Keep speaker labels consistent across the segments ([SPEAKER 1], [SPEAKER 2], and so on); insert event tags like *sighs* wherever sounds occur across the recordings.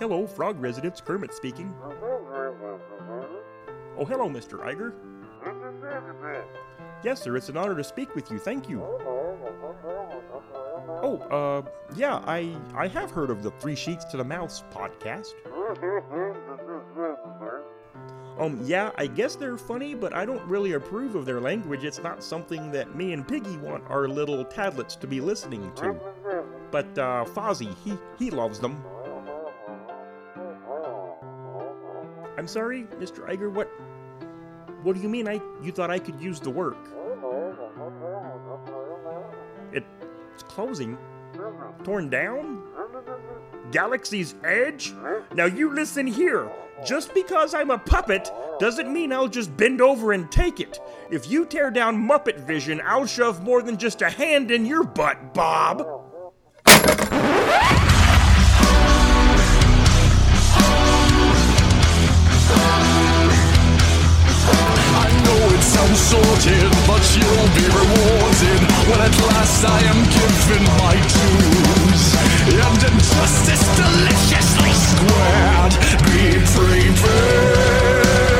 [SPEAKER 1] Hello, frog residents. Kermit speaking. Oh, hello, Mr. Iger. Yes, sir, it's an honor to speak with you. Thank you. Oh, uh, yeah, I I have heard of the Three Sheets to the Mouse podcast. Um, yeah, I guess they're funny, but I don't really approve of their language. It's not something that me and Piggy want our little tadlets to be listening to. But uh, Fozzie, he he loves them. I'm sorry, Mr. Iger. What? What do you mean? I you thought I could use the work? It, it's closing. Torn down? Galaxy's Edge? Now you listen here. Just because I'm a puppet doesn't mean I'll just bend over and take it. If you tear down Muppet Vision, I'll shove more than just a hand in your butt, Bob.
[SPEAKER 2] I know it sounds sorted, but you'll be rewarded when at last I am given my dues. And injustice deliciously squared, be prepared.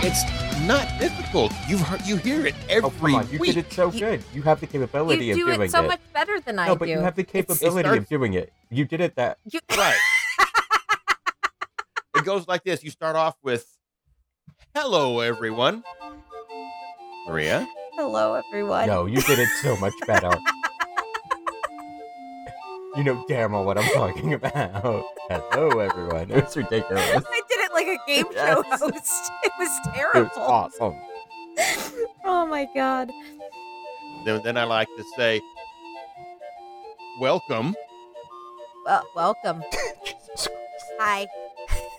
[SPEAKER 3] It's not difficult. You you hear it
[SPEAKER 4] Oh,
[SPEAKER 3] every
[SPEAKER 4] come on. You
[SPEAKER 3] week.
[SPEAKER 4] did it so
[SPEAKER 5] You-
[SPEAKER 4] good. You have the capability
[SPEAKER 5] You
[SPEAKER 4] of
[SPEAKER 5] do
[SPEAKER 4] doing
[SPEAKER 5] it so much better than I
[SPEAKER 4] no, but
[SPEAKER 5] do.
[SPEAKER 4] you have the
[SPEAKER 3] It's-
[SPEAKER 4] capability
[SPEAKER 3] it's-
[SPEAKER 4] of doing it. You did it that.
[SPEAKER 5] You-
[SPEAKER 3] Right. it goes like this. You start off with "Hello, everyone." Maria,
[SPEAKER 5] *laughs* Hello, everyone.
[SPEAKER 4] No, you did it so much better. you know damn well what I'm talking about. Hello, everyone. *laughs* It was ridiculous.
[SPEAKER 5] *laughs* I did it like a
[SPEAKER 4] *laughs*
[SPEAKER 5] game show
[SPEAKER 4] Yes.
[SPEAKER 5] host. *laughs* It
[SPEAKER 4] It
[SPEAKER 5] was
[SPEAKER 4] was
[SPEAKER 5] terrible.
[SPEAKER 4] awesome.
[SPEAKER 5] Oh my god.
[SPEAKER 3] then, then I like to say "Welcome,"
[SPEAKER 5] Well,
[SPEAKER 4] *laughs*
[SPEAKER 5] welcome. Hi.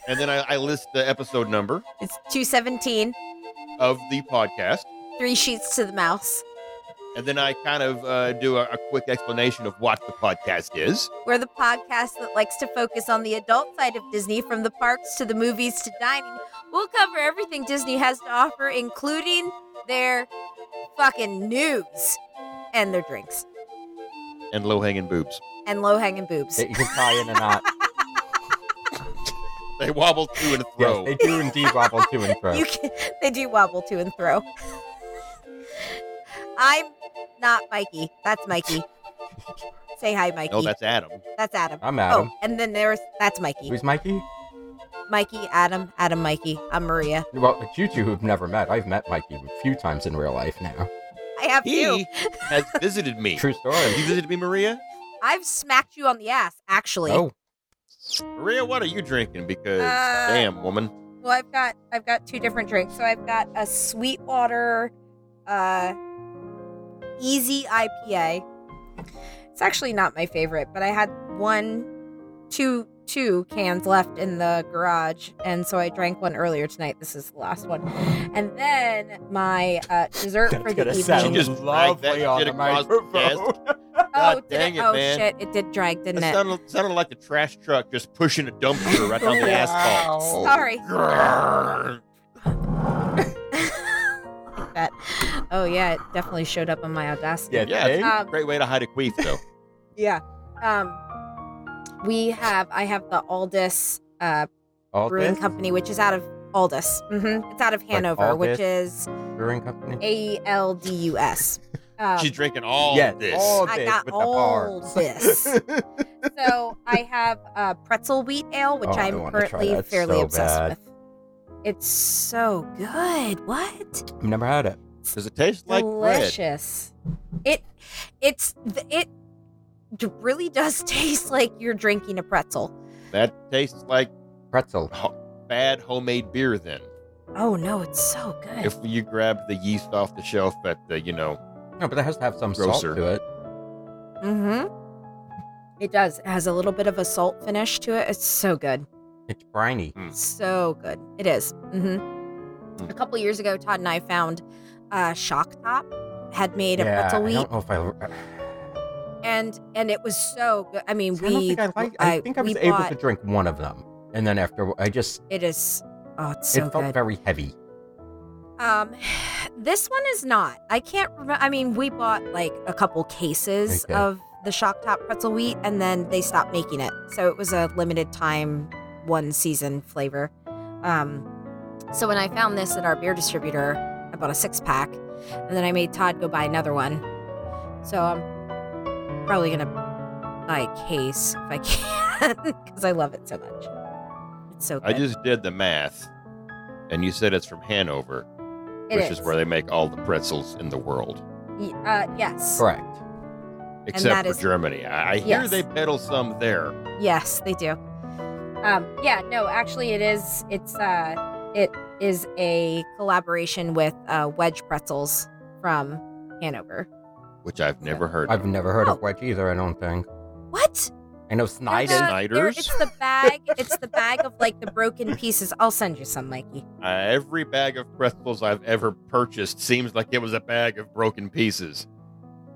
[SPEAKER 3] and then I, I list the episode number
[SPEAKER 5] It's 217,
[SPEAKER 3] of the podcast,
[SPEAKER 5] three sheets to the mouse.
[SPEAKER 3] and then I kind of uh, do a, a quick explanation of what the podcast is.
[SPEAKER 5] We're the podcast that likes to focus on the adult side of Disney, from the parks to the movies to dining. We'll cover everything Disney has to offer, including their fucking news and their drinks
[SPEAKER 3] And low hanging boobs.
[SPEAKER 5] and low hanging boobs.
[SPEAKER 4] That you can tie in a
[SPEAKER 5] *laughs*
[SPEAKER 4] knot.
[SPEAKER 3] They wobble to and
[SPEAKER 4] yes,
[SPEAKER 3] fro.
[SPEAKER 4] they do indeed wobble to and fro. *laughs*
[SPEAKER 5] You can, they do wobble to and throw. I'm not Mikey. That's Mikey. Say hi, Mikey.
[SPEAKER 3] no, that's Adam.
[SPEAKER 5] That's Adam.
[SPEAKER 4] I'm Adam.
[SPEAKER 5] Oh, and then there's that's Mikey.
[SPEAKER 4] Who's Mikey?
[SPEAKER 5] Mikey, Adam, Adam, Mikey. I'm Maria.
[SPEAKER 4] Well, it's you two who've never met. I've met Mikey a few times in real life now.
[SPEAKER 5] I have you.
[SPEAKER 3] He has visited me.
[SPEAKER 4] True
[SPEAKER 3] You
[SPEAKER 4] story.
[SPEAKER 3] visited me, Maria?
[SPEAKER 5] I've smacked you on the ass, actually.
[SPEAKER 4] Oh,
[SPEAKER 3] Maria, what are you drinking? Because
[SPEAKER 5] Uh,
[SPEAKER 3] damn, woman.
[SPEAKER 5] Well, I've got I've got two different drinks. So I've got a sweet water, uh, easy IPA. It's actually not my favorite, but I had one, two, two cans left in the garage, and so I drank one earlier tonight. This is the last one, and then my uh, dessert for the evening.
[SPEAKER 3] sound She just dragged that shit across the
[SPEAKER 5] oh,
[SPEAKER 3] God
[SPEAKER 5] did
[SPEAKER 3] dang
[SPEAKER 5] it?
[SPEAKER 3] it,
[SPEAKER 5] oh
[SPEAKER 3] man.
[SPEAKER 5] shit! It did drag, didn't
[SPEAKER 3] That
[SPEAKER 5] it?
[SPEAKER 3] sounded, sounded like a trash truck just pushing a dumpster right down the asphalt.
[SPEAKER 5] Sorry. *laughs*
[SPEAKER 3] Grrr.
[SPEAKER 5] Like that. Oh yeah, it definitely showed up on my audacity.
[SPEAKER 4] Yeah,
[SPEAKER 3] Yeah,
[SPEAKER 4] they-
[SPEAKER 3] it's a
[SPEAKER 5] Um,
[SPEAKER 3] great way to hide a queef, though.
[SPEAKER 5] Yeah. Um, we have I have the Aldous uh,
[SPEAKER 4] All
[SPEAKER 5] Brewing
[SPEAKER 4] this?
[SPEAKER 5] Company, which is out of Aldous. hmm It's out of Hanover, which is
[SPEAKER 4] Brewing company.
[SPEAKER 5] A L D U S. Um,
[SPEAKER 3] She's drinking all
[SPEAKER 4] yes,
[SPEAKER 3] this.
[SPEAKER 4] all
[SPEAKER 5] I
[SPEAKER 4] this
[SPEAKER 5] got
[SPEAKER 4] with *laughs*
[SPEAKER 5] all
[SPEAKER 4] the bars.
[SPEAKER 5] this.
[SPEAKER 4] *laughs*
[SPEAKER 5] so I have uh, pretzel wheat ale, which
[SPEAKER 4] Oh, I
[SPEAKER 5] I'm
[SPEAKER 4] wanna try
[SPEAKER 5] currently
[SPEAKER 4] that
[SPEAKER 5] fairly
[SPEAKER 4] so
[SPEAKER 5] obsessed
[SPEAKER 4] bad.
[SPEAKER 5] with. It's so good. What?
[SPEAKER 4] I've never had it.
[SPEAKER 3] Does it taste like bread?
[SPEAKER 5] Delicious. It, it's it really does *laughs* taste like you're drinking a pretzel.
[SPEAKER 3] That tastes like
[SPEAKER 4] Pretzel.
[SPEAKER 3] bad homemade beer. Then,
[SPEAKER 5] Oh no, it's so good.
[SPEAKER 3] if you grab the yeast off the shelf at the, you know,
[SPEAKER 4] No, but that has to have some
[SPEAKER 3] Grocer.
[SPEAKER 4] salt to it.
[SPEAKER 5] mm-hmm. It does. It has a little bit of a salt finish to it. It's so good.
[SPEAKER 4] It's briny.
[SPEAKER 5] So good. It is. Mm-hmm.
[SPEAKER 4] Hmm.
[SPEAKER 5] A couple years ago, Todd and I found uh, Shock Top had made a
[SPEAKER 4] yeah,
[SPEAKER 5] pretzel
[SPEAKER 4] I
[SPEAKER 5] wheat,
[SPEAKER 4] don't know if I.
[SPEAKER 5] and and it was so good. I mean,
[SPEAKER 4] See,
[SPEAKER 5] we
[SPEAKER 4] I don't think I like. I, think I
[SPEAKER 5] we
[SPEAKER 4] was able
[SPEAKER 5] bought-
[SPEAKER 4] to drink one of them. And then after, I just
[SPEAKER 5] It is. Oh, it's so
[SPEAKER 4] it felt
[SPEAKER 5] good.
[SPEAKER 4] very heavy.
[SPEAKER 5] Um, *sighs* this one is not. I can't remember. I mean, we bought like a couple cases
[SPEAKER 4] Okay.
[SPEAKER 5] of the shock top pretzel wheat, and then they stopped making it, so it was a limited time, one season flavor. Um, so when I found this at our beer distributor, I bought a six pack, and then I made Todd go buy another one. So I'm probably gonna buy a case if I *laughs* can because I love it so much. It's so good.
[SPEAKER 3] I just did the math, and you said it's from Hanover,
[SPEAKER 5] It
[SPEAKER 3] which is. where they make all the pretzels in the world,
[SPEAKER 5] Y- Uh, yes.
[SPEAKER 4] Correct.
[SPEAKER 3] except
[SPEAKER 5] that
[SPEAKER 3] for
[SPEAKER 5] is-
[SPEAKER 3] Germany. I, I hear
[SPEAKER 5] Yes.
[SPEAKER 3] they peddle some there.
[SPEAKER 5] Yes, they do. Um, yeah, no, actually, it is. It's uh, it is a collaboration with uh, Wedge Pretzels from Hanover.
[SPEAKER 3] which I've never heard.
[SPEAKER 4] I've
[SPEAKER 3] of.
[SPEAKER 4] never heard
[SPEAKER 5] Oh.
[SPEAKER 4] of wedge either. I don't think.
[SPEAKER 5] What?
[SPEAKER 4] I know
[SPEAKER 5] They're
[SPEAKER 4] Snyder's.
[SPEAKER 5] the- they're-
[SPEAKER 3] Snyder's?
[SPEAKER 5] It's the bag. It's the bag of like the broken pieces. I'll send you some, Mikey.
[SPEAKER 3] Uh, every bag of pretzels I've ever purchased seems like it was a bag of broken pieces,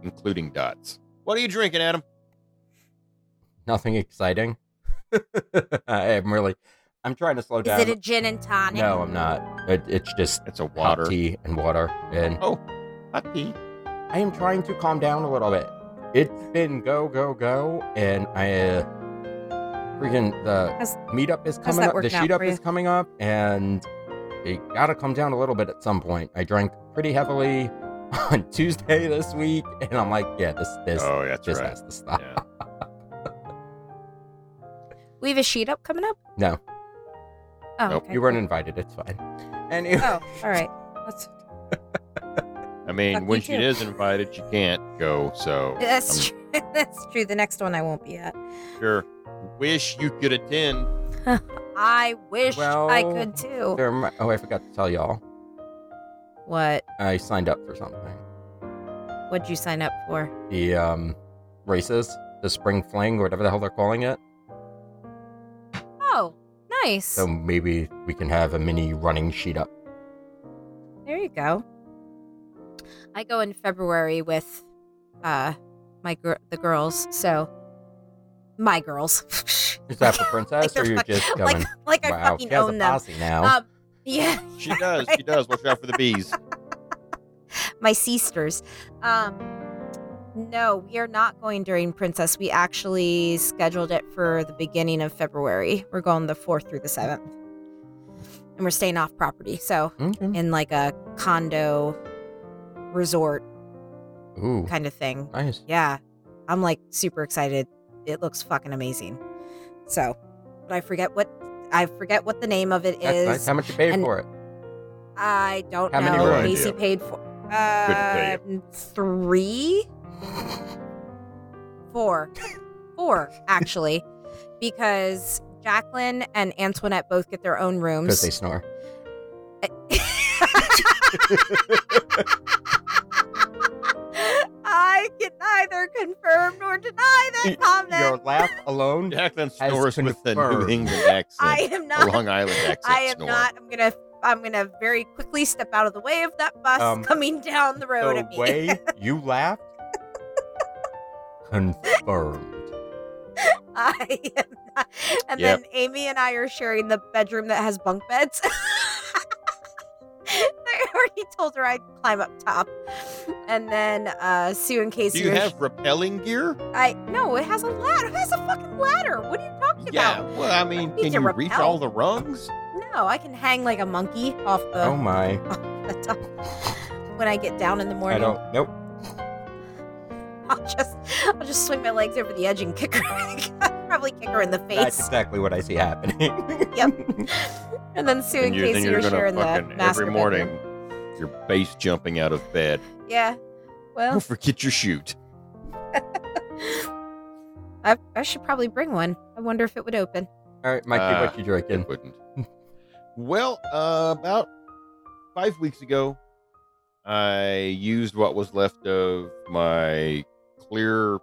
[SPEAKER 3] including dots. What are you drinking, Adam?
[SPEAKER 4] nothing exciting. *laughs* I am really. I'm trying to slow
[SPEAKER 5] Is
[SPEAKER 4] down.
[SPEAKER 5] it a gin and tonic?
[SPEAKER 4] no, I'm not. It, it's just
[SPEAKER 3] It's a
[SPEAKER 4] hot
[SPEAKER 3] water.
[SPEAKER 4] tea and water, and
[SPEAKER 3] Hot tea.
[SPEAKER 4] I am trying to calm down a little bit. It's been go go go, and I uh, freaking the
[SPEAKER 5] How's-
[SPEAKER 4] meetup is coming
[SPEAKER 5] that
[SPEAKER 4] up. The
[SPEAKER 5] working out
[SPEAKER 4] sheet up
[SPEAKER 5] for
[SPEAKER 4] is
[SPEAKER 5] you?
[SPEAKER 4] coming up, and it gotta come down a little bit at some point. I drank pretty heavily *laughs* on Tuesday this week, and I'm like, yeah, this this
[SPEAKER 3] Oh, that's
[SPEAKER 4] this
[SPEAKER 3] right.
[SPEAKER 4] has to stop.
[SPEAKER 3] Yeah.
[SPEAKER 5] We have a sheet up coming up.
[SPEAKER 4] No,
[SPEAKER 5] Oh,
[SPEAKER 3] Nope.
[SPEAKER 5] okay,
[SPEAKER 4] you weren't
[SPEAKER 5] cool.
[SPEAKER 4] invited. It's fine. Anyway.
[SPEAKER 5] Oh, all right. *laughs* That's
[SPEAKER 3] I mean,
[SPEAKER 5] Fuck you
[SPEAKER 3] when she
[SPEAKER 5] too.
[SPEAKER 3] is invited, she can't go. So
[SPEAKER 5] that's
[SPEAKER 4] Um,
[SPEAKER 5] true. *laughs* that's true. The next one I won't be at.
[SPEAKER 3] I'm sure. Wish you could attend.
[SPEAKER 5] I wish I
[SPEAKER 4] Well,
[SPEAKER 5] could too.
[SPEAKER 4] There mi- oh, I forgot to tell y'all.
[SPEAKER 5] What?
[SPEAKER 4] I signed up for something.
[SPEAKER 5] What'd you sign up for?
[SPEAKER 4] The um, races, the spring fling, or whatever the hell they're calling it.
[SPEAKER 5] Oh, nice.
[SPEAKER 4] So maybe we can have a mini running sheet up.
[SPEAKER 5] There you go. I go in February with uh my gir- the girls, so my girls. *laughs*
[SPEAKER 4] Is that for princess, or
[SPEAKER 5] Like,
[SPEAKER 4] you're just
[SPEAKER 5] like- *laughs*
[SPEAKER 4] going?
[SPEAKER 5] like I
[SPEAKER 4] wow, she
[SPEAKER 5] fucking
[SPEAKER 4] has
[SPEAKER 5] own
[SPEAKER 4] a
[SPEAKER 5] them.
[SPEAKER 4] posse now.
[SPEAKER 5] Um, yeah, *laughs*
[SPEAKER 3] She does. She does. Watch out for the bees.
[SPEAKER 5] my sisters. Um no, we are not going during Princess. We actually scheduled it for the beginning of February. We're going the 4th through the 7th. And we're staying off property. So,
[SPEAKER 4] Okay.
[SPEAKER 5] in like a condo resort
[SPEAKER 4] mm. Ooh,
[SPEAKER 5] kind of thing.
[SPEAKER 4] nice.
[SPEAKER 5] Yeah. I'm like super excited. It looks fucking amazing. So, but I forget what I forget what the name of it
[SPEAKER 4] That's nice.
[SPEAKER 5] is.
[SPEAKER 4] How much you paid
[SPEAKER 5] and-
[SPEAKER 4] for it?
[SPEAKER 5] I don't
[SPEAKER 4] How
[SPEAKER 5] know.
[SPEAKER 4] many
[SPEAKER 3] rooms?
[SPEAKER 5] Casey
[SPEAKER 3] Idea.
[SPEAKER 5] paid for
[SPEAKER 3] tell
[SPEAKER 5] uh, three, four, four actually, because Jacqueline and Antoinette both get their own
[SPEAKER 4] Because
[SPEAKER 5] rooms.
[SPEAKER 4] they
[SPEAKER 5] *laughs*
[SPEAKER 4] snore.
[SPEAKER 5] *gasps* I can neither confirm nor deny that comment.
[SPEAKER 4] Your laugh alone.
[SPEAKER 3] Jacqueline
[SPEAKER 4] Has
[SPEAKER 3] snores with the New
[SPEAKER 4] confirmed.
[SPEAKER 3] England accent,
[SPEAKER 5] I am
[SPEAKER 3] a
[SPEAKER 5] not
[SPEAKER 3] Long Island accent.
[SPEAKER 5] *laughs* I am
[SPEAKER 3] snore.
[SPEAKER 5] not. I'm gonna. I'm gonna very quickly step out of the way of that bus
[SPEAKER 4] Um,
[SPEAKER 5] *laughs* coming down the road
[SPEAKER 4] The
[SPEAKER 5] at me.
[SPEAKER 4] way you laughed. Confirmed.
[SPEAKER 5] *laughs* I am not. And
[SPEAKER 3] Yep.
[SPEAKER 5] then Amy and I are sharing the bedroom that has bunk beds. *laughs* I already told her I'd climb up top, and then uh, Sue and
[SPEAKER 3] Do
[SPEAKER 5] Casey.
[SPEAKER 3] you
[SPEAKER 5] are-
[SPEAKER 3] have repelling gear?
[SPEAKER 5] I no. It has a ladder. It has a fucking ladder. What are you talking
[SPEAKER 3] Yeah.
[SPEAKER 5] about?
[SPEAKER 3] Well, I mean,
[SPEAKER 5] need
[SPEAKER 3] can
[SPEAKER 5] to
[SPEAKER 3] you reach
[SPEAKER 5] repel.
[SPEAKER 3] all the rungs?
[SPEAKER 5] No, I can hang like a monkey off the,
[SPEAKER 4] Oh my.
[SPEAKER 5] the top *laughs* when I get down in the morning.
[SPEAKER 4] I don't. Nope.
[SPEAKER 5] *laughs* I'll just I'll just swing my legs over the edge and kick her. *laughs* Probably kick her in the
[SPEAKER 4] That's
[SPEAKER 5] face.
[SPEAKER 4] exactly what I see happening. *laughs*
[SPEAKER 5] And then Sue and
[SPEAKER 3] and you, then
[SPEAKER 5] Casey
[SPEAKER 3] you're
[SPEAKER 5] are
[SPEAKER 3] gonna
[SPEAKER 5] sharing the
[SPEAKER 3] fucking
[SPEAKER 5] master
[SPEAKER 3] every morning, your base jumping out of bed.
[SPEAKER 5] bedroom. Yeah.
[SPEAKER 3] Don't
[SPEAKER 5] Well,
[SPEAKER 3] forget your shoot.
[SPEAKER 5] I, I should probably bring one. I wonder if it would open.
[SPEAKER 4] All right, Mikey,
[SPEAKER 3] Uh,
[SPEAKER 4] what you drinking?
[SPEAKER 3] It wouldn't. well, uh, about five weeks ago, I used what was left of my clear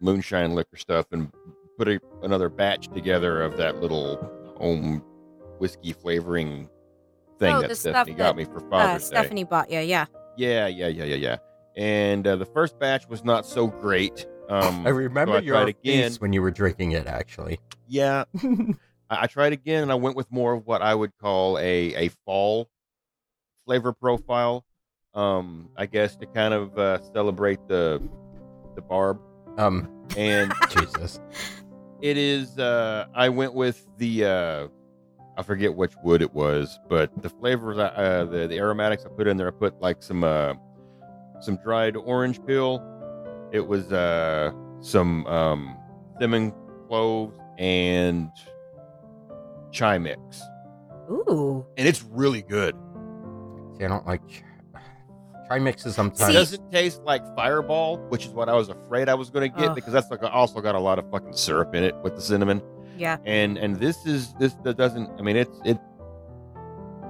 [SPEAKER 3] moonshine liquor stuff and put a, another batch together of that little home whiskey flavoring thing
[SPEAKER 5] Oh, the
[SPEAKER 3] that
[SPEAKER 5] stuff
[SPEAKER 3] Stephanie got
[SPEAKER 5] that,
[SPEAKER 3] me for
[SPEAKER 5] Uh,
[SPEAKER 3] Father's Day.
[SPEAKER 5] Stephanie bought you. Yeah.
[SPEAKER 3] Yeah, yeah, yeah, yeah, yeah. And uh, the first batch was not so great. Um,
[SPEAKER 4] I remember
[SPEAKER 3] so I
[SPEAKER 4] your
[SPEAKER 3] tried
[SPEAKER 4] face
[SPEAKER 3] again.
[SPEAKER 4] when you were drinking it, actually.
[SPEAKER 3] Yeah. I, I tried again and I went with more of what I would call a a fall flavor profile. Um, I guess to kind of uh, celebrate the the barb
[SPEAKER 4] *laughs* Um,
[SPEAKER 3] and
[SPEAKER 4] Jesus.
[SPEAKER 3] it is uh i went with the uh i forget which wood it was but the flavors I, uh the, the aromatics i put in there i put like some uh some dried orange peel it was uh some um cinnamon cloves and chai mix
[SPEAKER 5] Ooh.
[SPEAKER 3] and it's really good
[SPEAKER 4] See, I don't like *sighs* try mixes
[SPEAKER 3] it
[SPEAKER 5] See-
[SPEAKER 4] sometimes.
[SPEAKER 3] doesn't taste like fireball which is what i was afraid i was going to get
[SPEAKER 5] Ugh.
[SPEAKER 3] because that's like also got a lot of fucking syrup in it with the cinnamon
[SPEAKER 5] Yeah.
[SPEAKER 3] and and this is this that doesn't i mean it's it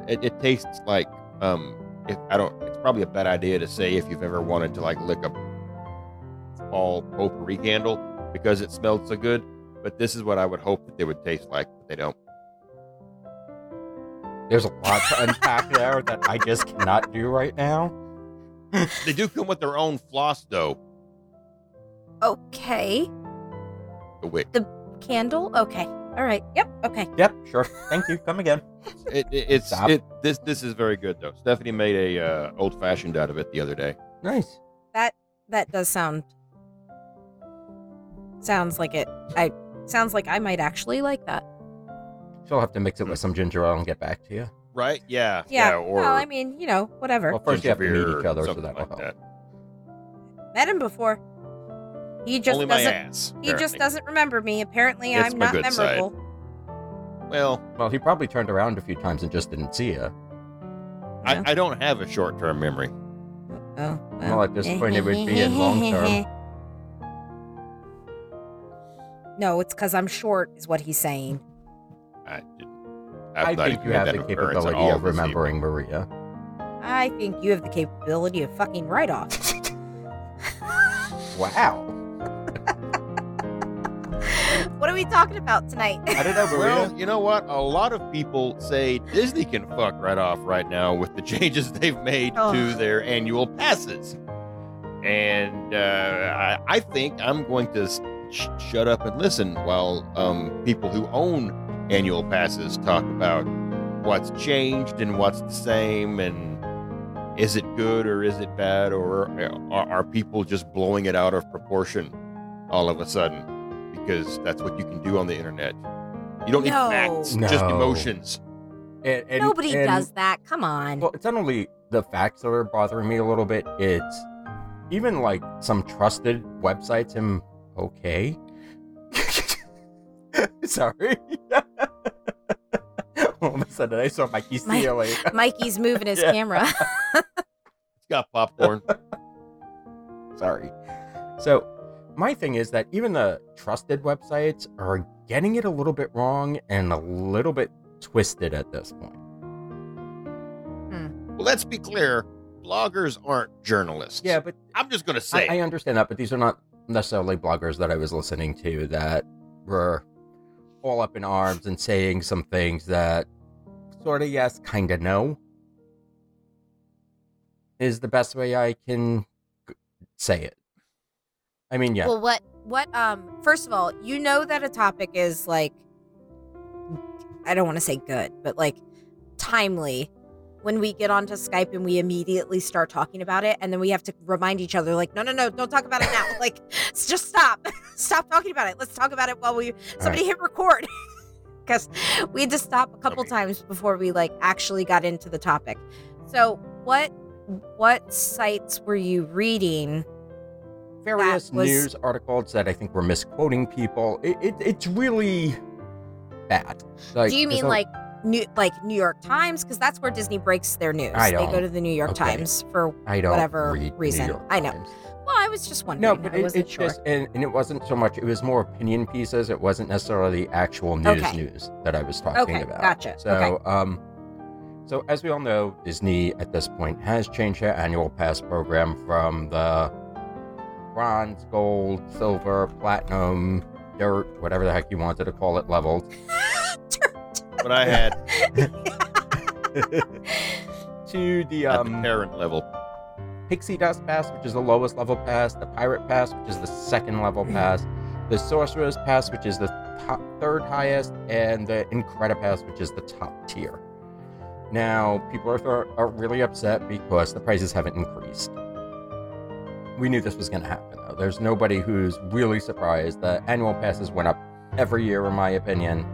[SPEAKER 3] it, it tastes like um if i don't it's probably a bad idea to say if you've ever wanted to like lick a fall potpourri candle because it smelled so good but this is what i would hope that they would taste like but they don't
[SPEAKER 4] There's a lot to unpack there that I just cannot do right now.
[SPEAKER 3] they do come with their own floss though
[SPEAKER 5] Okay.
[SPEAKER 3] the wick
[SPEAKER 5] Candle. Okay. All right. Yep. Okay.
[SPEAKER 4] Yep, sure. Thank you. Come again.
[SPEAKER 3] it, it, it's
[SPEAKER 4] Stop.
[SPEAKER 3] it this this is very good though stephanie made a uh, old fashioned out of it the other day
[SPEAKER 4] Nice.
[SPEAKER 5] That does sound. Sounds like it. I sounds like I might actually like that.
[SPEAKER 4] She'll have to mix it with some ginger ale and get back to you.
[SPEAKER 3] right yeah
[SPEAKER 5] Yeah.
[SPEAKER 3] or
[SPEAKER 5] well, I mean, you know, whatever.
[SPEAKER 4] Well, first you have to
[SPEAKER 3] ginger
[SPEAKER 4] meet
[SPEAKER 3] beer
[SPEAKER 4] each
[SPEAKER 3] or
[SPEAKER 4] other, so
[SPEAKER 3] something
[SPEAKER 4] that will
[SPEAKER 3] like
[SPEAKER 4] help.
[SPEAKER 5] Met him before. He just
[SPEAKER 3] only my
[SPEAKER 5] doesn't.
[SPEAKER 3] ass
[SPEAKER 5] He just
[SPEAKER 3] apparently.
[SPEAKER 5] doesn't remember me. Apparently,
[SPEAKER 3] It's
[SPEAKER 5] I'm
[SPEAKER 3] my
[SPEAKER 5] not
[SPEAKER 3] good side.
[SPEAKER 5] memorable.
[SPEAKER 3] well
[SPEAKER 4] Well, he probably turned around a few times and just didn't see you.
[SPEAKER 5] Yeah.
[SPEAKER 3] I, I don't have a short term memory.
[SPEAKER 5] Oh,
[SPEAKER 4] Well, at this point, it would be in long term.
[SPEAKER 5] *laughs* No, it's because I'm short, is what he's saying.
[SPEAKER 3] I didn't.
[SPEAKER 4] I
[SPEAKER 3] I've not
[SPEAKER 4] think
[SPEAKER 3] even
[SPEAKER 4] you
[SPEAKER 3] made
[SPEAKER 4] have
[SPEAKER 3] that
[SPEAKER 4] the
[SPEAKER 3] occurrence at
[SPEAKER 4] capability
[SPEAKER 3] all
[SPEAKER 4] of
[SPEAKER 3] this
[SPEAKER 4] remembering Maria.
[SPEAKER 5] I think you have the capability of fucking
[SPEAKER 4] *laughs*
[SPEAKER 5] right off.
[SPEAKER 4] Wow.
[SPEAKER 5] what are we talking about tonight? *laughs*
[SPEAKER 4] I don't know,
[SPEAKER 3] evening. Well, you know what? A lot of people say Disney can fuck right off right now with the *laughs* changes they've made
[SPEAKER 5] Oh.
[SPEAKER 3] to their annual passes. And uh, I, I think I'm going to s- sh- shut up and listen while um, people who own annual passes talk about what's changed and what's the same and is it good or is it bad or are, are people just blowing it out of proportion all of a sudden because that's what you can do on the internet you don't
[SPEAKER 5] No.
[SPEAKER 3] need facts just
[SPEAKER 4] No.
[SPEAKER 3] emotions
[SPEAKER 4] And- and-
[SPEAKER 5] Nobody
[SPEAKER 4] and-
[SPEAKER 5] does that. Come on.
[SPEAKER 4] *laughs* Well, it's not only the facts that are bothering me a little bit, it's even like some trusted websites. Am okay. *laughs* Sorry. *laughs* All of a sudden, I saw Mikey
[SPEAKER 5] *laughs* My-
[SPEAKER 4] stealing.
[SPEAKER 5] Mikey's moving his
[SPEAKER 4] Yeah.
[SPEAKER 5] camera.
[SPEAKER 3] it's got
[SPEAKER 4] *laughs*
[SPEAKER 3] popcorn
[SPEAKER 4] *laughs* Sorry. So, my thing is that even the trusted websites are getting it a little bit wrong and a little bit twisted at this point.
[SPEAKER 3] well let's be clear bloggers aren't journalists
[SPEAKER 4] Yeah, but
[SPEAKER 3] i'm just gonna say
[SPEAKER 4] I, I understand that, but these are not necessarily bloggers that I was listening to that were all up in arms and saying some things that sort of yes, kind of no is the best way I can g- say it. I mean, yeah,
[SPEAKER 5] Well, what what um first of all, you know that a topic is like I don't want to say good, but like timely when we get onto Skype and we immediately start talking about it and then we have to remind each other like no no no don't talk about it now like s- just stop *laughs* stop talking about it let's talk about it while we somebody hit record *laughs* because we had to stop a couple
[SPEAKER 3] Okay.
[SPEAKER 5] times before we like actually got into the topic so what what sites were you reading
[SPEAKER 4] various
[SPEAKER 5] was-
[SPEAKER 4] news articles that I think were misquoting people. It, it it's really bad. Like,
[SPEAKER 5] Do you
[SPEAKER 4] there's
[SPEAKER 5] mean
[SPEAKER 4] no-
[SPEAKER 5] like New like New York Times? Because that's where Disney breaks their news.
[SPEAKER 4] I
[SPEAKER 5] They
[SPEAKER 4] don't.
[SPEAKER 5] go to the New York
[SPEAKER 4] Okay.
[SPEAKER 5] Times for.
[SPEAKER 4] I don't
[SPEAKER 5] whatever
[SPEAKER 4] read New
[SPEAKER 5] reason.
[SPEAKER 4] York
[SPEAKER 5] I know.
[SPEAKER 4] Times.
[SPEAKER 5] Well, I was just wondering.
[SPEAKER 4] No, but
[SPEAKER 5] I
[SPEAKER 4] it,
[SPEAKER 5] wasn't
[SPEAKER 4] it's
[SPEAKER 5] sure.
[SPEAKER 4] just and, and it wasn't so much. It was more opinion pieces. It wasn't necessarily actual news
[SPEAKER 5] Okay.
[SPEAKER 4] news that I was talking
[SPEAKER 5] Okay,
[SPEAKER 4] about.
[SPEAKER 5] gotcha.
[SPEAKER 4] So,
[SPEAKER 5] Okay.
[SPEAKER 4] um, so as we all know, Disney at this point has changed their annual pass program from the bronze, gold, silver, platinum, dirt, whatever the heck you wanted to call it, levels.
[SPEAKER 3] but i
[SPEAKER 4] *laughs*
[SPEAKER 3] had
[SPEAKER 4] to the
[SPEAKER 3] at
[SPEAKER 4] um,
[SPEAKER 3] the parent level
[SPEAKER 4] Pixie Dust Pass, which is the lowest level pass, the Pirate Pass, which is the second level pass, the Sorcerer's Pass, which is the top, third highest, and the Incredipass, which is the top tier. Now, people are, thro- are really upset because the prices haven't increased. We knew this was going to happen, though. There's nobody who's really surprised. The annual passes went up every year, in my opinion.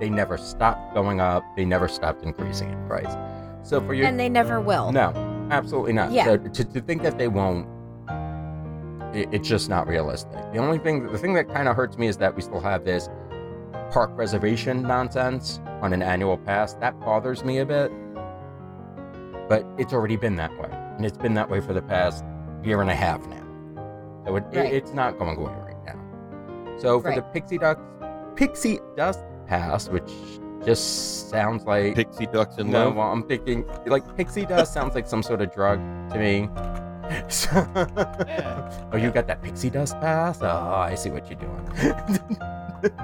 [SPEAKER 4] They never stopped going up, they never stopped increasing in price. So for *laughs* you,
[SPEAKER 5] and they never will.
[SPEAKER 4] no, absolutely not.
[SPEAKER 5] Yeah.
[SPEAKER 4] So to, to think that they won't, it, it's just not realistic. The only thing, the thing that kind of hurts me is that we still have this park reservation nonsense on an annual pass. That bothers me a bit, but it's already been that way, and it's been that way for the past year and a half now. So it, it-
[SPEAKER 5] Right.
[SPEAKER 4] it's not going away right now. So for the Pixie Ducks, Pixie Dust Pass, which just sounds like
[SPEAKER 3] Pixie ducks and
[SPEAKER 4] no,
[SPEAKER 3] love.
[SPEAKER 4] well, I'm thinking like pixie dust sounds like some sort of drug to me. So- oh, you got that pixie dust pass? Oh, I see what you're doing.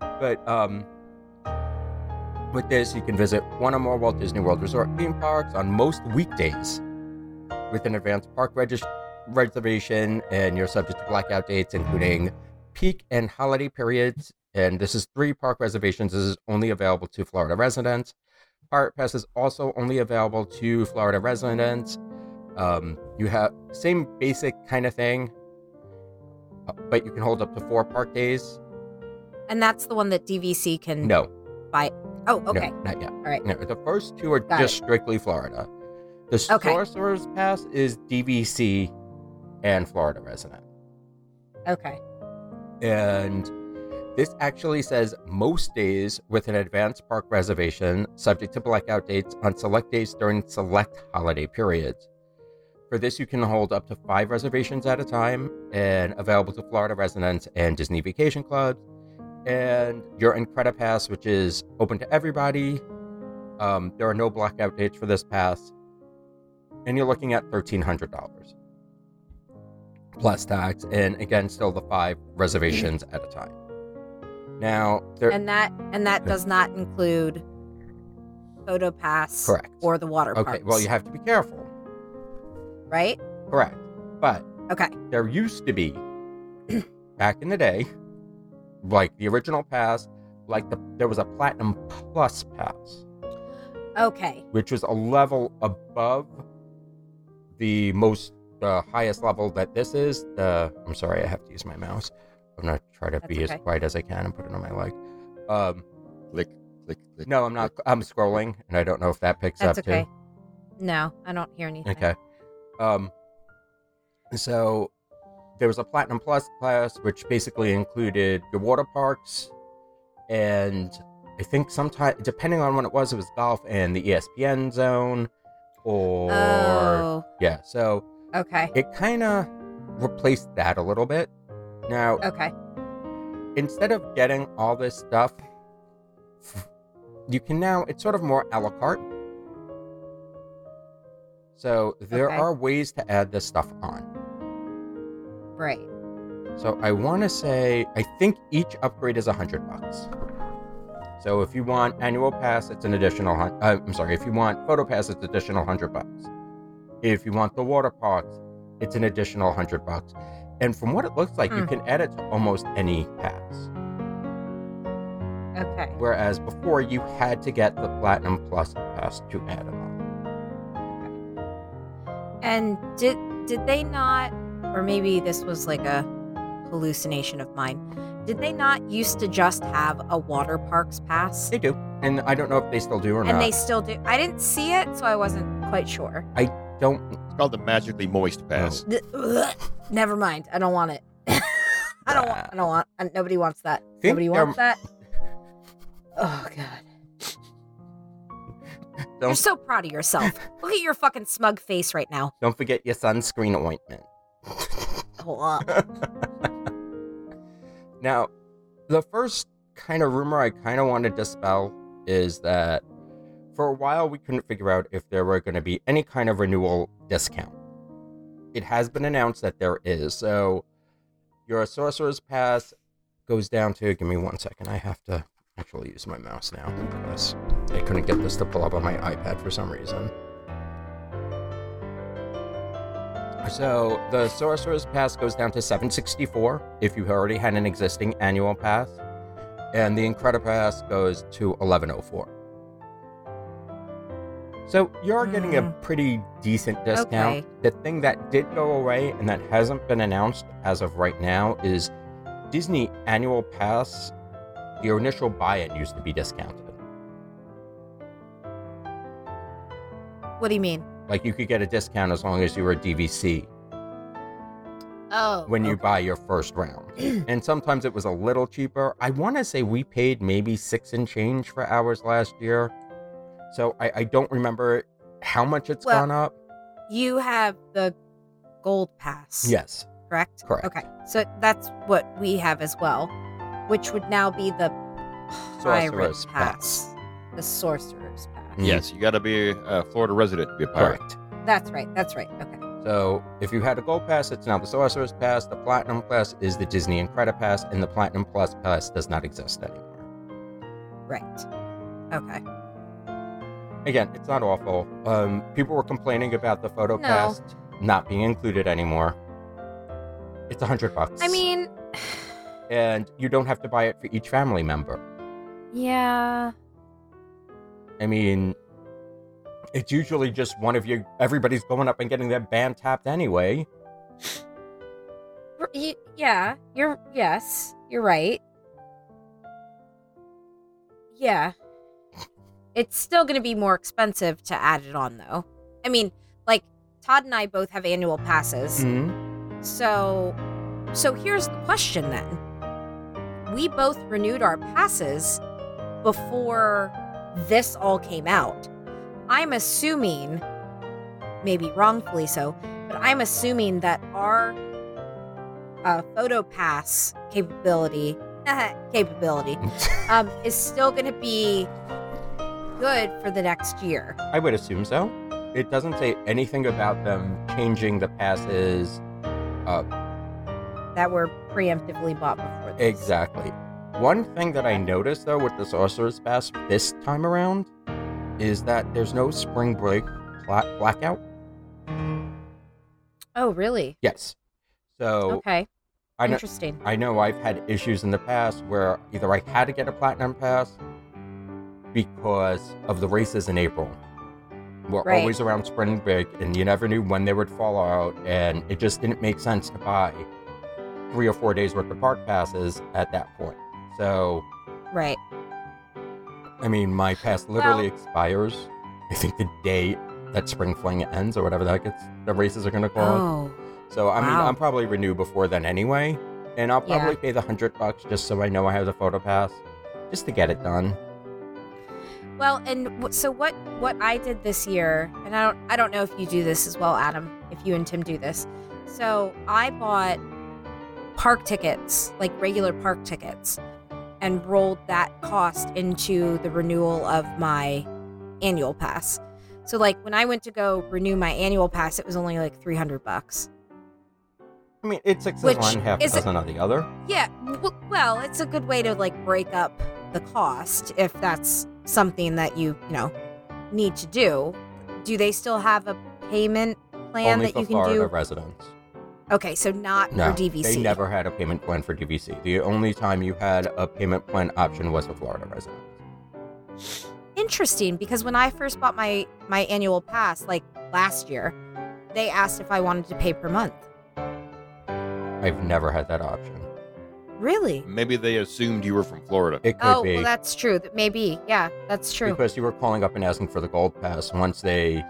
[SPEAKER 4] but um, with this, you can visit one or more Walt Disney World Resort theme parks on most weekdays with an advanced park regis- reservation, and you're subject to blackout dates, including peak and holiday periods. And this is three park reservations. This is only available to Florida residents. Pirate Pass is also only available to Florida residents. Um, you have same basic kind of thing, uh, but you can hold up to four park days.
[SPEAKER 5] And that's the one that DVC can
[SPEAKER 4] No,
[SPEAKER 5] Oh, Mm-hmm. okay.
[SPEAKER 4] No, not yet. All
[SPEAKER 5] right.
[SPEAKER 4] No, the first two are
[SPEAKER 5] Got
[SPEAKER 4] just strictly Florida. The
[SPEAKER 5] Okay.
[SPEAKER 4] Sorcerer's Pass is DVC and Florida resident.
[SPEAKER 5] Okay.
[SPEAKER 4] And this actually says most days with an advanced park reservation, subject to blackout dates on select days during select holiday periods. For this, you can hold up to five reservations at a time and available to Florida residents and Disney Vacation Clubs. And your Incredipass, which is open to everybody. Um, there are no blackout dates for this pass. And you're looking at $1,300 plus tax, and again, still the five reservations at a time. Now, there,
[SPEAKER 5] And that and that
[SPEAKER 4] Okay.
[SPEAKER 5] does not include photo pass
[SPEAKER 4] correct.
[SPEAKER 5] or the water
[SPEAKER 4] okay,
[SPEAKER 5] parks.
[SPEAKER 4] well, you have to be careful.
[SPEAKER 5] right?
[SPEAKER 4] Correct. But
[SPEAKER 5] Okay.
[SPEAKER 4] there used to be, *clears throat* back in the day, like the original pass, like the, there was a platinum plus pass,
[SPEAKER 5] Okay.
[SPEAKER 4] which was a level above the most, the highest level that this is. The I'm sorry, I have to use my mouse. I'm gonna try to
[SPEAKER 5] That's
[SPEAKER 4] be
[SPEAKER 5] okay.
[SPEAKER 4] as quiet as I can and put it on my leg. Um,
[SPEAKER 3] Click, click, click.
[SPEAKER 4] No, I'm not. I'm scrolling, and I don't know if that picks
[SPEAKER 5] That's
[SPEAKER 4] up
[SPEAKER 5] okay. No, I don't hear anything.
[SPEAKER 4] too. Okay. Um. So there was a platinum plus class, which basically included your water parks, and I think sometimes, depending on when it was, it was golf and the E ESPN zone, or
[SPEAKER 5] Oh.
[SPEAKER 4] yeah. So
[SPEAKER 5] Okay.
[SPEAKER 4] it kind of replaced that a little bit. Now,
[SPEAKER 5] Okay.
[SPEAKER 4] instead of getting all this stuff, you can now, it's sort of more a la carte. So there
[SPEAKER 5] Okay.
[SPEAKER 4] are ways to add this stuff on.
[SPEAKER 5] Right.
[SPEAKER 4] So I want to say, I think each upgrade is 100 bucks. So if you want annual pass, it's an additional, hun- uh, I'm sorry, if you want photo pass, it's additional 100 bucks. If you want the water parks, it's an additional 100 bucks. And from what it looks like, you
[SPEAKER 5] Hmm.
[SPEAKER 4] can add it to almost any pass.
[SPEAKER 5] Okay.
[SPEAKER 4] whereas before you had to get the platinum plus pass to add them on.
[SPEAKER 5] And did did they not or maybe this was like a hallucination of mine. Did they not used to just have a water parks pass?
[SPEAKER 4] They do, and I don't know if they still do or
[SPEAKER 5] and
[SPEAKER 4] not.
[SPEAKER 5] they still do. I didn't see it, so I wasn't quite sure.
[SPEAKER 4] don't.
[SPEAKER 3] It's called the magically moist
[SPEAKER 4] Oh.
[SPEAKER 3] pass.
[SPEAKER 5] Th- ugh. Never mind. I don't want it. *laughs* I don't want. I don't want. I, nobody wants that.
[SPEAKER 4] Think
[SPEAKER 5] Nobody
[SPEAKER 4] there- *laughs*
[SPEAKER 5] wants that. Oh god. You're
[SPEAKER 4] Don't-
[SPEAKER 5] so proud
[SPEAKER 4] *laughs*
[SPEAKER 5] of yourself. Look at your fucking smug face right now.
[SPEAKER 4] Don't forget your sunscreen ointment.
[SPEAKER 5] Hold on.
[SPEAKER 4] Now, the first kind of rumor I kind of want to dispel is that for a while we couldn't figure out if there were going to be any kind of renewal discount. It has been announced that there is. So your sorcerer's pass goes down to give me one second. I have to actually use my mouse now because I couldn't get this to pull up on my iPad for some reason. So the Sorcerer's Pass goes down to 764 if you already had an existing annual pass, and the Incredipass goes to 1104. So you're getting a pretty decent discount.
[SPEAKER 5] Okay.
[SPEAKER 4] The thing that did go away and that hasn't been announced as of right now is Disney Annual Pass. Your initial buy-in used to be discounted.
[SPEAKER 5] What do you mean?
[SPEAKER 4] Like you could get a discount as long as you were a DVC
[SPEAKER 5] Oh.
[SPEAKER 4] when you
[SPEAKER 5] okay.
[SPEAKER 4] buy your first
[SPEAKER 5] *clears throat*
[SPEAKER 4] round. and sometimes it was a little cheaper. I want to say we paid maybe six and change for ours last year. So I, I don't remember how much it's
[SPEAKER 5] Well-
[SPEAKER 4] gone up.
[SPEAKER 5] you have the gold pass.
[SPEAKER 4] Yes,
[SPEAKER 5] Correct?
[SPEAKER 4] correct.
[SPEAKER 5] Okay. So that's what we have as well, which would now be the pirate
[SPEAKER 4] Sorcerer's
[SPEAKER 5] pass. The sorcerer's pass.
[SPEAKER 4] Mm.
[SPEAKER 3] Yes, you got to be a Florida resident to be a pirate.
[SPEAKER 4] Correct.
[SPEAKER 5] That's right. That's right. Okay.
[SPEAKER 4] So if you had a gold pass, it's now the Sorcerer's Pass. The Platinum Plus is the Disney and Credit Pass, and the Platinum Plus Pass does not exist anymore.
[SPEAKER 5] Right. Okay.
[SPEAKER 4] Again, it's not awful. Um, people were complaining about the photo
[SPEAKER 5] No.
[SPEAKER 4] pass not being included anymore. It's a hundred bucks.
[SPEAKER 5] I mean, *sighs*
[SPEAKER 4] and you don't have to buy it for each family member.
[SPEAKER 5] yeah.
[SPEAKER 4] I mean, it's usually just one of you. Everybody's going up and getting their band tapped anyway.
[SPEAKER 5] R- y- Yeah. You're, yes, you're right. Yeah. It's still going to be more expensive to add it on, though. I mean, like, Todd and I both have annual passes.
[SPEAKER 4] Mm-hmm.
[SPEAKER 5] So, so here's the question then. We both renewed our passes before this all came out. I'm assuming, maybe wrongfully so, but I'm assuming that our uh, photo pass capability *laughs* capability
[SPEAKER 4] *laughs*
[SPEAKER 5] um, is still going to be good for the next year.
[SPEAKER 4] I would assume so. It doesn't say anything about them changing the passes.
[SPEAKER 5] That were preemptively bought before this.
[SPEAKER 4] Exactly. One thing that I noticed though with the Sorcerer's Pass this time around is that there's no spring break pla- blackout.
[SPEAKER 5] Oh, really?
[SPEAKER 4] Yes. So
[SPEAKER 5] Okay.
[SPEAKER 4] I know
[SPEAKER 5] Interesting.
[SPEAKER 4] I know I've had issues in the past where either I had to get a platinum pass because of the races in April. We're
[SPEAKER 5] Right.
[SPEAKER 4] always around spring break, and you never knew when they would fall out, and it just didn't make sense to buy three or four days worth of park passes at that point. So,
[SPEAKER 5] Right.
[SPEAKER 4] I mean, my pass literally
[SPEAKER 5] Well-
[SPEAKER 4] expires. I think the day that spring fling ends, or whatever the heck it's, the races are going to call.
[SPEAKER 5] Oh.
[SPEAKER 4] So I mean,
[SPEAKER 5] Wow.
[SPEAKER 4] I'm probably renew before then anyway, and I'll probably pay the hundred bucks just so I know I have the photo pass, just to get it done.
[SPEAKER 5] Well, and w- so what? What I did this year, and I don't, I don't know if you do this as well, Adam. If you and Tim do this, so I bought park tickets, like regular park tickets, and rolled that cost into the renewal of my annual pass. So like when I went to go renew my annual pass, it was only like three hundred bucks.
[SPEAKER 4] I mean, it's six
[SPEAKER 5] Which
[SPEAKER 4] of one, half
[SPEAKER 5] is-
[SPEAKER 4] dozen of the other.
[SPEAKER 5] Yeah. W- well, it's a good way to like break up the cost if that's something that you, you know, need to do. Do they still have a payment plan
[SPEAKER 4] Only
[SPEAKER 5] that
[SPEAKER 4] for
[SPEAKER 5] you can
[SPEAKER 4] Florida
[SPEAKER 5] do?
[SPEAKER 4] residents.
[SPEAKER 5] Okay, so not
[SPEAKER 4] No,
[SPEAKER 5] for DVC.
[SPEAKER 4] they never had a payment plan for DVC. The only time you had a payment plan option was for Florida residents.
[SPEAKER 5] Interesting because when I first bought my my annual pass like last year, they asked if I wanted to pay per month.
[SPEAKER 4] I've never had that option.
[SPEAKER 5] Really?
[SPEAKER 3] Maybe they assumed you were from Florida.
[SPEAKER 4] It could
[SPEAKER 5] Oh,
[SPEAKER 4] be
[SPEAKER 5] well that's true. That Maybe. Yeah, that's true.
[SPEAKER 4] because you were calling up and asking for the gold pass. Once they,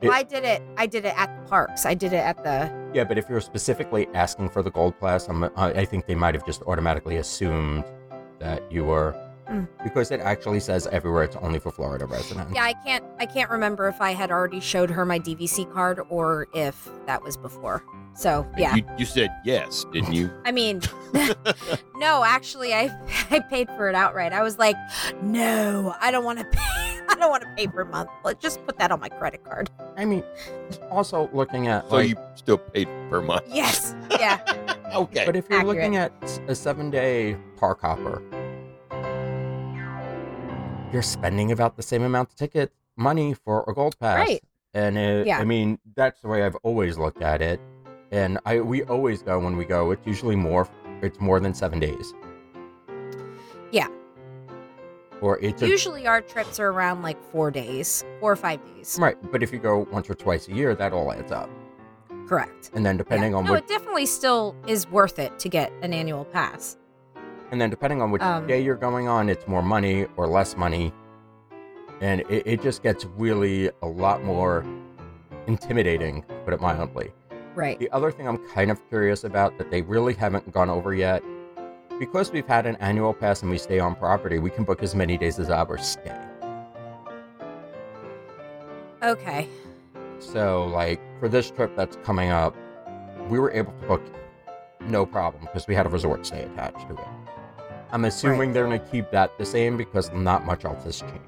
[SPEAKER 4] it-
[SPEAKER 5] I did it. I did it at the parks. I did it at the
[SPEAKER 4] yeah, but if you're specifically asking for the gold pass, I'm, I, I think they might have just automatically assumed that you were.
[SPEAKER 5] Mm.
[SPEAKER 4] Because it actually says everywhere it's only for Florida residents.
[SPEAKER 5] Yeah, I can't I can't remember if I had already showed her my DVC card or if that was before. So,
[SPEAKER 3] And
[SPEAKER 5] yeah.
[SPEAKER 3] You, you said yes, didn't
[SPEAKER 5] *laughs*
[SPEAKER 3] you?
[SPEAKER 5] I mean, no, actually I *laughs* I paid for it outright. I was like, "No, I don't want to pay. *laughs* I don't want to pay per month. Let's just put that on my credit card."
[SPEAKER 4] I mean, also looking at.
[SPEAKER 3] so
[SPEAKER 4] like,
[SPEAKER 3] you still paid per month. *laughs*
[SPEAKER 5] Yes.
[SPEAKER 4] *laughs*
[SPEAKER 5] Yeah.
[SPEAKER 3] Okay.
[SPEAKER 4] but if you're
[SPEAKER 5] Eh, Accurate.
[SPEAKER 4] looking at s- a seven day park hopper, you're spending about the same amount of ticket money for a gold pass.
[SPEAKER 5] Right.
[SPEAKER 4] And it,
[SPEAKER 5] Yeah.
[SPEAKER 4] I mean, that's the way I've always looked at it. And I we always go when we go. It's usually more. It's more than seven days.
[SPEAKER 5] Yeah.
[SPEAKER 4] Or it's a,
[SPEAKER 5] Usually our trips are around like four days, four or five days.
[SPEAKER 4] right, but if you go once or twice a year, that all adds up.
[SPEAKER 5] Correct.
[SPEAKER 4] And then depending
[SPEAKER 5] Yeah.
[SPEAKER 4] on
[SPEAKER 5] no,
[SPEAKER 4] what,
[SPEAKER 5] it definitely still is worth it to get an annual pass.
[SPEAKER 4] and then depending on which
[SPEAKER 5] um,
[SPEAKER 4] day you're going on, it's more money or less money, and it, it just gets really a lot more intimidating, to put it mildly.
[SPEAKER 5] Right.
[SPEAKER 4] The other thing I'm kind of curious about that they really haven't gone over yet, because we've had an annual pass and we stay on property, we can book as many days as hours stay.
[SPEAKER 5] Okay.
[SPEAKER 4] So, like for this trip that's coming up, we were able to book no problem because we had a resort stay attached to it. I'm assuming they're going to keep that the same because not much else has changed.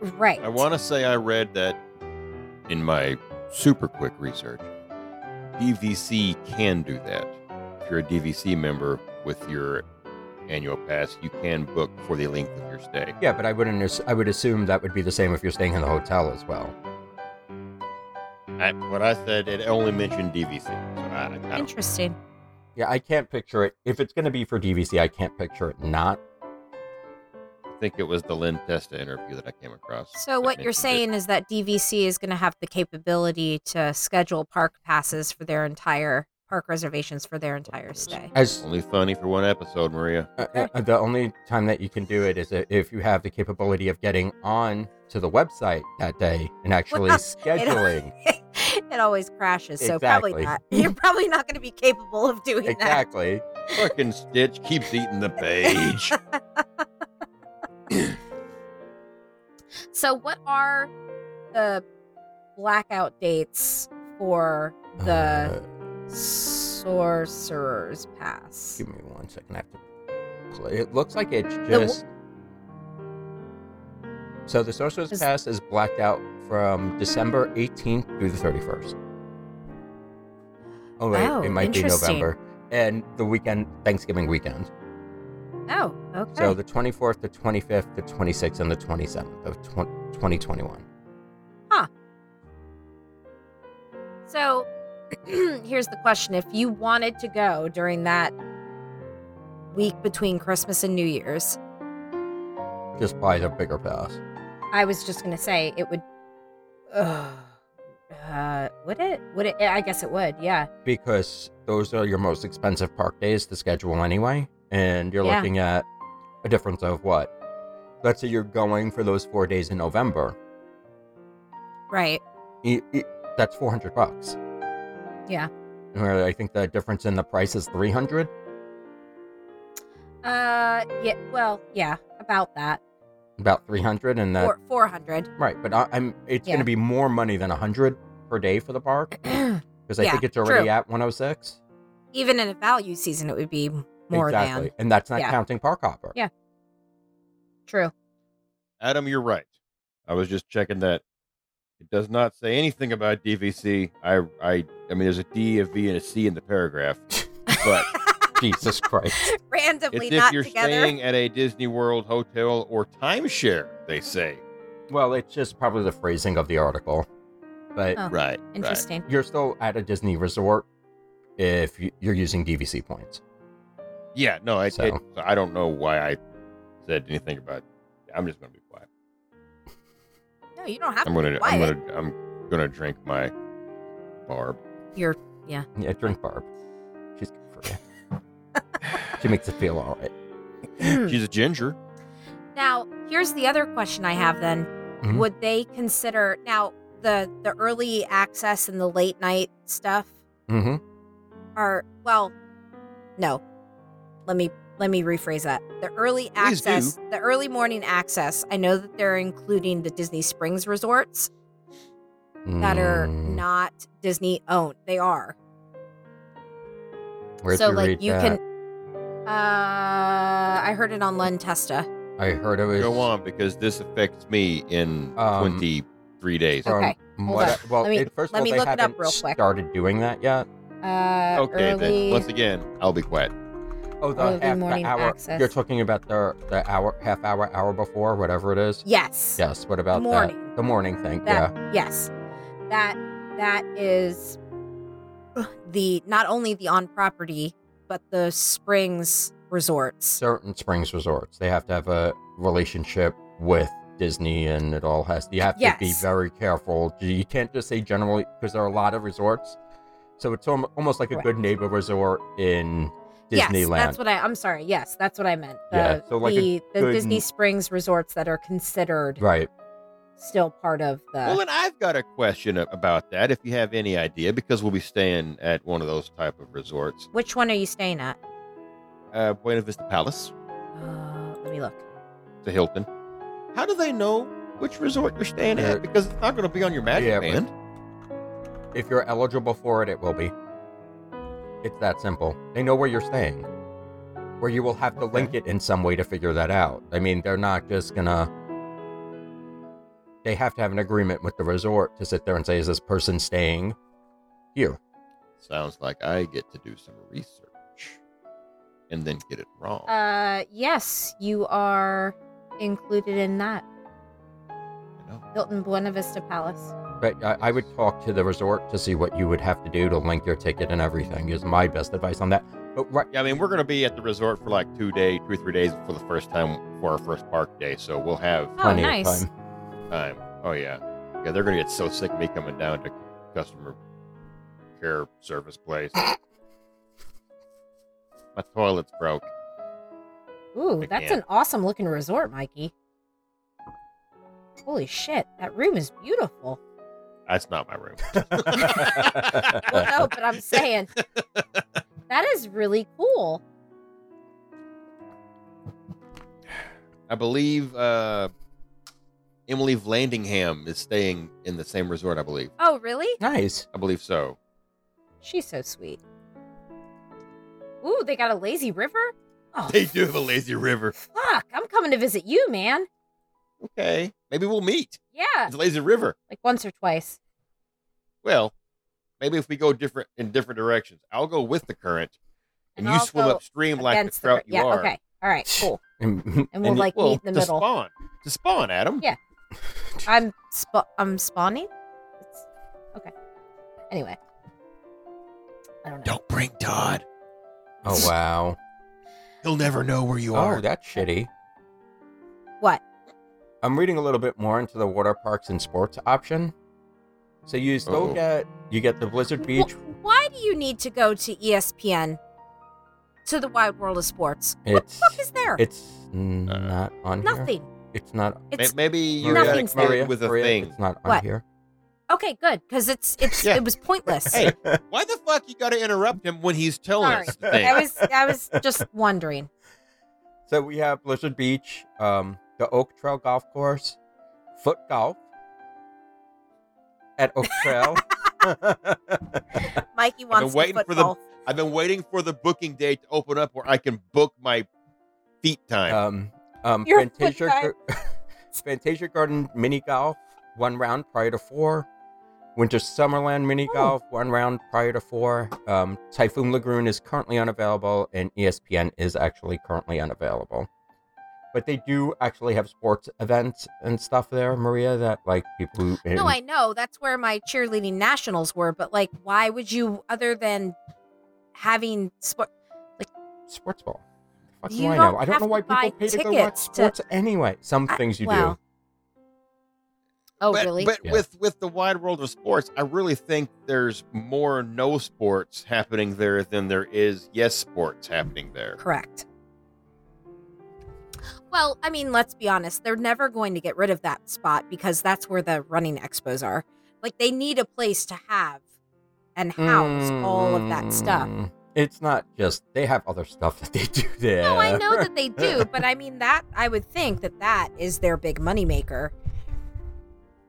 [SPEAKER 5] Right.
[SPEAKER 3] I want to say I read that in my super quick research. DVC can do that. If you're a DVC member with your annual pass, you can book for the length of your stay.
[SPEAKER 4] Yeah, but I wouldn't. ass- I would assume that would be the same if you're staying in the hotel as well.
[SPEAKER 3] I, what I said, it only mentioned DVC. So I, I don't-
[SPEAKER 5] Interesting.
[SPEAKER 4] Yeah, I can't picture it. If it's going to be for DVC, I can't picture it not.
[SPEAKER 3] think it was the Lynn Testa interview that I came across.
[SPEAKER 5] So
[SPEAKER 3] that
[SPEAKER 5] what you're
[SPEAKER 3] mentioned it.
[SPEAKER 5] saying is that DVC is going to have the capability to schedule park passes for their entire park reservations for their entire stay.
[SPEAKER 4] As
[SPEAKER 3] Only funny for one episode, Maria.
[SPEAKER 4] Uh, uh, the only time that you can do it is i- if you have the capability of getting on to the website that day and
[SPEAKER 5] *laughs*
[SPEAKER 4] actually
[SPEAKER 5] Well, it-
[SPEAKER 4] scheduling.
[SPEAKER 5] *laughs* it always crashes, so
[SPEAKER 4] Exactly.
[SPEAKER 5] probably not. *laughs* You're probably not going to be capable of doing
[SPEAKER 4] Exactly.
[SPEAKER 3] Fucking Stitch keeps eating the
[SPEAKER 5] *laughs*
[SPEAKER 3] page.
[SPEAKER 5] that. so what are the blackout dates for
[SPEAKER 4] Uh,
[SPEAKER 5] the sorcerer's pass?
[SPEAKER 4] give me one second. I have to play. It looks like it's just. So the Sorcerer's
[SPEAKER 5] Is-
[SPEAKER 4] Pass is blacked out from December 18th through the 31st. Oh wait,
[SPEAKER 5] Oh,
[SPEAKER 4] it might be
[SPEAKER 5] interesting.
[SPEAKER 4] November and the weekend, Thanksgiving weekend.
[SPEAKER 5] Oh, okay.
[SPEAKER 4] So the 24th, the 25th, the 26th, and the 27th of tw- 2021.
[SPEAKER 5] So *clears throat* here's the question if you wanted to go during that week between Christmas and New Year's,
[SPEAKER 4] Just buy the bigger pass.
[SPEAKER 5] I was just going to say it would uh, uh would it? Would it I guess it would. Yeah.
[SPEAKER 4] Because those are your most expensive park days to schedule anyway. And you're
[SPEAKER 5] Yeah.
[SPEAKER 4] looking at a difference of what? Let's say you're going for those four days in November.
[SPEAKER 5] Right.
[SPEAKER 4] E- e- that's 400 bucks.
[SPEAKER 5] Yeah.
[SPEAKER 4] Where I think the difference in the price is 300.
[SPEAKER 5] Uh yeah, well, yeah, about that.
[SPEAKER 4] About 300 and that.
[SPEAKER 5] Four, 400.
[SPEAKER 4] Right. But I, I'm, it's going
[SPEAKER 5] Yeah.
[SPEAKER 4] to be more money than 100 per day for the park. Because I
[SPEAKER 5] Yeah,
[SPEAKER 4] think it's already
[SPEAKER 5] true.
[SPEAKER 4] at 106.
[SPEAKER 5] *clears throat* Even in a value season it would be more
[SPEAKER 4] exactly.
[SPEAKER 5] than.
[SPEAKER 4] And that's not
[SPEAKER 5] Yeah.
[SPEAKER 4] counting park hopper.
[SPEAKER 5] Yeah. True. *laughs*
[SPEAKER 3] Adam, you're right. I was just checking that. It does not say anything about DVC. I, I, I mean, there's a D, a V, and a C in the paragraph.
[SPEAKER 5] *laughs*
[SPEAKER 3] But
[SPEAKER 4] Jesus Christ.
[SPEAKER 5] Randomly
[SPEAKER 3] it's
[SPEAKER 5] not
[SPEAKER 3] if you're
[SPEAKER 5] together.
[SPEAKER 3] staying at a Disney World hotel or timeshare, they say.
[SPEAKER 4] Well, it's just probably the phrasing of the article. But
[SPEAKER 5] Oh,
[SPEAKER 3] Right.
[SPEAKER 5] Interesting.
[SPEAKER 4] you're still at a Disney resort if you- you're using DVC points.
[SPEAKER 3] Right. Yeah. No, I,
[SPEAKER 4] So-
[SPEAKER 3] it, I don't know why I said anything about. I'm just gonna be quiet.
[SPEAKER 5] No, you don't have
[SPEAKER 3] I'm
[SPEAKER 5] to.
[SPEAKER 3] gonna.
[SPEAKER 5] Why?
[SPEAKER 3] I'm gonna. I'm gonna drink my barb.
[SPEAKER 5] You're
[SPEAKER 4] Yeah, drink Barb. She's good for you. she makes it feel all right.
[SPEAKER 5] *clears throat*
[SPEAKER 3] She's a ginger.
[SPEAKER 5] Now, here's the other question I have then.
[SPEAKER 4] Mhm.
[SPEAKER 3] Mm-hmm.
[SPEAKER 5] Would they consider now the the early access and the late night stuff
[SPEAKER 4] hmm
[SPEAKER 5] are well, no. Let me let me rephrase that. The early
[SPEAKER 3] Please do.
[SPEAKER 5] access, the early morning access, I know that they're including the Disney Springs resorts that are
[SPEAKER 4] Mm-hmm.
[SPEAKER 3] Mm.
[SPEAKER 5] not Disney owned. They are. so like you can uh I heard it on Len Testa.
[SPEAKER 4] I heard it was.
[SPEAKER 3] Go on, because this affects me in
[SPEAKER 4] Um,
[SPEAKER 3] 23 days.
[SPEAKER 4] From
[SPEAKER 5] Okay,
[SPEAKER 4] what
[SPEAKER 5] on.
[SPEAKER 4] well,
[SPEAKER 5] Let me-
[SPEAKER 4] it, first
[SPEAKER 5] let
[SPEAKER 4] of all,
[SPEAKER 5] me
[SPEAKER 4] they
[SPEAKER 5] look it up
[SPEAKER 4] haven't
[SPEAKER 5] real quick.
[SPEAKER 4] started doing that yet.
[SPEAKER 5] Uh
[SPEAKER 3] Okay,
[SPEAKER 5] early...
[SPEAKER 3] then once again, I'll be quiet.
[SPEAKER 4] Oh,
[SPEAKER 5] All
[SPEAKER 4] the
[SPEAKER 5] of the
[SPEAKER 4] half the
[SPEAKER 5] morning
[SPEAKER 4] hour.
[SPEAKER 5] access.
[SPEAKER 4] You're talking about the the hour, half hour, hour before, whatever it is.
[SPEAKER 5] Yes.
[SPEAKER 4] Yes. What about
[SPEAKER 5] morning.
[SPEAKER 4] that? The morning thing.
[SPEAKER 5] That yes. That that is the not only the on property but the Springs resorts.
[SPEAKER 4] certain Springs resorts. They have to have a relationship with Disney, and it all has. You have to be
[SPEAKER 5] Yes.
[SPEAKER 4] very careful. You can't just say generally because there are a lot of resorts. So it's alm- almost like a good
[SPEAKER 5] Correct.
[SPEAKER 4] neighbor resort in
[SPEAKER 5] Yes,
[SPEAKER 4] Disneyland.
[SPEAKER 5] that's what I. I'm sorry. Yes, that's what I meant. The,
[SPEAKER 4] Yeah, so like a
[SPEAKER 5] the, the
[SPEAKER 4] good-
[SPEAKER 5] Disney Springs resorts that are considered
[SPEAKER 4] right.
[SPEAKER 5] still part of the.
[SPEAKER 3] Well, and I've got a question a- about that. If you have any idea, because we'll be staying at one of those type of resorts,
[SPEAKER 5] which one are you staying at?
[SPEAKER 3] uh, Buena Vista Palace,
[SPEAKER 5] Uh, let me look.
[SPEAKER 3] the Hilton. How do they know which resort you're staying
[SPEAKER 4] Yeah.
[SPEAKER 3] at? Because it's not going to be on your magic
[SPEAKER 4] Yeah, but-
[SPEAKER 3] band.
[SPEAKER 4] If you're eligible for it, it will be. It's that simple. They know where you're staying, where you will have to link it in some way to figure that out. I mean, they're not just gonna. They have to have an agreement with the resort to sit there and say, "Is this person staying here?"
[SPEAKER 3] Sounds like I get to do some research and then get it wrong.
[SPEAKER 5] Uh, yes, you are included in that
[SPEAKER 3] I know.
[SPEAKER 5] Hilton Buena Vista Palace.
[SPEAKER 4] But I, I would talk to the resort to see what you would have to do to link your ticket and everything. Is my best advice on that. But right,
[SPEAKER 3] Yeah, I mean, we're going to be at the resort for like two day, two or three days for the first time for our first park day, so we'll have
[SPEAKER 5] Oh,
[SPEAKER 4] plenty
[SPEAKER 5] nice.
[SPEAKER 4] of time.
[SPEAKER 3] time. Oh yeah, yeah. They're gonna get so sick of me coming down to customer care service place. My toilet's broke.
[SPEAKER 5] Ooh,
[SPEAKER 3] I
[SPEAKER 5] that's
[SPEAKER 3] can't.
[SPEAKER 5] an awesome looking resort, Mikey. Holy shit, that room is beautiful.
[SPEAKER 3] That's not my room.
[SPEAKER 5] *laughs* Well, no,
[SPEAKER 3] *laughs*
[SPEAKER 5] but I'm saying that is really cool.
[SPEAKER 3] I believe uh, Emily Vlandingham is staying in the same resort. I believe.
[SPEAKER 5] Oh, really?
[SPEAKER 4] *laughs* nice. *laughs*
[SPEAKER 3] I believe so. *laughs*
[SPEAKER 5] She's so sweet. Ooh, they got a lazy river? Oh,
[SPEAKER 3] They do have a lazy river.
[SPEAKER 5] fuck. I'm coming to visit you, man.
[SPEAKER 3] Okay, maybe we'll meet.
[SPEAKER 5] Yeah,
[SPEAKER 3] It's a lazy river.
[SPEAKER 5] like once or twice.
[SPEAKER 3] Well, maybe if we go different in different directions, I'll go with the current, and, you
[SPEAKER 5] I'll
[SPEAKER 3] swim
[SPEAKER 5] go
[SPEAKER 3] upstream like the
[SPEAKER 5] against
[SPEAKER 3] trout
[SPEAKER 5] cur-
[SPEAKER 3] you
[SPEAKER 5] yeah,
[SPEAKER 3] are.
[SPEAKER 5] okay. All right, cool.
[SPEAKER 4] And-
[SPEAKER 5] And we'll,
[SPEAKER 3] you-
[SPEAKER 5] like,
[SPEAKER 3] well,
[SPEAKER 5] meet in the
[SPEAKER 3] to
[SPEAKER 5] middle.
[SPEAKER 3] Spawn. To spawn, Adam.
[SPEAKER 5] Yeah. I'm spa- I'm spawning. It's- okay. Anyway, I don't know.
[SPEAKER 3] Don't bring Todd.
[SPEAKER 4] oh wow.
[SPEAKER 3] He'll never know where you
[SPEAKER 4] Oh, that's shitty.
[SPEAKER 5] What?
[SPEAKER 4] I'm reading a little bit more into the water parks and sports option. So you still
[SPEAKER 3] Uh-oh.
[SPEAKER 4] get you get the Blizzard Beach.
[SPEAKER 5] Wh- why do you need to go to E ESPN? To the wide world of sports. what the
[SPEAKER 4] It's-
[SPEAKER 5] fuck is there?
[SPEAKER 4] It's
[SPEAKER 3] Uh,
[SPEAKER 4] not on here.
[SPEAKER 5] Nothing.
[SPEAKER 4] It's not.
[SPEAKER 3] May-
[SPEAKER 5] It's
[SPEAKER 3] Maybe you
[SPEAKER 5] Maria-
[SPEAKER 3] got
[SPEAKER 5] Nothing's there.
[SPEAKER 3] excited with a
[SPEAKER 4] Maria,
[SPEAKER 3] thing.
[SPEAKER 4] It's not on
[SPEAKER 5] What?
[SPEAKER 4] here.
[SPEAKER 5] okay, good, because it's it's
[SPEAKER 3] Yeah.
[SPEAKER 5] it was pointless.
[SPEAKER 3] Hey,
[SPEAKER 5] *laughs*
[SPEAKER 3] why the fuck you got to interrupt him when he's telling us the
[SPEAKER 5] I
[SPEAKER 3] thing?
[SPEAKER 5] was I was just
[SPEAKER 4] *laughs*
[SPEAKER 5] wondering.
[SPEAKER 4] So we have Blizzard Beach, um, the Oak Trail Golf Course, foot golf at
[SPEAKER 5] *laughs*
[SPEAKER 4] Oak Trail.
[SPEAKER 5] Mikey wants
[SPEAKER 3] waiting
[SPEAKER 5] to
[SPEAKER 3] for the-
[SPEAKER 5] football.
[SPEAKER 3] I've been waiting for the booking date to open up where I can book my feet time.
[SPEAKER 5] Uh,
[SPEAKER 4] um, um,
[SPEAKER 5] Your foot
[SPEAKER 4] Fantasia,
[SPEAKER 5] guy.
[SPEAKER 4] Gar- *laughs* Fantasia Garden mini golf, one round prior to four. Winter Summerland mini
[SPEAKER 5] Oh.
[SPEAKER 4] golf, one round prior to four. Um, Typhoon Lagoon is currently unavailable, and E ESPN is actually currently unavailable. But they do actually have sports events and stuff there, Maria. That like people who
[SPEAKER 5] No, I know that's where my cheerleading nationals were, but like, why would you other than having sport?
[SPEAKER 4] sports ball. Fuck
[SPEAKER 5] You
[SPEAKER 4] do I
[SPEAKER 5] don't
[SPEAKER 4] know. I
[SPEAKER 5] have
[SPEAKER 4] don't know why
[SPEAKER 5] to buy
[SPEAKER 4] people pay to go watch
[SPEAKER 5] tickets to-
[SPEAKER 4] sports anyway. Some
[SPEAKER 5] I-
[SPEAKER 4] things you do.
[SPEAKER 5] well. Oh,
[SPEAKER 3] but
[SPEAKER 5] really?
[SPEAKER 3] but
[SPEAKER 4] Yeah.
[SPEAKER 3] with, with the wide world of sports, I really think there's more no sports happening there than there is yes sports happening there.
[SPEAKER 5] Correct. Well, I mean, let's be honest. They're never going to get rid of that spot because that's where the running expos are. Like, they need a place to have and house all of that stuff.
[SPEAKER 4] Mm, It's not just they have other stuff that they *laughs* do there.
[SPEAKER 5] No, I know
[SPEAKER 4] *laughs*
[SPEAKER 5] that they do, but I mean, that I would think that that is their big moneymaker.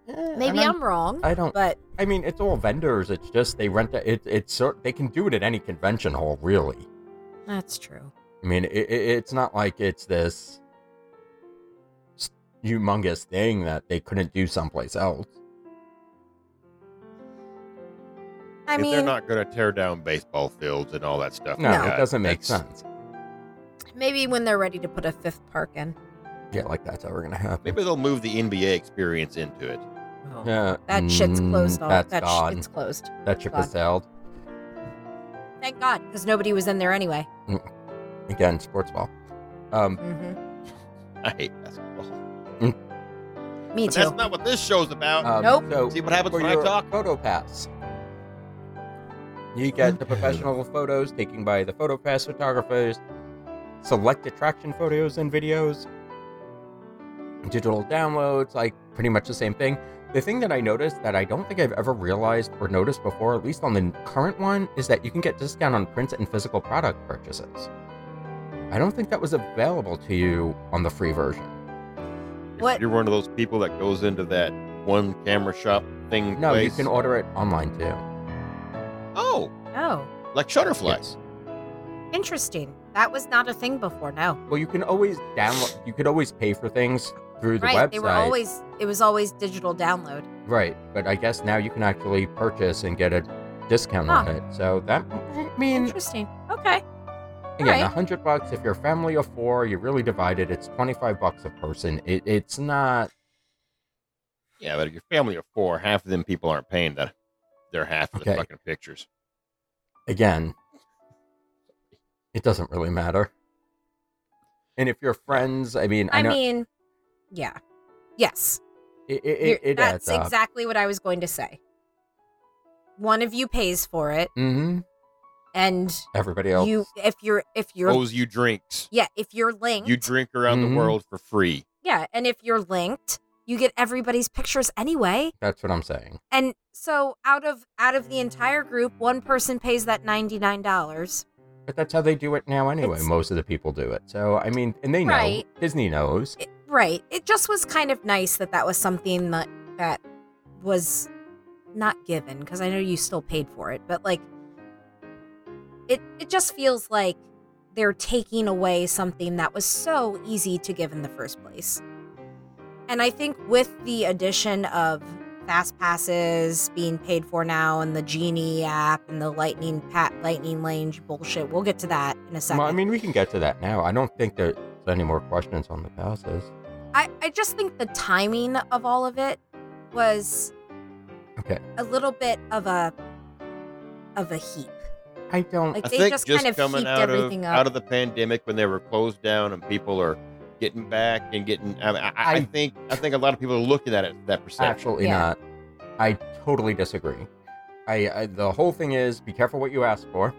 [SPEAKER 4] Eh,
[SPEAKER 5] Maybe
[SPEAKER 4] I don't-
[SPEAKER 5] I'm wrong,
[SPEAKER 4] I don't.
[SPEAKER 5] but
[SPEAKER 4] I mean, it's all vendors. It's just they rent. A, it, it's sort. They can do it at any convention hall, really.
[SPEAKER 5] that's true.
[SPEAKER 4] I mean, it, it, it's not like it's this s- humongous thing that they couldn't do someplace else.
[SPEAKER 5] I
[SPEAKER 3] If
[SPEAKER 5] mean,
[SPEAKER 3] they're not going to tear down baseball fields and all that stuff.
[SPEAKER 4] No,
[SPEAKER 5] No.
[SPEAKER 4] it doesn't make
[SPEAKER 3] That's-
[SPEAKER 4] sense.
[SPEAKER 5] Maybe when they're ready to put a fifth park in.
[SPEAKER 4] Yeah, like that's ever gonna happen.
[SPEAKER 3] Maybe they'll move the NBA experience into it.
[SPEAKER 4] Yeah,
[SPEAKER 5] That shit's
[SPEAKER 4] mm,
[SPEAKER 5] closed. All
[SPEAKER 4] That's
[SPEAKER 5] that sh-
[SPEAKER 4] gone.
[SPEAKER 5] it's closed.
[SPEAKER 4] that ship
[SPEAKER 5] gone.
[SPEAKER 4] has sailed.
[SPEAKER 5] Thank God, because nobody was in there anyway.
[SPEAKER 4] Again, sports ball. Um,
[SPEAKER 5] Mm-hmm.
[SPEAKER 3] I hate basketball.
[SPEAKER 5] Me
[SPEAKER 3] But
[SPEAKER 5] too. Uh,
[SPEAKER 3] that's not what this show's about.
[SPEAKER 4] um,
[SPEAKER 5] Nope.
[SPEAKER 4] So
[SPEAKER 3] See what happens
[SPEAKER 4] for
[SPEAKER 3] when I
[SPEAKER 4] your
[SPEAKER 3] talk?
[SPEAKER 4] photo pass. You get the professional photos taken by the photo pass photographers, select attraction photos and videos, digital downloads, like pretty much the same thing. The thing that I noticed that I don't think I've ever realized or noticed before, at least on the current one, is that you can get discount on print and physical product purchases. I don't think that was available to you on the free version.
[SPEAKER 3] If
[SPEAKER 5] What-
[SPEAKER 3] You're one of those people that goes into that one camera shop thing.
[SPEAKER 4] No, you
[SPEAKER 3] place.
[SPEAKER 4] can order it online too.
[SPEAKER 3] Oh,
[SPEAKER 5] oh,
[SPEAKER 3] like Shutterfly.
[SPEAKER 4] Yes.
[SPEAKER 5] interesting. That was not a thing before. No,
[SPEAKER 4] Well, you can always download. You could always pay for things through the
[SPEAKER 5] right?
[SPEAKER 4] website.
[SPEAKER 5] They were always. It was always digital download.
[SPEAKER 4] right, but I guess now you can actually purchase and get a discount on
[SPEAKER 5] Huh.
[SPEAKER 4] it. So that I mean,
[SPEAKER 5] Interesting. Okay.
[SPEAKER 4] again, a
[SPEAKER 5] alright.
[SPEAKER 4] hundred bucks if you're a family of four. You really divide it. It's twenty five bucks a person. It, it's not.
[SPEAKER 3] Yeah, but if your family of four, half of them people aren't paying that. They're half of
[SPEAKER 4] Okay.
[SPEAKER 3] the fucking pictures.
[SPEAKER 4] again, it doesn't really matter. And if you're friends, I mean, I,
[SPEAKER 5] I,
[SPEAKER 4] know
[SPEAKER 5] mean, yeah, yes.
[SPEAKER 4] it, it,
[SPEAKER 5] You're-
[SPEAKER 4] it, it
[SPEAKER 5] that's
[SPEAKER 4] adds up.
[SPEAKER 5] exactly what I was going to say. One of you pays for it,
[SPEAKER 4] hmm
[SPEAKER 5] and
[SPEAKER 4] Everybody else.
[SPEAKER 5] you, if you're, if you're, Mm-hmm.
[SPEAKER 3] Owes you drinks.
[SPEAKER 5] yeah, if you're linked,
[SPEAKER 3] You drink around
[SPEAKER 4] Mhm.
[SPEAKER 3] the world for free.
[SPEAKER 5] yeah, and if you're linked, you get everybody's pictures anyway.
[SPEAKER 4] That's what I'm saying.
[SPEAKER 5] And so out of out of the entire group, one person pays that ninety nine dollars.
[SPEAKER 4] But that's how they do it now anyway.
[SPEAKER 5] It's-
[SPEAKER 4] Most of the people do it. So, I mean, and they know.
[SPEAKER 5] Right.
[SPEAKER 4] Disney knows.
[SPEAKER 5] Right. It just was kind of nice that that was something that that was not given because I know you still paid for it, but like it it just feels like they're taking away something that was so easy to give in the first place. And I think with the addition of fast passes being paid for now and the Genie app and the Lightning Pat Lightning Lane bullshit, we'll get to that in a second.
[SPEAKER 4] Well, I mean, we can get to that now. I don't think there's any more questions on the passes.
[SPEAKER 5] I, I just think the timing of all of it was
[SPEAKER 4] Okay.
[SPEAKER 5] a little bit of a of a heap.
[SPEAKER 4] I don't.
[SPEAKER 5] Like
[SPEAKER 3] I
[SPEAKER 5] they
[SPEAKER 3] think
[SPEAKER 5] just,
[SPEAKER 3] just,
[SPEAKER 5] kind of
[SPEAKER 3] coming
[SPEAKER 5] heaped
[SPEAKER 3] out of
[SPEAKER 5] everything up.
[SPEAKER 3] out of the pandemic when they were closed down and people are getting back and getting. I, mean, I, I,
[SPEAKER 4] I-
[SPEAKER 3] I think I think a lot of people are looking at it that perception.
[SPEAKER 4] Absolutely
[SPEAKER 5] Yeah.
[SPEAKER 4] not. I totally disagree. I, I the whole thing is be careful what you ask for.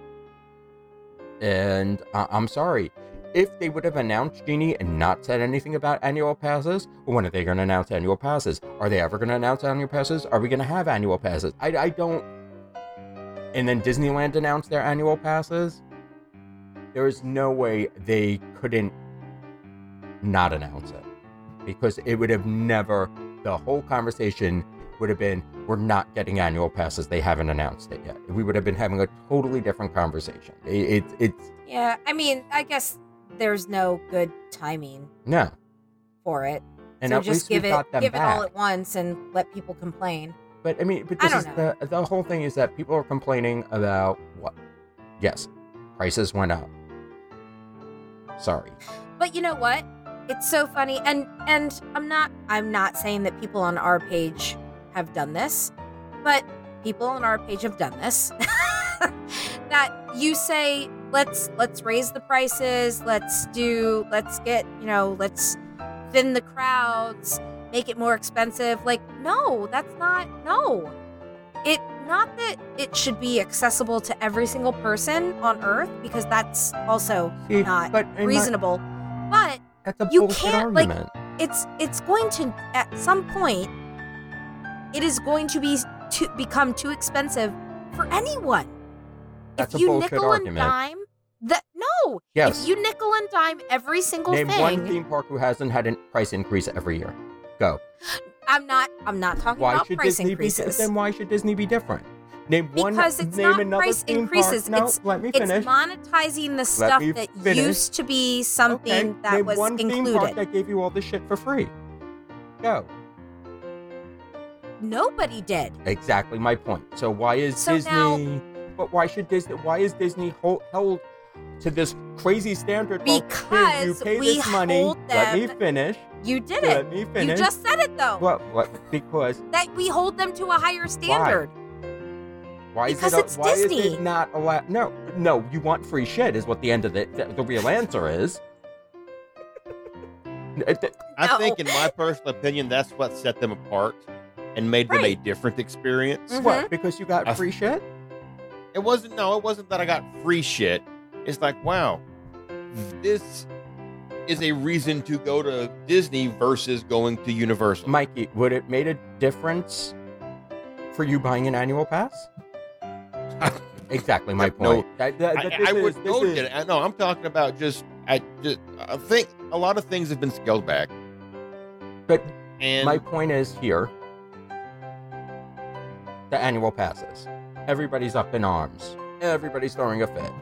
[SPEAKER 4] And I I'm sorry. If they would have announced Genie and not said anything about annual passes, when are they going to announce annual passes? Are they ever going to announce annual passes? Are we going to have annual passes? I, I don't. And then Disneyland announced their annual passes. There is no way they couldn't not announce it because it would have never the whole conversation would have been we're not getting annual passes they haven't announced it yet we would have been having a totally different conversation it, it it's
[SPEAKER 5] yeah, I mean, I guess there's no good timing
[SPEAKER 4] no
[SPEAKER 5] for it.
[SPEAKER 4] and
[SPEAKER 5] so
[SPEAKER 4] at
[SPEAKER 5] just
[SPEAKER 4] least
[SPEAKER 5] give
[SPEAKER 4] we
[SPEAKER 5] it
[SPEAKER 4] got them
[SPEAKER 5] give
[SPEAKER 4] back
[SPEAKER 5] it all at once and let people complain.
[SPEAKER 4] but i mean but
[SPEAKER 5] I
[SPEAKER 4] this is
[SPEAKER 5] don't
[SPEAKER 4] the the whole thing is that people are complaining about what yes prices went up sorry
[SPEAKER 5] But you know what? It's so funny and and I'm not I'm not saying that people on our page have done this, but people on our page have done this. *laughs* that you say let's let's raise the prices, let's do let's get, you know, let's thin the crowds, make it more expensive. Like no, that's not no. It not that it should be accessible to every single person on earth because that's also
[SPEAKER 4] See,
[SPEAKER 5] Not
[SPEAKER 4] but in my-
[SPEAKER 5] reasonable. But
[SPEAKER 4] that's a
[SPEAKER 5] you
[SPEAKER 4] bullshit
[SPEAKER 5] can't, like-
[SPEAKER 4] argument
[SPEAKER 5] it's it's going to at some point it is going to be to become too expensive for anyone.
[SPEAKER 4] That's a
[SPEAKER 5] if you
[SPEAKER 4] bullshit
[SPEAKER 5] nickel
[SPEAKER 4] argument.
[SPEAKER 5] and dime that no,
[SPEAKER 4] yes
[SPEAKER 5] if you nickel and dime every single
[SPEAKER 4] name
[SPEAKER 5] thing,
[SPEAKER 4] one theme park who hasn't had a price increase every year go
[SPEAKER 5] I'm not I'm not talking
[SPEAKER 4] why
[SPEAKER 5] about
[SPEAKER 4] should
[SPEAKER 5] price
[SPEAKER 4] Disney
[SPEAKER 5] increases.
[SPEAKER 4] be then why should Disney be different? Name one
[SPEAKER 5] Because it's
[SPEAKER 4] name
[SPEAKER 5] not
[SPEAKER 4] another
[SPEAKER 5] price
[SPEAKER 4] theme park.
[SPEAKER 5] increases,
[SPEAKER 4] No,
[SPEAKER 5] it's-
[SPEAKER 4] let me
[SPEAKER 5] it's
[SPEAKER 4] finish.
[SPEAKER 5] monetizing the stuff
[SPEAKER 4] me
[SPEAKER 5] that
[SPEAKER 4] finish.
[SPEAKER 5] used to be something
[SPEAKER 4] okay.
[SPEAKER 5] that
[SPEAKER 4] name
[SPEAKER 5] was
[SPEAKER 4] one theme park
[SPEAKER 5] included.
[SPEAKER 4] that gave you all this shit for free. Go.
[SPEAKER 5] Nobody did.
[SPEAKER 4] Exactly my point. So why is
[SPEAKER 5] So
[SPEAKER 4] Disney
[SPEAKER 5] now-
[SPEAKER 4] but why should Disney why is Disney hold, held to this crazy standard. Well, here, you
[SPEAKER 5] Because
[SPEAKER 4] pay
[SPEAKER 5] we
[SPEAKER 4] this money.
[SPEAKER 5] hold
[SPEAKER 4] Let me
[SPEAKER 5] them-
[SPEAKER 4] finish.
[SPEAKER 5] You did it.
[SPEAKER 4] Let me
[SPEAKER 5] You
[SPEAKER 4] finish.
[SPEAKER 5] just said it though.
[SPEAKER 4] What? What? Because
[SPEAKER 5] That we hold them to a higher standard.
[SPEAKER 4] why
[SPEAKER 5] Because
[SPEAKER 4] is it? a-
[SPEAKER 5] it's
[SPEAKER 4] why is
[SPEAKER 5] Disney.
[SPEAKER 4] it not allowed? No, no. You want free shit is what the end of the the, the real answer is. It- it-
[SPEAKER 3] I
[SPEAKER 5] No.
[SPEAKER 3] think, in my personal opinion, that's what set them apart and made them a different experience.
[SPEAKER 5] Mhm.
[SPEAKER 4] What? Because you got
[SPEAKER 3] I-
[SPEAKER 4] free shit?
[SPEAKER 3] It wasn't no, it wasn't that I got free shit. It's like, wow, this is a reason to go to Disney versus going to Universal.
[SPEAKER 4] Mikey, would it made a difference for you buying an annual
[SPEAKER 3] *laughs*
[SPEAKER 4] pass? exactly my
[SPEAKER 3] No.
[SPEAKER 4] point. That- that-
[SPEAKER 3] I,
[SPEAKER 4] that
[SPEAKER 3] I
[SPEAKER 4] this
[SPEAKER 3] would
[SPEAKER 4] is- this
[SPEAKER 3] go
[SPEAKER 4] is-
[SPEAKER 3] to. I know. I'm talking about just. I just. I think a lot of things have been scaled back.
[SPEAKER 4] But
[SPEAKER 3] And
[SPEAKER 4] my point is here the annual passes. Everybody's up in arms. Everybody's throwing a fit.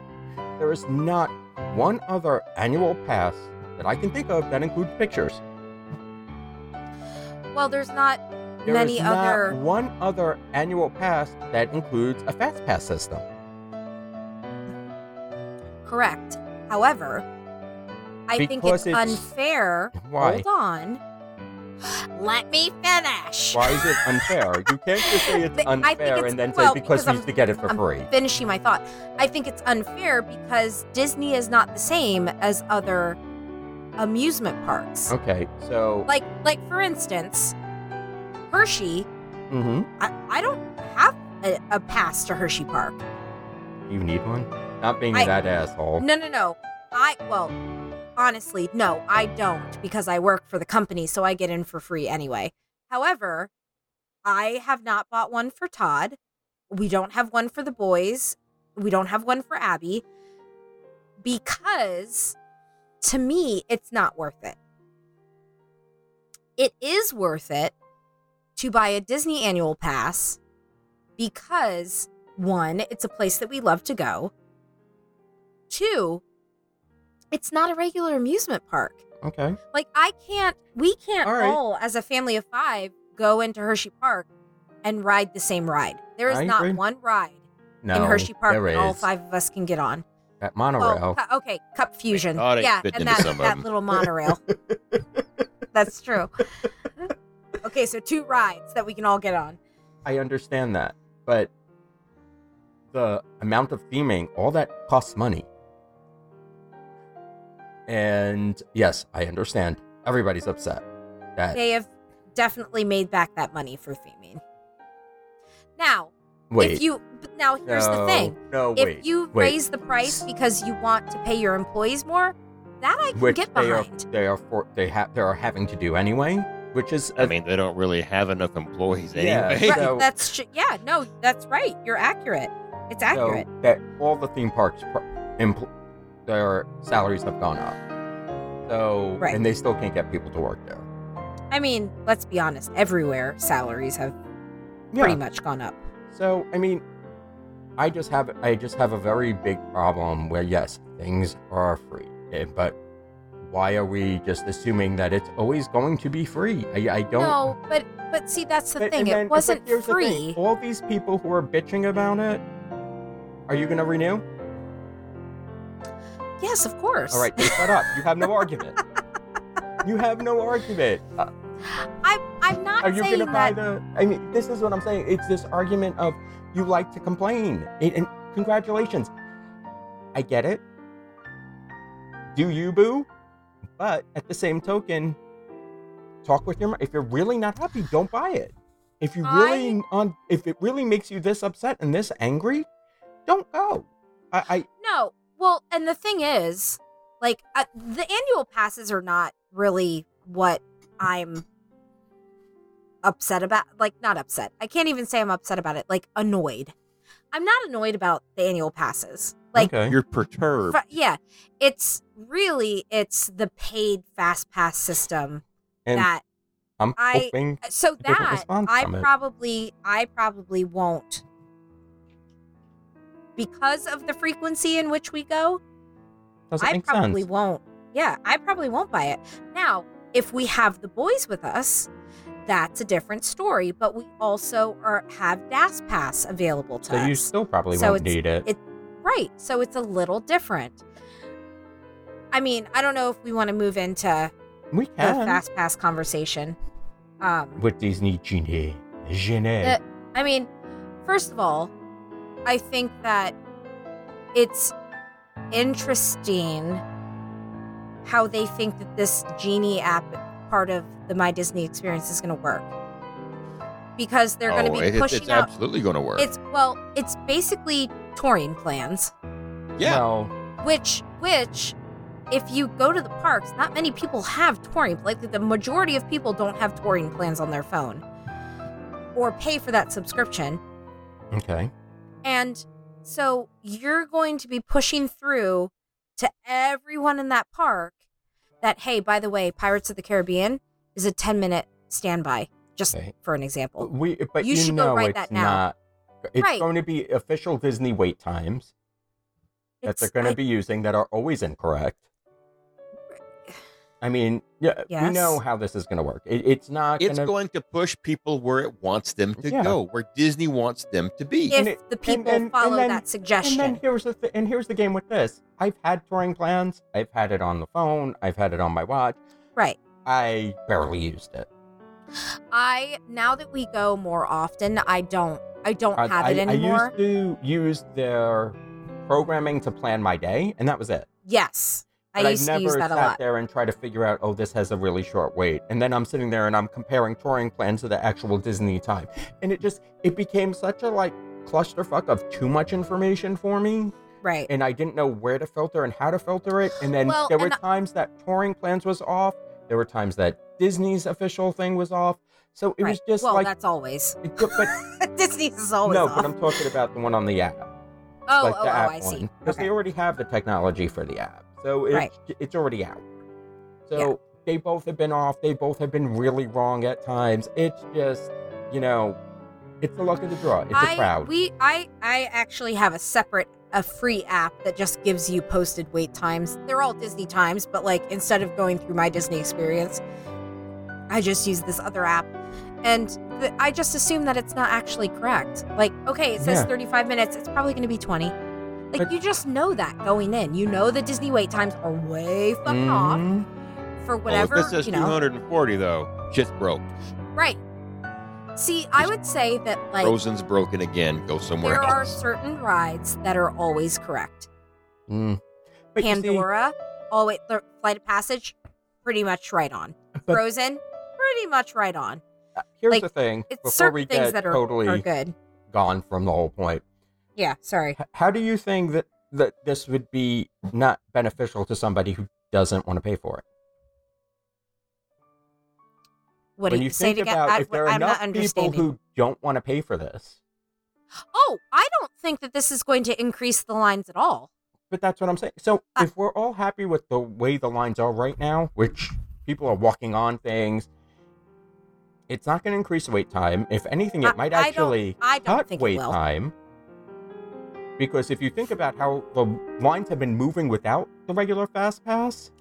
[SPEAKER 4] There is not one other annual pass that I can think of that includes pictures.
[SPEAKER 5] Well, there's not
[SPEAKER 4] There is
[SPEAKER 5] many
[SPEAKER 4] not
[SPEAKER 5] other.
[SPEAKER 4] one other annual pass that includes a fast pass system.
[SPEAKER 5] Correct. However, I think
[SPEAKER 4] Because
[SPEAKER 5] it's,
[SPEAKER 4] it's-
[SPEAKER 5] unfair.
[SPEAKER 4] Why?
[SPEAKER 5] Hold on. *gasps* Let me finish.
[SPEAKER 4] Why is it unfair? You can't just say
[SPEAKER 5] *laughs*
[SPEAKER 4] it's
[SPEAKER 5] But I think
[SPEAKER 4] unfair
[SPEAKER 5] it's-
[SPEAKER 4] and then
[SPEAKER 5] well,
[SPEAKER 4] say because
[SPEAKER 5] because
[SPEAKER 4] we
[SPEAKER 5] I'm-
[SPEAKER 4] used to get it for
[SPEAKER 5] I'm
[SPEAKER 4] free.
[SPEAKER 5] finishing my thought. I think it's unfair because Disney is not the same as other amusement parks.
[SPEAKER 4] Okay, so
[SPEAKER 5] Like, like for instance, Hershey.
[SPEAKER 4] hmm
[SPEAKER 5] I, I don't have a, a pass to Hershey Park.
[SPEAKER 4] you need one. Not being
[SPEAKER 5] I-
[SPEAKER 4] that asshole.
[SPEAKER 5] No, no, no. I well, honestly, no, I don't because I work for the company, so I get in for free anyway. However, I have not bought one for Todd. We don't have one for the boys. We don't have one for Abby because to me, it's not worth it. It is worth it to buy a Disney annual pass because one, it's a place that we love to go. Two, it's not a regular amusement park.
[SPEAKER 4] Okay.
[SPEAKER 5] Like I can't, we can't
[SPEAKER 4] All
[SPEAKER 5] all,
[SPEAKER 4] right.
[SPEAKER 5] as a family of five go into Hershey Park and ride the same ride. There is
[SPEAKER 4] I
[SPEAKER 5] not
[SPEAKER 4] agree.
[SPEAKER 5] one ride
[SPEAKER 4] No.
[SPEAKER 5] in Hershey Park
[SPEAKER 4] there
[SPEAKER 5] that all
[SPEAKER 4] is.
[SPEAKER 5] five of us can get on.
[SPEAKER 4] That monorail.
[SPEAKER 5] cu- okay, Cup Fusion.
[SPEAKER 3] thought I
[SPEAKER 5] yeah,
[SPEAKER 3] fit
[SPEAKER 5] and
[SPEAKER 3] into
[SPEAKER 5] that,
[SPEAKER 3] some of
[SPEAKER 5] that
[SPEAKER 3] them. *laughs*
[SPEAKER 5] little monorail. That's true. *laughs* Okay, so two rides that we can all get on.
[SPEAKER 4] I understand that, but the amount of theming, all that costs money. And yes, I understand. Everybody's upset. That
[SPEAKER 5] They have definitely made back that money for theming. Now,
[SPEAKER 4] wait.
[SPEAKER 5] if you but now here's the
[SPEAKER 4] no,
[SPEAKER 5] thing.
[SPEAKER 4] No,
[SPEAKER 5] if
[SPEAKER 4] wait.
[SPEAKER 5] you
[SPEAKER 4] wait.
[SPEAKER 5] raise the price because you want to pay your employees more, that I can
[SPEAKER 4] which
[SPEAKER 5] get
[SPEAKER 4] they are
[SPEAKER 5] behind.
[SPEAKER 4] they are for they have they are having to do anyway, which is
[SPEAKER 3] I mean, they don't really have enough employees
[SPEAKER 4] Yeah.
[SPEAKER 3] anyway.
[SPEAKER 4] *laughs*
[SPEAKER 5] Right,
[SPEAKER 4] so-
[SPEAKER 5] that's sh- yeah, no, that's right. You're accurate. It's accurate.
[SPEAKER 4] So that all the theme parks, pr- empl- their salaries have gone up. So
[SPEAKER 5] Right.
[SPEAKER 4] and they still can't get people to work there.
[SPEAKER 5] I mean, let's be honest. Everywhere salaries have pretty much gone up.
[SPEAKER 4] So I mean, I just have I just have a very big problem where yes, things are free, eh, but why are we just assuming that it's always going to be free? I, I don't.
[SPEAKER 5] No, but but see, that's the
[SPEAKER 4] But-
[SPEAKER 5] thing.
[SPEAKER 4] and then-
[SPEAKER 5] it
[SPEAKER 4] but
[SPEAKER 5] wasn't
[SPEAKER 4] here's the thing,
[SPEAKER 5] free.
[SPEAKER 4] All these people who are bitching about it, are you going to renew?
[SPEAKER 5] Yes, of course.
[SPEAKER 4] All right, then shut up. You have no argument. You have no argument. Uh,
[SPEAKER 5] I'm I'm not
[SPEAKER 4] are you
[SPEAKER 5] saying
[SPEAKER 4] gonna buy
[SPEAKER 5] that.
[SPEAKER 4] the? I mean, this is what I'm saying. It's this argument of you like to complain. It, and congratulations, I get it. Do you boo? But at the same token, talk with your. mi- If you're really not happy, don't buy it. If you really on, if it really makes you this upset and this angry, don't go. I, I
[SPEAKER 5] No. Well, and the thing is, like uh, the annual passes are not really what I'm upset about. Like not upset. I can't even say I'm upset about it. Like annoyed. I'm not annoyed about the annual passes. Like
[SPEAKER 3] You're perturbed.
[SPEAKER 5] fr- yeah, it's really it's the paid fast pass system
[SPEAKER 4] and
[SPEAKER 5] that
[SPEAKER 4] I'm
[SPEAKER 5] I-
[SPEAKER 4] hoping
[SPEAKER 5] so
[SPEAKER 4] different
[SPEAKER 5] that
[SPEAKER 4] response
[SPEAKER 5] I
[SPEAKER 4] from it.
[SPEAKER 5] probably I probably won't because of the frequency in which we go.
[SPEAKER 4] doesn't
[SPEAKER 5] I
[SPEAKER 4] make
[SPEAKER 5] probably
[SPEAKER 4] sense.
[SPEAKER 5] won't. Yeah, I probably won't buy it. Now, if we have the boys with us, that's a different story. But we also are have DAS Pass available to
[SPEAKER 4] So
[SPEAKER 5] us.
[SPEAKER 4] you still probably
[SPEAKER 5] So
[SPEAKER 4] won't
[SPEAKER 5] it's-
[SPEAKER 4] need it.
[SPEAKER 5] it- Right. So it's a little different. I mean, I don't know if we want to move into
[SPEAKER 4] We
[SPEAKER 5] the fast pass conversation. Um,
[SPEAKER 4] With Disney Genie. Genie.
[SPEAKER 5] Uh, I mean, first of all, I think that it's interesting how they think that this genie app part of the My Disney experience is going to work because
[SPEAKER 3] *laughs*
[SPEAKER 5] they're going to
[SPEAKER 3] Oh,
[SPEAKER 5] be
[SPEAKER 3] it- it's,
[SPEAKER 5] pushing
[SPEAKER 3] it's
[SPEAKER 5] out.
[SPEAKER 3] absolutely going to work.
[SPEAKER 5] It's well, it's basically touring plans,
[SPEAKER 3] yeah.
[SPEAKER 4] Well,
[SPEAKER 5] which which if you go to the parks, not many people have touring. Like the majority of people don't have touring plans on their phone or pay for that subscription.
[SPEAKER 4] okay.
[SPEAKER 5] And so you're going to be pushing through to everyone in that park that, hey, by the way, Pirates of the Caribbean is a 10 minute standby, just
[SPEAKER 4] Okay.
[SPEAKER 5] for an example.
[SPEAKER 4] We, but
[SPEAKER 5] You
[SPEAKER 4] you,
[SPEAKER 5] should go
[SPEAKER 4] know
[SPEAKER 5] write
[SPEAKER 4] it's
[SPEAKER 5] that now.
[SPEAKER 4] not. It's
[SPEAKER 5] Right.
[SPEAKER 4] going to be official Disney wait times that
[SPEAKER 5] It's-
[SPEAKER 4] they're going to
[SPEAKER 5] I-
[SPEAKER 4] be using that are always incorrect. I mean, yeah, we
[SPEAKER 5] Yes.
[SPEAKER 4] know how this is going to work. It, it's not
[SPEAKER 3] It's
[SPEAKER 4] gonna,
[SPEAKER 3] going to push people where it wants them to
[SPEAKER 4] Yeah.
[SPEAKER 3] go, where Disney wants them to be. Oh,
[SPEAKER 5] If
[SPEAKER 4] and it-
[SPEAKER 5] the
[SPEAKER 4] and-
[SPEAKER 5] people
[SPEAKER 4] and- and
[SPEAKER 5] follow
[SPEAKER 4] then-
[SPEAKER 5] that
[SPEAKER 4] And
[SPEAKER 5] suggestion.
[SPEAKER 4] then here's the th- and here's the game with this. I've had touring plans. I've had it on the phone. I've had it on my watch.
[SPEAKER 5] right.
[SPEAKER 4] I barely used it.
[SPEAKER 5] I, now that we go more often, I don't. I don't
[SPEAKER 4] I,
[SPEAKER 5] have it
[SPEAKER 4] I- I
[SPEAKER 5] anymore.
[SPEAKER 4] used to use their programming to plan my day, and that was it.
[SPEAKER 5] yes.
[SPEAKER 4] But
[SPEAKER 5] I used
[SPEAKER 4] never
[SPEAKER 5] to use that
[SPEAKER 4] sat
[SPEAKER 5] a lot.
[SPEAKER 4] there and try to figure out, oh, this has a really short wait. And then I'm sitting there and I'm comparing touring plans to the actual Disney time. And it just it became such a like clusterfuck of too much information for me.
[SPEAKER 5] Right.
[SPEAKER 4] And I didn't know where to filter and how to filter it. And then
[SPEAKER 5] Well,
[SPEAKER 4] there were
[SPEAKER 5] and I-
[SPEAKER 4] times that touring plans was off. There were times that Disney's official thing was off. So it was
[SPEAKER 5] right.
[SPEAKER 4] just
[SPEAKER 5] well,
[SPEAKER 4] like
[SPEAKER 5] that's always. *laughs*
[SPEAKER 4] it- but
[SPEAKER 5] Disney's is always
[SPEAKER 4] no,
[SPEAKER 5] off.
[SPEAKER 4] but I'm talking about the one on the app.
[SPEAKER 5] oh,
[SPEAKER 4] like
[SPEAKER 5] oh,
[SPEAKER 4] the
[SPEAKER 5] oh,
[SPEAKER 4] app
[SPEAKER 5] I see.
[SPEAKER 4] Because
[SPEAKER 5] Okay.
[SPEAKER 4] they already have the technology for the app. So it's, it's already out. So
[SPEAKER 5] Yeah.
[SPEAKER 4] they both have been off. They both have been really wrong at times. It's just, you know, it's the luck of the draw. It's a
[SPEAKER 5] I-
[SPEAKER 4] crowd.
[SPEAKER 5] We I I actually have a separate a free app that just gives you posted wait times. They're all Disney times, but like instead of going through my Disney experience, I just use this other app. And th- I just assume that it's not actually correct. Like, okay, it says
[SPEAKER 4] Yeah.
[SPEAKER 5] 35 minutes. It's probably going to be 20. Like,
[SPEAKER 4] But-
[SPEAKER 5] you just know that going in. You know the Disney wait times are way fucking off
[SPEAKER 4] Mhm.
[SPEAKER 5] for
[SPEAKER 3] Well,
[SPEAKER 5] whatever.
[SPEAKER 3] if this says
[SPEAKER 5] you know.
[SPEAKER 3] 240, though, shit's broke.
[SPEAKER 5] Right. See, I would say that, like,
[SPEAKER 3] Frozen's broken again. Go somewhere
[SPEAKER 5] there are
[SPEAKER 3] else.
[SPEAKER 5] certain rides that are always correct.
[SPEAKER 4] Mm. But you see-
[SPEAKER 5] Pandora, oh wait, the Flight of Passage, pretty much right on.
[SPEAKER 4] *laughs* But-
[SPEAKER 5] Frozen, pretty much right on.
[SPEAKER 4] uh, here's
[SPEAKER 5] like,
[SPEAKER 4] the thing.
[SPEAKER 5] It's
[SPEAKER 4] Before
[SPEAKER 5] certain
[SPEAKER 4] we
[SPEAKER 5] things
[SPEAKER 4] get
[SPEAKER 5] that are,
[SPEAKER 4] totally
[SPEAKER 5] are good.
[SPEAKER 4] gone from the whole point,
[SPEAKER 5] Yeah, sorry.
[SPEAKER 4] h- how do you think that, that this would be not beneficial to somebody who doesn't want to pay for it?
[SPEAKER 5] What
[SPEAKER 4] when
[SPEAKER 5] do you,
[SPEAKER 4] you
[SPEAKER 5] say
[SPEAKER 4] think
[SPEAKER 5] it again?
[SPEAKER 4] about
[SPEAKER 5] I,
[SPEAKER 4] if there are
[SPEAKER 5] am
[SPEAKER 4] enough
[SPEAKER 5] not
[SPEAKER 4] people
[SPEAKER 5] understanding.
[SPEAKER 4] who don't want to pay for this,
[SPEAKER 5] oh, I don't think that this is going to increase the lines at all.
[SPEAKER 4] But that's what I'm saying. So
[SPEAKER 5] I-
[SPEAKER 4] if we're all happy with the way the lines are right now, which people are walking on things, it's not going to increase wait time. If anything, it
[SPEAKER 5] I-
[SPEAKER 4] might
[SPEAKER 5] I don't-
[SPEAKER 4] actually
[SPEAKER 5] I don't
[SPEAKER 4] cut
[SPEAKER 5] think it
[SPEAKER 4] wait
[SPEAKER 5] will.
[SPEAKER 4] time. Because if you think about how the lines have been moving without the regular fast pass,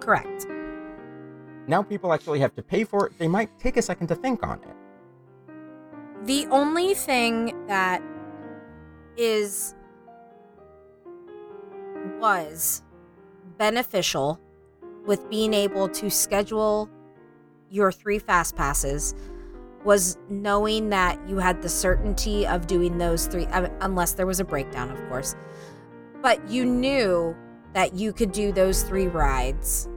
[SPEAKER 5] Correct.
[SPEAKER 4] now people actually have to pay for it. They might take a second to think on it.
[SPEAKER 5] The only thing that is was beneficial with being able to schedule your three fast passes was knowing that you had the certainty of doing those three I mean, unless there was a breakdown of course but you knew that you could do those three rides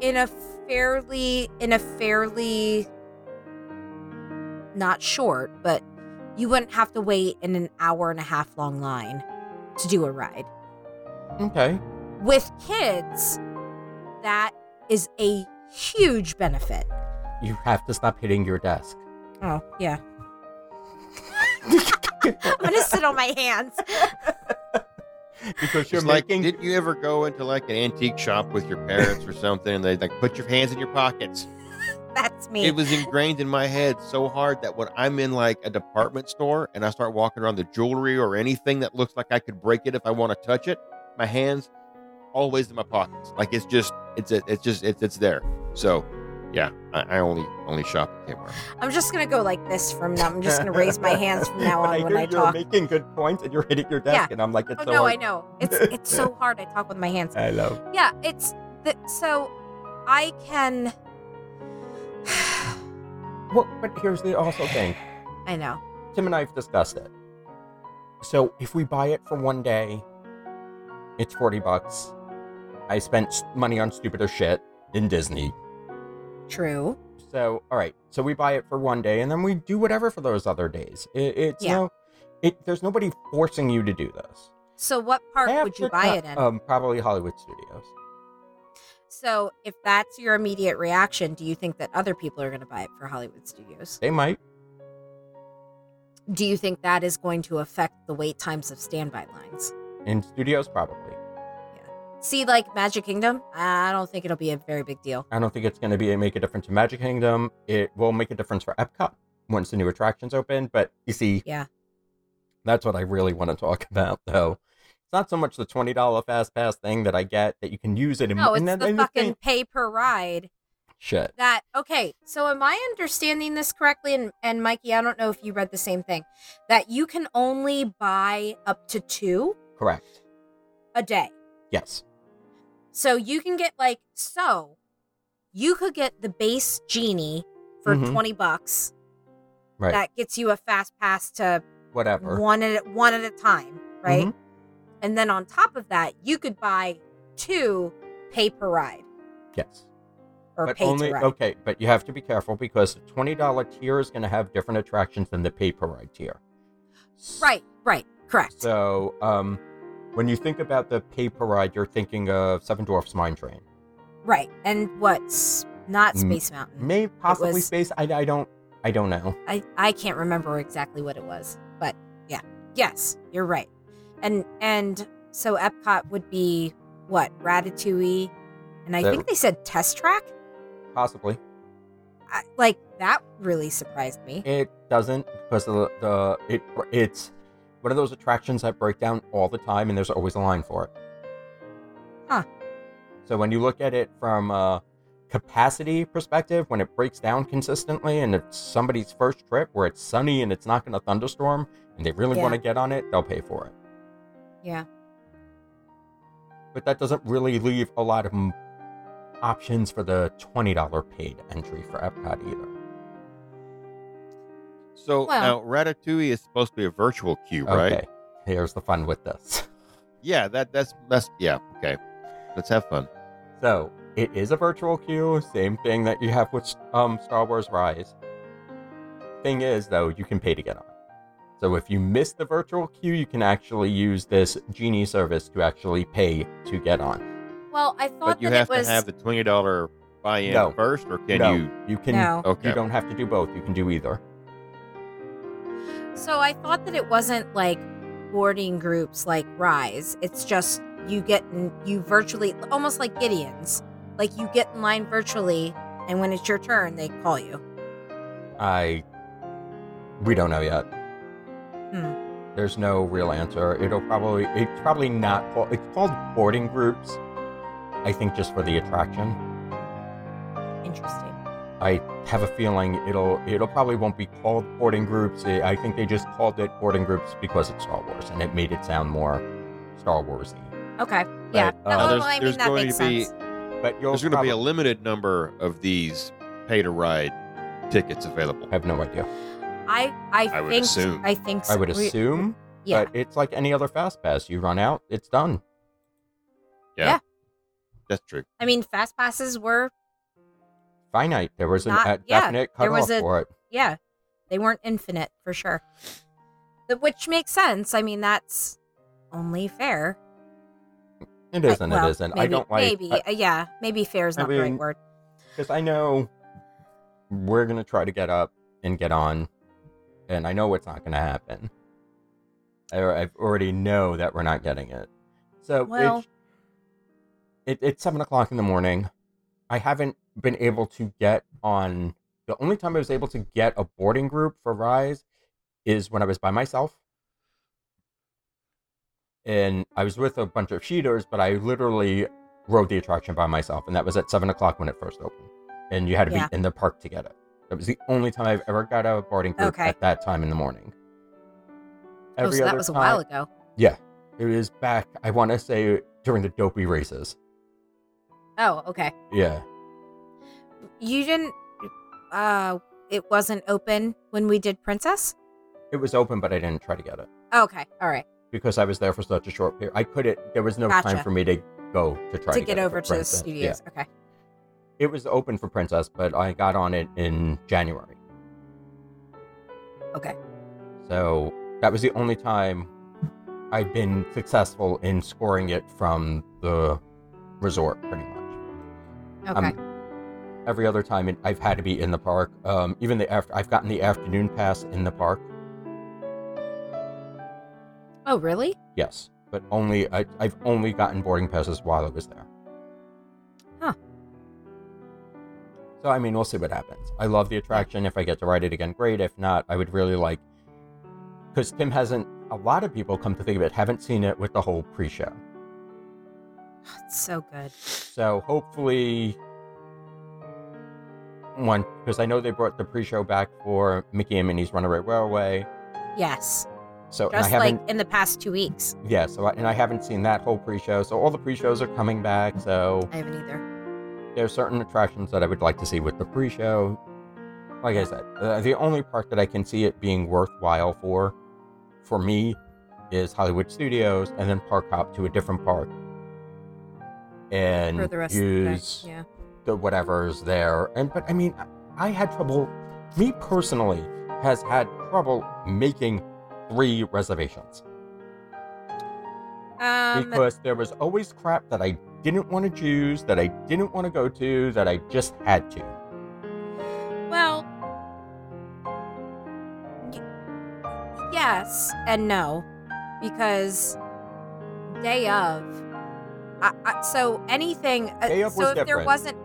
[SPEAKER 5] in a fairly in a fairly not short but you wouldn't have to wait in an hour and a half long line to do a ride
[SPEAKER 4] Okay.
[SPEAKER 5] with kids that is a huge benefit
[SPEAKER 4] You have to stop hitting your desk. *laughs*
[SPEAKER 5] oh yeah i'm gonna sit on my hands *laughs*
[SPEAKER 4] Because you're
[SPEAKER 3] It's like,
[SPEAKER 4] making
[SPEAKER 3] didn't you ever go into like an antique shop with your parents or something, and they like put your hands in your pockets?
[SPEAKER 5] that's me
[SPEAKER 3] It was ingrained in my head so hard that when I'm in like a department store and I start walking around the jewelry or anything that looks like I could break it if I want to touch it, my hands always in my pockets. Like it's just, it's a, it's just, it's, it's there. So Yeah, I, I only only shop at Kmart.
[SPEAKER 5] I'm just gonna go like this from now. I'm just gonna raise
[SPEAKER 4] *laughs*
[SPEAKER 5] my hands from now on when I talk.
[SPEAKER 4] making good points and you're hitting your
[SPEAKER 5] desk,
[SPEAKER 4] and I'm like, it's
[SPEAKER 5] Oh no, I know. It's it's so hard. I talk with my hands.
[SPEAKER 4] *laughs* I love.
[SPEAKER 5] Yeah, it's the, so I can.
[SPEAKER 4] Well, but here's the also thing.
[SPEAKER 5] I know.
[SPEAKER 4] Tim and I have discussed it. So if we buy it for one day, it's forty bucks. I spent s- money on stupider shit in Disney.
[SPEAKER 5] True.
[SPEAKER 4] So all right, so we buy it for one day, and then we do whatever for those other days. It, it's
[SPEAKER 5] Yeah.
[SPEAKER 4] no, it. There's nobody forcing you to do this.
[SPEAKER 5] So what park
[SPEAKER 4] Half
[SPEAKER 5] would you
[SPEAKER 4] the
[SPEAKER 5] buy
[SPEAKER 4] ti-
[SPEAKER 5] it in?
[SPEAKER 4] Um, probably Hollywood Studios.
[SPEAKER 5] so if that's your immediate reaction, do you think that other people are gonna buy it for Hollywood Studios?
[SPEAKER 4] They might.
[SPEAKER 5] Do you think that is going to affect the wait times of standby lines?
[SPEAKER 4] In studios, probably.
[SPEAKER 5] See, like Magic Kingdom, I don't think it'll be a very big deal.
[SPEAKER 4] I don't think it's going to be make a difference in Magic Kingdom. It will make a difference for Epcot once the new attractions open. But you see,
[SPEAKER 5] Yeah.
[SPEAKER 4] that's what I really want to talk *laughs* about, though. It's not so much the twenty dollar fast pass thing that I get that you can use it. In,
[SPEAKER 5] No, it's
[SPEAKER 4] and then-
[SPEAKER 5] the
[SPEAKER 4] and this
[SPEAKER 5] fucking
[SPEAKER 4] thing-
[SPEAKER 5] pay per ride
[SPEAKER 4] shit.
[SPEAKER 5] that okay so am i understanding this correctly and, and mikey i don't know if you read the same thing that you can only buy up to two
[SPEAKER 4] Correct.
[SPEAKER 5] a day
[SPEAKER 4] Yes.
[SPEAKER 5] so you can get like so you could get the base genie for
[SPEAKER 4] Mhm.
[SPEAKER 5] 20 bucks
[SPEAKER 4] Right.
[SPEAKER 5] that gets you a fast pass to
[SPEAKER 4] Whatever.
[SPEAKER 5] one at one at a time right
[SPEAKER 4] Mhm.
[SPEAKER 5] and then on top of that you could buy two pay per ride
[SPEAKER 4] Yes.
[SPEAKER 5] or
[SPEAKER 4] but
[SPEAKER 5] pay
[SPEAKER 4] only
[SPEAKER 5] to ride
[SPEAKER 4] okay. But you have to be careful because the twenty dollar tier is going to have different attractions than the pay per ride tier.
[SPEAKER 5] right right correct
[SPEAKER 4] So, um, when you think about the pay per ride, you're thinking of Seven Dwarfs Mine Train.
[SPEAKER 5] right and what's not
[SPEAKER 4] Mm,
[SPEAKER 5] space mountain
[SPEAKER 4] May possibly
[SPEAKER 5] was-
[SPEAKER 4] space. I, I don't. I don't know.
[SPEAKER 5] I I can't remember exactly what it was, but yeah, yes, you're right. And and so Epcot would be what Ratatouille, and I
[SPEAKER 4] That-
[SPEAKER 5] think they said Test Track.
[SPEAKER 4] Possibly
[SPEAKER 5] I, like that really surprised me.
[SPEAKER 4] it doesn't because the, the it it's one of those attractions that break down all the time, and there's always a line for it.
[SPEAKER 5] Huh.
[SPEAKER 4] So when you look at it from a capacity perspective, when it breaks down consistently, and it's somebody's first trip where it's sunny and it's not going to thunderstorm, and they really
[SPEAKER 5] Yeah.
[SPEAKER 4] want to get on it, they'll pay for it.
[SPEAKER 5] Yeah,
[SPEAKER 4] But that doesn't really leave a lot of m- options for the twenty dollar paid entry for Epcot either.
[SPEAKER 3] So
[SPEAKER 5] Well-
[SPEAKER 3] now Ratatouille is supposed to be a virtual queue, right?
[SPEAKER 4] Okay. Here's the fun with this. *laughs*
[SPEAKER 3] Yeah, that that's that's yeah. Okay, let's have fun.
[SPEAKER 4] So it is a virtual queue, same thing that you have with um, Star Wars Rise. Thing is, though, you can pay to get on. So if you miss the virtual queue, you can actually use this genie service to actually pay to get on.
[SPEAKER 5] well, I thought
[SPEAKER 3] But you
[SPEAKER 5] that
[SPEAKER 3] have
[SPEAKER 5] it was
[SPEAKER 3] to have the twenty dollar buy-in
[SPEAKER 4] No.
[SPEAKER 3] first, or can
[SPEAKER 4] No,
[SPEAKER 3] you?
[SPEAKER 4] You can.
[SPEAKER 5] no.
[SPEAKER 3] Okay,
[SPEAKER 4] You don't have to do both. You can do either.
[SPEAKER 5] So I thought that it wasn't like boarding groups like Rise. It's just you get in, you virtually almost like Gideon's. Like you get in line virtually, and when it's your turn, they call you.
[SPEAKER 4] I. We don't know yet.
[SPEAKER 5] Hmm.
[SPEAKER 4] There's no real answer. It'll probably. It's probably not. called It's called boarding groups. I think just for the attraction.
[SPEAKER 5] Interesting.
[SPEAKER 4] I have a feeling it'll it'll probably won't be called boarding groups. I I think they just called it boarding groups because it's Star Wars and it made it sound more Star Warsy.
[SPEAKER 5] Okay. Yeah.
[SPEAKER 4] Right,
[SPEAKER 5] No,
[SPEAKER 4] uh,
[SPEAKER 5] well,
[SPEAKER 3] there's-
[SPEAKER 5] I mean,
[SPEAKER 3] there's
[SPEAKER 5] that
[SPEAKER 3] going
[SPEAKER 5] makes
[SPEAKER 3] to be-
[SPEAKER 5] sense.
[SPEAKER 4] But you'll
[SPEAKER 3] there's going to be a
[SPEAKER 4] probably-
[SPEAKER 3] limited number of these pay-to-ride tickets available.
[SPEAKER 4] I have no idea.
[SPEAKER 5] I, I,
[SPEAKER 3] I would
[SPEAKER 5] think,
[SPEAKER 3] assume.
[SPEAKER 5] I think so.
[SPEAKER 4] I would
[SPEAKER 5] We-
[SPEAKER 4] assume,
[SPEAKER 5] Yeah.
[SPEAKER 4] but it's like any other fast pass. You run out, it's done.
[SPEAKER 3] That's true.
[SPEAKER 5] I mean, fast passes were,
[SPEAKER 4] Finite. There was an,
[SPEAKER 5] Not-
[SPEAKER 4] a
[SPEAKER 5] yeah,
[SPEAKER 4] definite
[SPEAKER 5] there
[SPEAKER 4] cutoff
[SPEAKER 5] was a-
[SPEAKER 4] for it.
[SPEAKER 5] yeah, they weren't infinite for sure. But- Which makes sense. I mean, that's only fair.
[SPEAKER 4] It
[SPEAKER 5] I-
[SPEAKER 4] isn't.
[SPEAKER 5] well,
[SPEAKER 4] it isn't. I
[SPEAKER 5] maybe-
[SPEAKER 4] don't like.
[SPEAKER 5] Maybe. uh, yeah. Maybe fair is
[SPEAKER 4] I
[SPEAKER 5] not the right
[SPEAKER 4] mean-
[SPEAKER 5] word.
[SPEAKER 4] because I know we're gonna try to get up and get on, and I know it's not gonna happen. I, I already know that we're not getting it. So
[SPEAKER 5] Well-
[SPEAKER 4] it's, it, it's seven o'clock in the morning. I haven't been able to get on. The only time I was able to get a boarding group for Rise is when I was by myself. And I was with a bunch of cheaters, but I literally rode the attraction by myself, and that was at seven o'clock when it first opened. and you had to
[SPEAKER 5] Yeah.
[SPEAKER 4] be in the park to get it. That was the only time I've ever got out of a boarding group
[SPEAKER 5] Okay.
[SPEAKER 4] at that time in the morning.
[SPEAKER 5] Oh, so that was a while ago.
[SPEAKER 4] It was back, I want to say, during the dopey races.
[SPEAKER 5] Oh, okay.
[SPEAKER 4] Yeah.
[SPEAKER 5] You didn't. Uh, it wasn't open when we did Princess.
[SPEAKER 4] It was open, but I didn't try to get it
[SPEAKER 5] Okay, all right.
[SPEAKER 4] because I was there for such a short period. I couldn't, there was no
[SPEAKER 5] Gotcha.
[SPEAKER 4] time for me to go to try
[SPEAKER 5] to
[SPEAKER 4] to,
[SPEAKER 5] get
[SPEAKER 4] it
[SPEAKER 5] over
[SPEAKER 4] for
[SPEAKER 5] to the
[SPEAKER 4] Princess. Yeah.
[SPEAKER 5] studios. Okay.
[SPEAKER 4] It was open for Princess, but I got on it in January.
[SPEAKER 5] Okay.
[SPEAKER 4] So that was the only time I've been successful in scoring it from the resort, pretty much. Um,
[SPEAKER 5] Okay.
[SPEAKER 4] every other time it, I've had to be in the park. Um, even the after I've gotten the afternoon pass in the park.
[SPEAKER 5] oh, really?
[SPEAKER 4] Yes, but only I, I've only gotten boarding passes while I was there.
[SPEAKER 5] Huh.
[SPEAKER 4] So I mean, we'll see what happens. I love the attraction. If I get to ride it again, great. If not, I would really like because Tim hasn't. A lot of people come to think of it haven't seen it with the whole pre-show.
[SPEAKER 5] It's so good.
[SPEAKER 4] So hopefully, one because I know they brought the pre-show back for Mickey and Minnie's Runaway Railway.
[SPEAKER 5] Yes.
[SPEAKER 4] So Oh, and I
[SPEAKER 5] Just
[SPEAKER 4] haven't,
[SPEAKER 5] like in the past two weeks.
[SPEAKER 4] yeah. So I, and I haven't seen that whole pre-show. So all the pre-shows are coming back. So
[SPEAKER 5] I haven't either.
[SPEAKER 4] there are certain attractions that I would like to see with the pre-show. Like I said, uh, the only park that I can see it being worthwhile for, for me, is Hollywood Studios, and then park hop to a different park, and
[SPEAKER 5] For the rest
[SPEAKER 4] use
[SPEAKER 5] of the day. Yeah.
[SPEAKER 4] the whatever's there. And but I mean, I had trouble. Me personally has had trouble making three reservations
[SPEAKER 5] Um,
[SPEAKER 4] because there was always crap that I didn't want to choose, that I didn't want to go to, that I just had to.
[SPEAKER 5] well, y- yes and no, because day of. I, I, so anything. uh,
[SPEAKER 4] Day of
[SPEAKER 5] so
[SPEAKER 4] was
[SPEAKER 5] if there
[SPEAKER 4] different.
[SPEAKER 5] wasn't,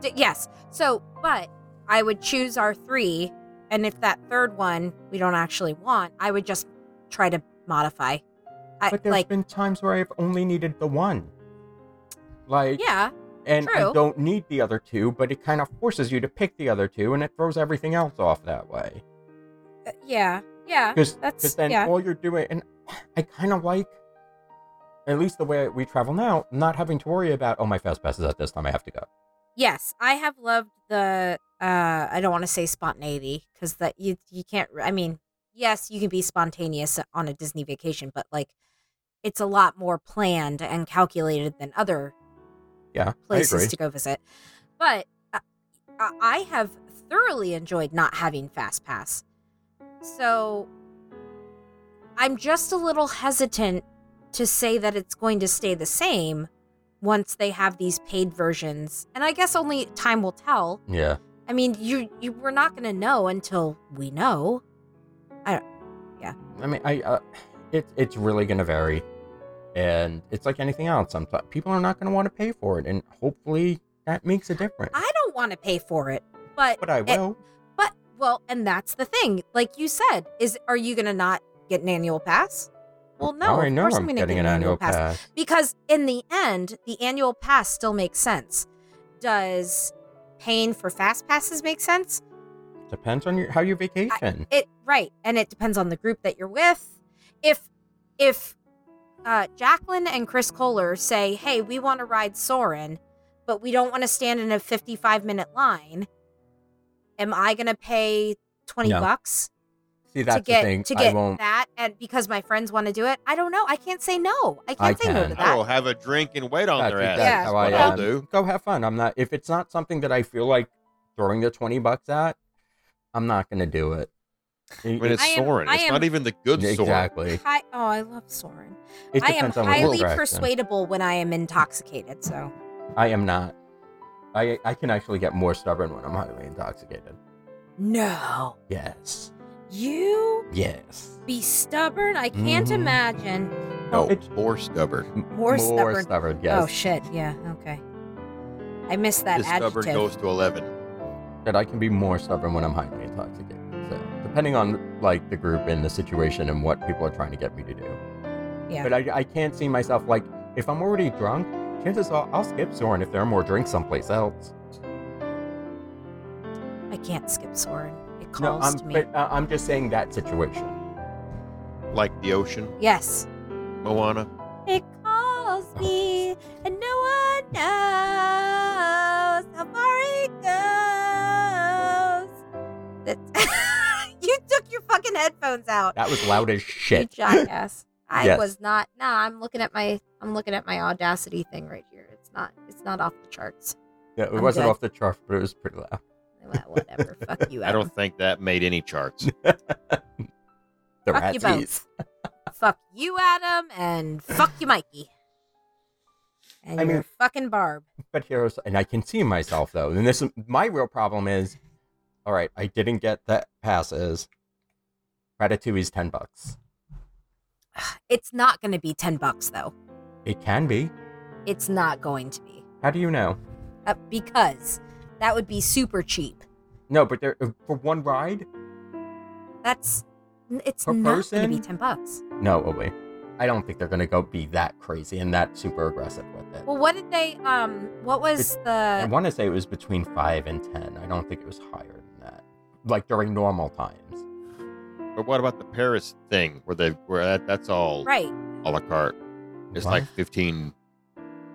[SPEAKER 5] d- yes. So, but I would choose our three, and if that third one we don't actually want, I would just try to modify. I,
[SPEAKER 4] But there's
[SPEAKER 5] like,
[SPEAKER 4] been times where I've only needed the one. Like
[SPEAKER 5] yeah,
[SPEAKER 4] and I
[SPEAKER 5] true.
[SPEAKER 4] don't need the other two, but it kind of forces you to pick the other two and it throws everything else off that way.
[SPEAKER 5] uh, yeah, yeah.
[SPEAKER 4] Because
[SPEAKER 5] That's
[SPEAKER 4] then
[SPEAKER 5] yeah.
[SPEAKER 4] all you're doing, and I kind of like, at least the way we travel now, not having to worry about, oh, my fast pass is at this time, I have to go.
[SPEAKER 5] Yes, I have loved the. uh I don't want to say spontaneity because that you you can't. I mean, yes, you can be spontaneous on a Disney vacation, but like, it's a lot more planned and calculated than other
[SPEAKER 4] Yeah, I
[SPEAKER 5] places
[SPEAKER 4] agree.
[SPEAKER 5] to go visit. But uh, I I have thoroughly enjoyed not having Fast Pass. So I'm just a little hesitant to say that it's going to stay the same once they have these paid versions. And I guess only time will tell.
[SPEAKER 4] yeah.
[SPEAKER 5] I mean, you you we're not going to know until we know.
[SPEAKER 4] I mean, I, uh, it, it's really going to vary. And it's like anything else. Sometimes people are not going to want to pay for it. And hopefully that makes a difference.
[SPEAKER 5] I don't want to pay for it, but
[SPEAKER 4] but I will.
[SPEAKER 5] but well, and that's the thing. Like you said, is are you going to not get an annual pass? Well, no.
[SPEAKER 4] Now Oh, I
[SPEAKER 5] of
[SPEAKER 4] know
[SPEAKER 5] course
[SPEAKER 4] I'm
[SPEAKER 5] gonna
[SPEAKER 4] getting
[SPEAKER 5] get
[SPEAKER 4] an annual pass.
[SPEAKER 5] because in the end the annual pass still makes sense does paying for fast passes make sense
[SPEAKER 4] Depends on your, how you vacation.
[SPEAKER 5] it right and it depends on the group that you're with if if uh, jacqueline and chris kohler say hey we want to ride soren but we don't want to stand in a 55 minute line am i going to pay 20
[SPEAKER 4] No.
[SPEAKER 5] bucks
[SPEAKER 4] See, that's
[SPEAKER 5] to get
[SPEAKER 4] the thing.
[SPEAKER 5] to
[SPEAKER 4] I
[SPEAKER 5] get
[SPEAKER 4] won't.
[SPEAKER 5] that and because my friends want to do it i don't know i can't say no i can't
[SPEAKER 4] I
[SPEAKER 5] say no
[SPEAKER 4] can.
[SPEAKER 5] to
[SPEAKER 3] I
[SPEAKER 5] that
[SPEAKER 3] will Oh, have a drink and wait on
[SPEAKER 4] That's
[SPEAKER 3] their ass.
[SPEAKER 4] exactly
[SPEAKER 5] Yeah.
[SPEAKER 4] how I
[SPEAKER 3] What I'll
[SPEAKER 4] am.
[SPEAKER 3] do.
[SPEAKER 4] Go have fun. I'm not if it's not something that I feel like throwing the twenty bucks at, I'm not gonna do it.
[SPEAKER 3] I mean,
[SPEAKER 5] I
[SPEAKER 3] it's
[SPEAKER 5] am-
[SPEAKER 3] Soren.
[SPEAKER 5] I
[SPEAKER 3] It's
[SPEAKER 5] am-
[SPEAKER 3] not even the good Soren.
[SPEAKER 4] exactly.
[SPEAKER 5] Hi- oh i love soren
[SPEAKER 4] It
[SPEAKER 5] I am
[SPEAKER 4] depends on what
[SPEAKER 5] highly
[SPEAKER 4] you're dressed in.
[SPEAKER 5] persuadable when I am intoxicated. So
[SPEAKER 4] I am not. I I can actually get more stubborn when I'm highly intoxicated.
[SPEAKER 5] no,
[SPEAKER 4] Yes.
[SPEAKER 5] you
[SPEAKER 4] Yes.
[SPEAKER 5] be stubborn. I can't
[SPEAKER 4] Mhm.
[SPEAKER 5] imagine Oh,
[SPEAKER 4] Well,
[SPEAKER 3] No,
[SPEAKER 4] it's-
[SPEAKER 3] more stubborn.
[SPEAKER 5] more, stubborn.
[SPEAKER 4] stubborn. Yes.
[SPEAKER 5] Oh shit! Yeah. Okay. I missed that
[SPEAKER 3] This
[SPEAKER 5] adjective.
[SPEAKER 3] stubborn goes to eleven.
[SPEAKER 4] that I can be more stubborn when I'm highly intoxicated. So depending on like the group and the situation and what people are trying to get me to do.
[SPEAKER 5] Yeah.
[SPEAKER 4] But I, I can't see myself like if I'm already drunk, chances are I'll skip Soren if there are more drinks someplace else.
[SPEAKER 5] can't skip Soren. It
[SPEAKER 4] No,
[SPEAKER 5] calls
[SPEAKER 4] I'm,
[SPEAKER 5] to me.
[SPEAKER 4] but, uh, I'm just saying that situation.
[SPEAKER 3] Like the ocean,
[SPEAKER 5] yes.
[SPEAKER 3] Moana.
[SPEAKER 5] It calls me, and no one knows how far it goes. That- *laughs* you took your fucking headphones out.
[SPEAKER 4] That was loud as
[SPEAKER 5] You
[SPEAKER 4] shit.
[SPEAKER 5] jackass. I
[SPEAKER 4] Yes.
[SPEAKER 5] was not. Nah, I'm looking at my. I'm looking at my audacity thing right here. It's not. It's not off the charts.
[SPEAKER 4] *laughs* Yeah, it
[SPEAKER 5] I'm
[SPEAKER 4] wasn't
[SPEAKER 5] good.
[SPEAKER 4] off the chart, but it was pretty loud.
[SPEAKER 5] Well, Whatever. Fuck you.
[SPEAKER 3] I
[SPEAKER 5] Adam.
[SPEAKER 3] don't think that made any
[SPEAKER 4] *laughs*
[SPEAKER 3] charts.
[SPEAKER 4] The
[SPEAKER 5] Fuck you
[SPEAKER 4] ratsies.
[SPEAKER 5] both. fuck you, Adam, and fuck you, Mikey. And
[SPEAKER 4] I
[SPEAKER 5] your
[SPEAKER 4] mean-
[SPEAKER 5] fucking Barb.
[SPEAKER 4] but heroes and i can see myself though and this is my real problem is all right i didn't get that passes ratatouille's 10 bucks
[SPEAKER 5] It's not going to be ten bucks though.
[SPEAKER 4] it can be
[SPEAKER 5] It's not going to be
[SPEAKER 4] how do you know
[SPEAKER 5] uh, because that would be super cheap.
[SPEAKER 4] no but there for one ride
[SPEAKER 5] That's it's
[SPEAKER 4] Per
[SPEAKER 5] not going to be
[SPEAKER 4] person?
[SPEAKER 5] ten bucks.
[SPEAKER 4] no oh wait i don't think they're gonna go be that crazy and that super aggressive with it
[SPEAKER 5] Well, what did they? Um, what was
[SPEAKER 4] i
[SPEAKER 5] the?
[SPEAKER 4] want to say it was between 5 and 10 i don't think it was higher than that like during normal times
[SPEAKER 3] but what about the Paris thing where they where that, that's all
[SPEAKER 5] Right.
[SPEAKER 3] a la carte? It's
[SPEAKER 4] What?
[SPEAKER 3] like fifteen.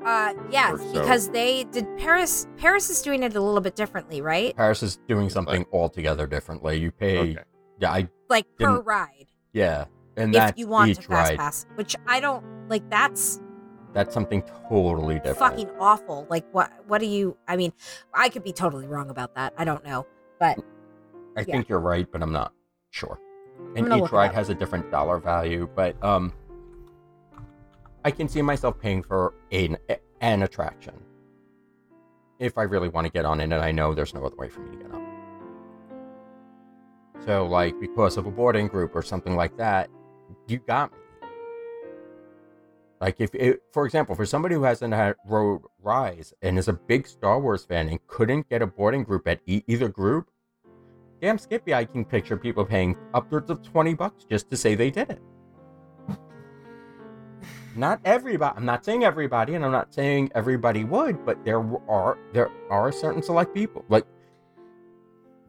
[SPEAKER 5] Uh, yes,
[SPEAKER 3] Or so.
[SPEAKER 5] because they did Paris. Paris is doing it a little bit differently, right?
[SPEAKER 4] paris is doing something altogether differently you pay
[SPEAKER 3] Okay.
[SPEAKER 4] yeah i
[SPEAKER 5] Like per
[SPEAKER 4] Didn't-
[SPEAKER 5] ride,
[SPEAKER 4] yeah and
[SPEAKER 5] if
[SPEAKER 4] that's
[SPEAKER 5] you want
[SPEAKER 4] each
[SPEAKER 5] to fast
[SPEAKER 4] ride
[SPEAKER 5] pass, which I don't like. That's
[SPEAKER 4] that's something totally different
[SPEAKER 5] fucking awful. Like, what? What do you? I mean, I could be totally wrong about that. I don't know, but
[SPEAKER 4] I
[SPEAKER 5] Yeah.
[SPEAKER 4] think you're right, but I'm not sure. And
[SPEAKER 5] gonna look
[SPEAKER 4] each
[SPEAKER 5] it
[SPEAKER 4] ride
[SPEAKER 5] up.
[SPEAKER 4] has a different dollar value, but um, I can see myself paying for an an attraction if I really want to get on it, and I know there's no other way for me to get on. So, like because of a boarding group or something like that, you got me. Like if, it, for example, for somebody who hasn't had Road Rise and is a big Star Wars fan and couldn't get a boarding group at e- either group, damn Skippy, I can picture people paying upwards of 20 bucks just to say they did it. Not everybody, I'm not saying everybody, and I'm not saying everybody would, but there w- are there are certain select people like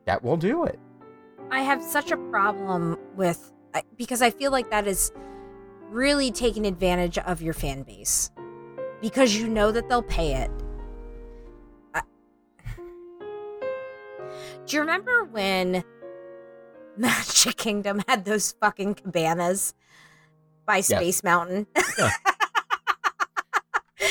[SPEAKER 4] that will do it.
[SPEAKER 5] I have such a problem with I- because I feel like that is really taking advantage of your fan base because you know that they'll pay it. I- *sighs* Do you remember when *laughs* Magic Kingdom had those fucking cabanas by Space Mountain?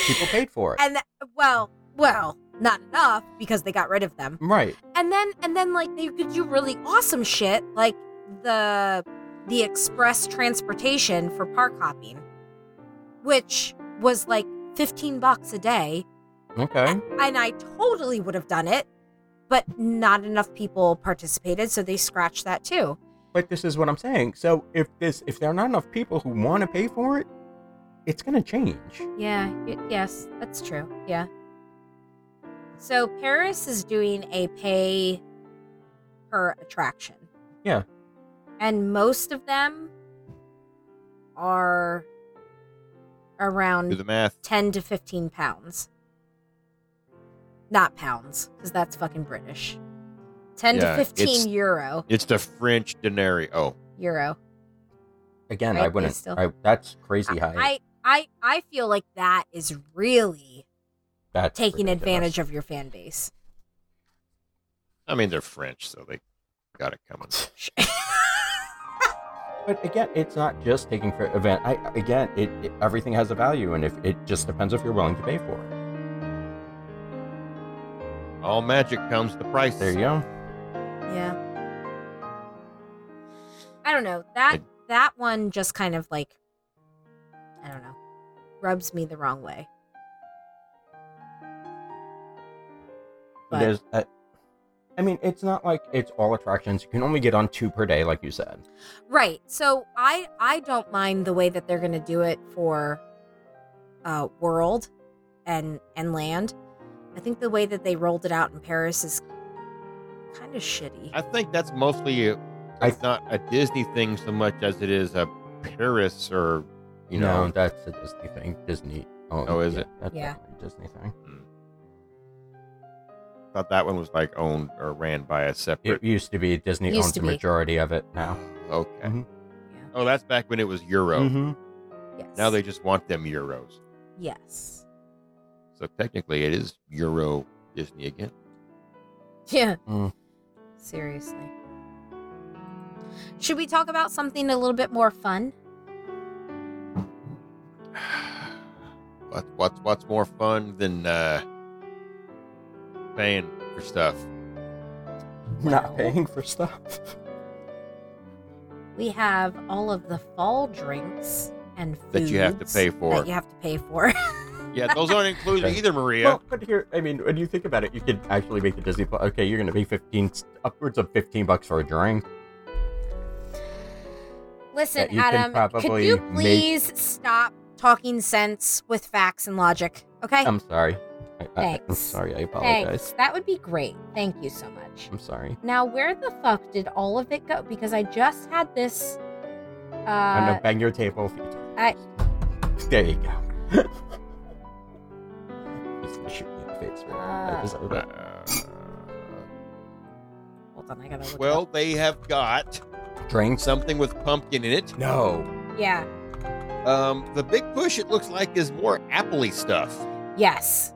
[SPEAKER 4] People paid for it.
[SPEAKER 5] and th- well, well, not enough because they got rid of them.
[SPEAKER 4] right.
[SPEAKER 5] and then and then like they could do really awesome shit like the the express transportation for park hopping which was like 15 bucks a day
[SPEAKER 4] Okay.
[SPEAKER 5] and i totally would have done it but not enough people participated so they scratched that too
[SPEAKER 4] But this is what I'm saying. So if this if there are not enough people who want to pay for it, it's going to change.
[SPEAKER 5] yeah yes that's true yeah so paris is doing a pay per attraction
[SPEAKER 4] Yeah.
[SPEAKER 5] and most of them are
[SPEAKER 3] Do
[SPEAKER 5] around
[SPEAKER 3] the math.
[SPEAKER 5] 10 to 15 pounds not pounds because that's fucking british 10
[SPEAKER 3] Yeah,
[SPEAKER 5] to
[SPEAKER 3] it's-
[SPEAKER 5] 15 euro
[SPEAKER 3] It's the French denario. Oh,
[SPEAKER 5] euro
[SPEAKER 4] Again,
[SPEAKER 5] Right,
[SPEAKER 4] I
[SPEAKER 5] they
[SPEAKER 4] wouldn't.
[SPEAKER 5] still-
[SPEAKER 4] I, that's crazy high.
[SPEAKER 5] I, I i i feel like that is really
[SPEAKER 4] that's
[SPEAKER 5] taking
[SPEAKER 4] ridiculous.
[SPEAKER 5] advantage of your fan base
[SPEAKER 3] I mean they're French, so they got it coming.
[SPEAKER 4] But again, it's not just taking for event. I again, it, it- everything has a value, and if it just depends if you're willing to pay for it.
[SPEAKER 3] All magic comes the price.
[SPEAKER 4] There you go.
[SPEAKER 5] yeah i don't know that
[SPEAKER 3] It-
[SPEAKER 5] that one just kind of like i don't know rubs me the wrong way But-
[SPEAKER 4] There's, a, I mean, it's not like it's all attractions. You can only get on two per day, like you said.
[SPEAKER 5] Right. So I I don't mind the way that they're going to do it for uh world and and land. I think the way that they rolled it out in Paris is kind of shitty.
[SPEAKER 3] I think that's mostly a,
[SPEAKER 4] I-
[SPEAKER 3] it's not a Disney thing so much as it is a Paris or you know
[SPEAKER 4] no, that's a Disney thing. Disney. Oh,
[SPEAKER 3] Oh, is
[SPEAKER 4] yeah,
[SPEAKER 3] it?
[SPEAKER 4] That's
[SPEAKER 5] Yeah.
[SPEAKER 4] definitely a Disney thing.
[SPEAKER 3] thought that one was like owned or ran by a separate.
[SPEAKER 4] It used to be Disney
[SPEAKER 5] Used
[SPEAKER 4] owns
[SPEAKER 5] to
[SPEAKER 4] the
[SPEAKER 5] be.
[SPEAKER 4] majority of it now.
[SPEAKER 3] okay.
[SPEAKER 4] Mhm.
[SPEAKER 5] Yeah.
[SPEAKER 3] Oh, that's back when it was euro.
[SPEAKER 4] Mm-hmm.
[SPEAKER 5] Yes.
[SPEAKER 3] Now they just want them euros.
[SPEAKER 5] Yes. *laughs*
[SPEAKER 3] So technically, it is euro Disney again.
[SPEAKER 5] Yeah.
[SPEAKER 4] Mm.
[SPEAKER 5] Seriously. Should we talk about something a little bit more fun?
[SPEAKER 3] What what's what's more fun than uh, paying for stuff?
[SPEAKER 4] We're
[SPEAKER 5] Wow.
[SPEAKER 4] not paying for stuff.
[SPEAKER 5] We have all of the fall drinks and foods
[SPEAKER 3] That you have to pay for.
[SPEAKER 5] That you have to pay for. *laughs*
[SPEAKER 3] Yeah, those aren't included
[SPEAKER 4] Okay.
[SPEAKER 3] either, Maria.
[SPEAKER 4] Well, but here, I mean, when you think about it, you could actually make the Disney Plus. Okay, you're going to pay 15, upwards of 15 bucks for a drink.
[SPEAKER 5] Listen,
[SPEAKER 4] That you can
[SPEAKER 5] Adam, could
[SPEAKER 4] probably
[SPEAKER 5] you
[SPEAKER 4] make-
[SPEAKER 5] please stop talking sense with facts and logic? Okay.
[SPEAKER 4] I'm sorry. I, I, I'm
[SPEAKER 5] Thanks.
[SPEAKER 4] sorry. I apologize.
[SPEAKER 5] Thanks. That would be great. Thank you so much.
[SPEAKER 4] I'm sorry.
[SPEAKER 5] Now, where the fuck did all of it go? Because I just had this. Uh,
[SPEAKER 4] I'm going to bang your table. a few times.
[SPEAKER 5] I-
[SPEAKER 4] There you go. *laughs* He's gonna shoot me in the face. man. I
[SPEAKER 5] Uh.
[SPEAKER 4] deserve it.
[SPEAKER 3] Uh,
[SPEAKER 5] Hold on, I gotta look. it
[SPEAKER 3] well,
[SPEAKER 5] up.
[SPEAKER 3] they have got
[SPEAKER 4] Drinks?
[SPEAKER 3] something with pumpkin in it.
[SPEAKER 4] No.
[SPEAKER 5] yeah.
[SPEAKER 3] Um, the big push it looks like is more appley stuff.
[SPEAKER 5] Yes.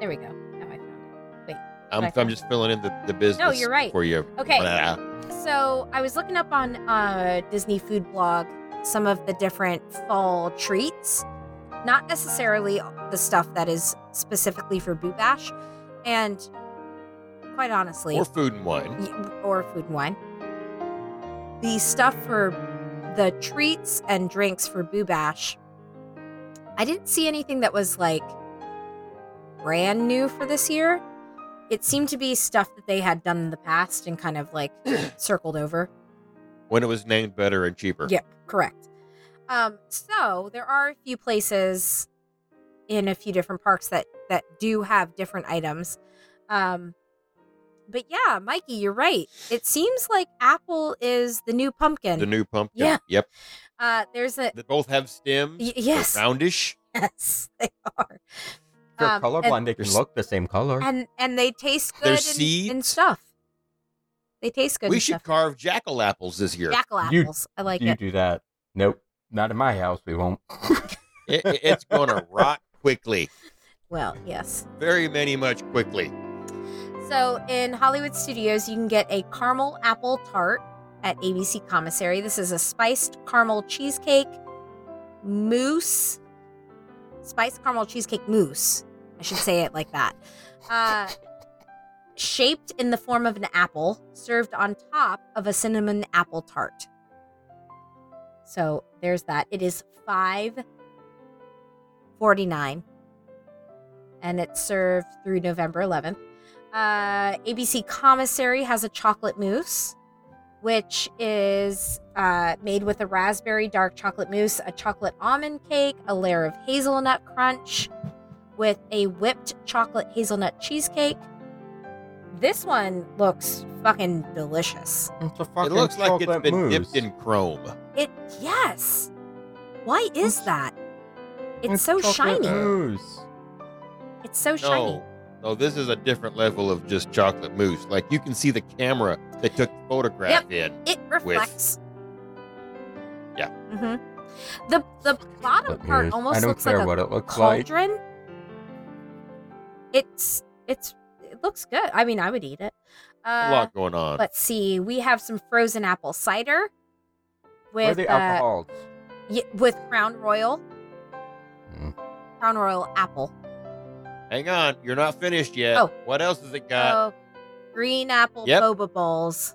[SPEAKER 5] There we go. Now I found
[SPEAKER 3] I'm,
[SPEAKER 5] Okay.
[SPEAKER 3] I'm just filling in the, the business.
[SPEAKER 5] you're right.
[SPEAKER 3] For you.
[SPEAKER 5] it. Okay.
[SPEAKER 3] Blah.
[SPEAKER 5] So I was looking up on uh, Disney Food Blog some of the different fall treats, not necessarily the stuff that is specifically for Boo Bash, and quite honestly,
[SPEAKER 3] More food and wine.
[SPEAKER 5] y- or food and wine. The stuff for the treats and drinks for Boo Bash, I didn't see anything that was like brand new for this year. It seemed to be stuff that they had done in the past and kind of like circled over.
[SPEAKER 3] When it was named better and cheaper.
[SPEAKER 5] Yeah, correct. Um, so there are a few places in a few different parks that that do have different items. Um, but yeah, Mikey, you're right. It seems like apple is the new pumpkin.
[SPEAKER 3] The new pumpkin.
[SPEAKER 5] Yeah.
[SPEAKER 3] Yep.
[SPEAKER 5] uh, there's a
[SPEAKER 3] They both have stems.
[SPEAKER 5] y-
[SPEAKER 3] They're
[SPEAKER 5] yes,
[SPEAKER 3] Roundish.
[SPEAKER 5] *laughs* yes, they are.
[SPEAKER 4] If you're
[SPEAKER 5] Um,
[SPEAKER 4] colorblind, they can
[SPEAKER 3] There's-
[SPEAKER 4] look the same color.
[SPEAKER 5] and and they taste
[SPEAKER 3] They're
[SPEAKER 5] good and, and
[SPEAKER 3] seeds.
[SPEAKER 5] stuff. They taste good.
[SPEAKER 3] we
[SPEAKER 5] and
[SPEAKER 3] should
[SPEAKER 5] stuff.
[SPEAKER 3] carve jackal apples this year.
[SPEAKER 5] jackal
[SPEAKER 4] You-
[SPEAKER 5] apples. I like
[SPEAKER 4] you
[SPEAKER 5] it.
[SPEAKER 4] do that. Nope. Not in my house. We won't.
[SPEAKER 3] It- it- it's going
[SPEAKER 5] *laughs*
[SPEAKER 3] to rot quickly.
[SPEAKER 5] Well, yes.
[SPEAKER 3] Very many, much quickly.
[SPEAKER 5] So in Hollywood Studios, you can get a caramel apple tart at ABC Commissary. This is a spiced caramel cheesecake mousse, spiced caramel cheesecake mousse. I should say it like that. Uh, shaped in the form of an apple, served on top of a cinnamon apple tart. So there's that. It is five forty-nine, and it's served through November 11th. Uh, ABC Commissary has a chocolate mousse, which is uh, made with a raspberry dark chocolate mousse, a chocolate almond cake, a layer of hazelnut crunch, with a whipped chocolate hazelnut cheesecake. This one looks fucking delicious.
[SPEAKER 4] It's a fucking
[SPEAKER 3] it looks like it's
[SPEAKER 4] chocolate
[SPEAKER 3] been
[SPEAKER 4] mousse.
[SPEAKER 3] dipped in chrome.
[SPEAKER 5] It yes. Why is that? It's, so
[SPEAKER 4] chocolate
[SPEAKER 5] shiny.
[SPEAKER 4] mousse.
[SPEAKER 5] It's so shiny.
[SPEAKER 3] No. No, this is a different level of just chocolate mousse. Like you can see the camera they took the photograph in.
[SPEAKER 5] It reflects.
[SPEAKER 3] Yeah.
[SPEAKER 5] Mm-hmm. The the bottom
[SPEAKER 4] Chocolate
[SPEAKER 5] part
[SPEAKER 4] mousse. I
[SPEAKER 5] almost
[SPEAKER 4] don't
[SPEAKER 5] looks
[SPEAKER 4] care
[SPEAKER 5] like a
[SPEAKER 4] what it looks like.
[SPEAKER 5] cauldron. It's it's it looks good. I mean, I would eat it.
[SPEAKER 3] A
[SPEAKER 5] Uh,
[SPEAKER 3] lot going on.
[SPEAKER 5] let's see. We have some frozen apple cider
[SPEAKER 4] Where are
[SPEAKER 5] with
[SPEAKER 4] the
[SPEAKER 5] uh,
[SPEAKER 4] alcohols?
[SPEAKER 5] y- with Crown Royal.
[SPEAKER 4] Mm.
[SPEAKER 5] Crown Royal apple.
[SPEAKER 3] Hang on, you're not finished yet.
[SPEAKER 5] Oh.
[SPEAKER 3] What else has it got?
[SPEAKER 4] Uh,
[SPEAKER 5] oh, green apple
[SPEAKER 3] Yep.
[SPEAKER 5] boba bowls.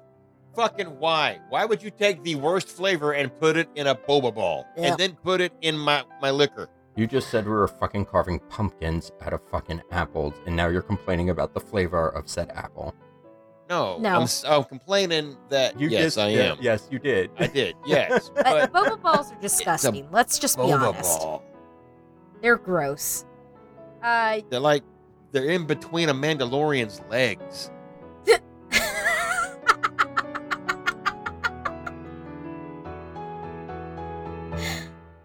[SPEAKER 3] Fucking why? Why would you take the worst flavor and put it in a boba ball
[SPEAKER 5] Yeah.
[SPEAKER 3] and then put it in my my liquor?
[SPEAKER 4] You just said we were fucking carving pumpkins out of fucking apples, and now you're complaining about the flavor of said apple.
[SPEAKER 3] No,
[SPEAKER 5] No.
[SPEAKER 3] I'm, s- I'm complaining that
[SPEAKER 4] You
[SPEAKER 3] yes,
[SPEAKER 4] just
[SPEAKER 3] I
[SPEAKER 4] did.
[SPEAKER 3] am.
[SPEAKER 4] Yes, you did.
[SPEAKER 3] I did. Yes,
[SPEAKER 5] But
[SPEAKER 3] but
[SPEAKER 5] Uh, boba balls are disgusting. Let's just be
[SPEAKER 3] boba
[SPEAKER 5] honest.
[SPEAKER 3] ball.
[SPEAKER 5] They're gross. Uh,
[SPEAKER 3] They're like they're in between a Mandalorian's legs.
[SPEAKER 5] *laughs* *laughs*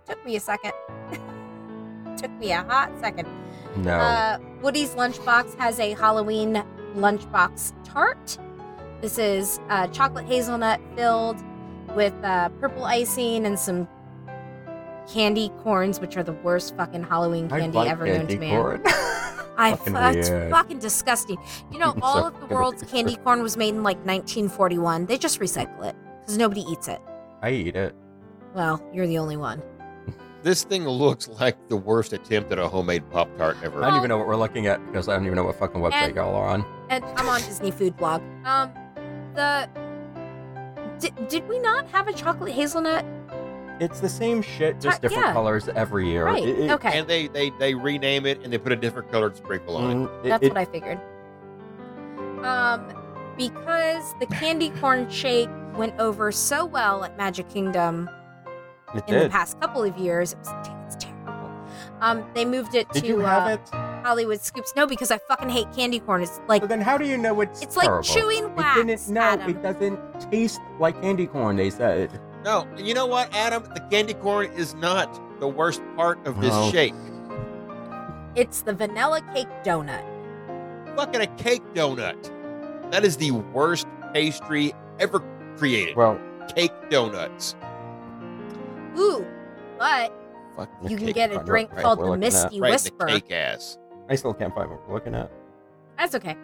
[SPEAKER 5] took me a second. took me a hot second.
[SPEAKER 4] *laughs* No.
[SPEAKER 5] Uh, Woody's Lunchbox has a Halloween lunchbox tart. This is uh, chocolate hazelnut filled with uh, purple icing and some candy corns, which are the worst fucking Halloween
[SPEAKER 4] I
[SPEAKER 5] candy
[SPEAKER 4] like
[SPEAKER 5] ever known
[SPEAKER 4] candy
[SPEAKER 5] to man.
[SPEAKER 4] corn.
[SPEAKER 5] *laughs* I
[SPEAKER 4] Fucking
[SPEAKER 5] fuck- it's
[SPEAKER 4] weird.
[SPEAKER 5] fucking disgusting. You know,
[SPEAKER 4] *laughs* It's
[SPEAKER 5] all
[SPEAKER 4] so
[SPEAKER 5] of the
[SPEAKER 4] fucking
[SPEAKER 5] world's
[SPEAKER 4] weird. *laughs*
[SPEAKER 5] candy corn was made in like 1941. They just recycle it because nobody eats it.
[SPEAKER 4] I eat it.
[SPEAKER 5] Well, you're the only one.
[SPEAKER 3] This thing looks like the worst attempt at a homemade Pop Tart
[SPEAKER 4] I
[SPEAKER 3] ever.
[SPEAKER 4] don't even know what we're looking at because I don't even know what fucking website
[SPEAKER 5] And-
[SPEAKER 4] y'all are on.
[SPEAKER 5] and I'm on Disney Food Blog. Um, the did, did we not have a chocolate hazelnut?
[SPEAKER 4] It's the same shit, just
[SPEAKER 5] Uh,
[SPEAKER 4] different
[SPEAKER 5] yeah.
[SPEAKER 4] colors every year.
[SPEAKER 5] right.
[SPEAKER 4] It- it-
[SPEAKER 5] okay,
[SPEAKER 3] And they, they they rename it and they put a different colored sprinkle on it.
[SPEAKER 4] mm, it-
[SPEAKER 5] that's
[SPEAKER 4] it-
[SPEAKER 5] what I figured. Um, because the candy corn shake went over so well at Magic Kingdom
[SPEAKER 4] It
[SPEAKER 5] in the
[SPEAKER 4] did.
[SPEAKER 5] past couple of years, it was te- it's terrible. Um, they moved it
[SPEAKER 4] Did
[SPEAKER 5] to
[SPEAKER 4] you have
[SPEAKER 5] uh,
[SPEAKER 4] it?
[SPEAKER 5] Hollywood Scoops. No, because I fucking hate candy corn. It's like
[SPEAKER 4] So then how do you know it's
[SPEAKER 5] it's like
[SPEAKER 4] terrible?
[SPEAKER 5] chewing wax.
[SPEAKER 4] It didn't. No,
[SPEAKER 5] Adam.
[SPEAKER 4] it doesn't taste like candy corn. They said.
[SPEAKER 3] No, and you know what, Adam? The candy corn is not the worst part of this
[SPEAKER 4] Well.
[SPEAKER 3] shake.
[SPEAKER 5] it's the vanilla cake donut.
[SPEAKER 3] Fucking a cake donut. That is the worst pastry ever created.
[SPEAKER 4] Well,
[SPEAKER 3] Cake donuts.
[SPEAKER 5] Ooh, but
[SPEAKER 3] Fucking
[SPEAKER 5] you can
[SPEAKER 3] cake-
[SPEAKER 5] get a
[SPEAKER 4] product,
[SPEAKER 5] drink
[SPEAKER 4] right,
[SPEAKER 5] called
[SPEAKER 4] we're
[SPEAKER 5] the
[SPEAKER 4] looking at-
[SPEAKER 5] Misty
[SPEAKER 3] right in
[SPEAKER 5] Whisper.
[SPEAKER 3] the cake ass.
[SPEAKER 4] I still can't find what we're looking at.
[SPEAKER 5] That's okay.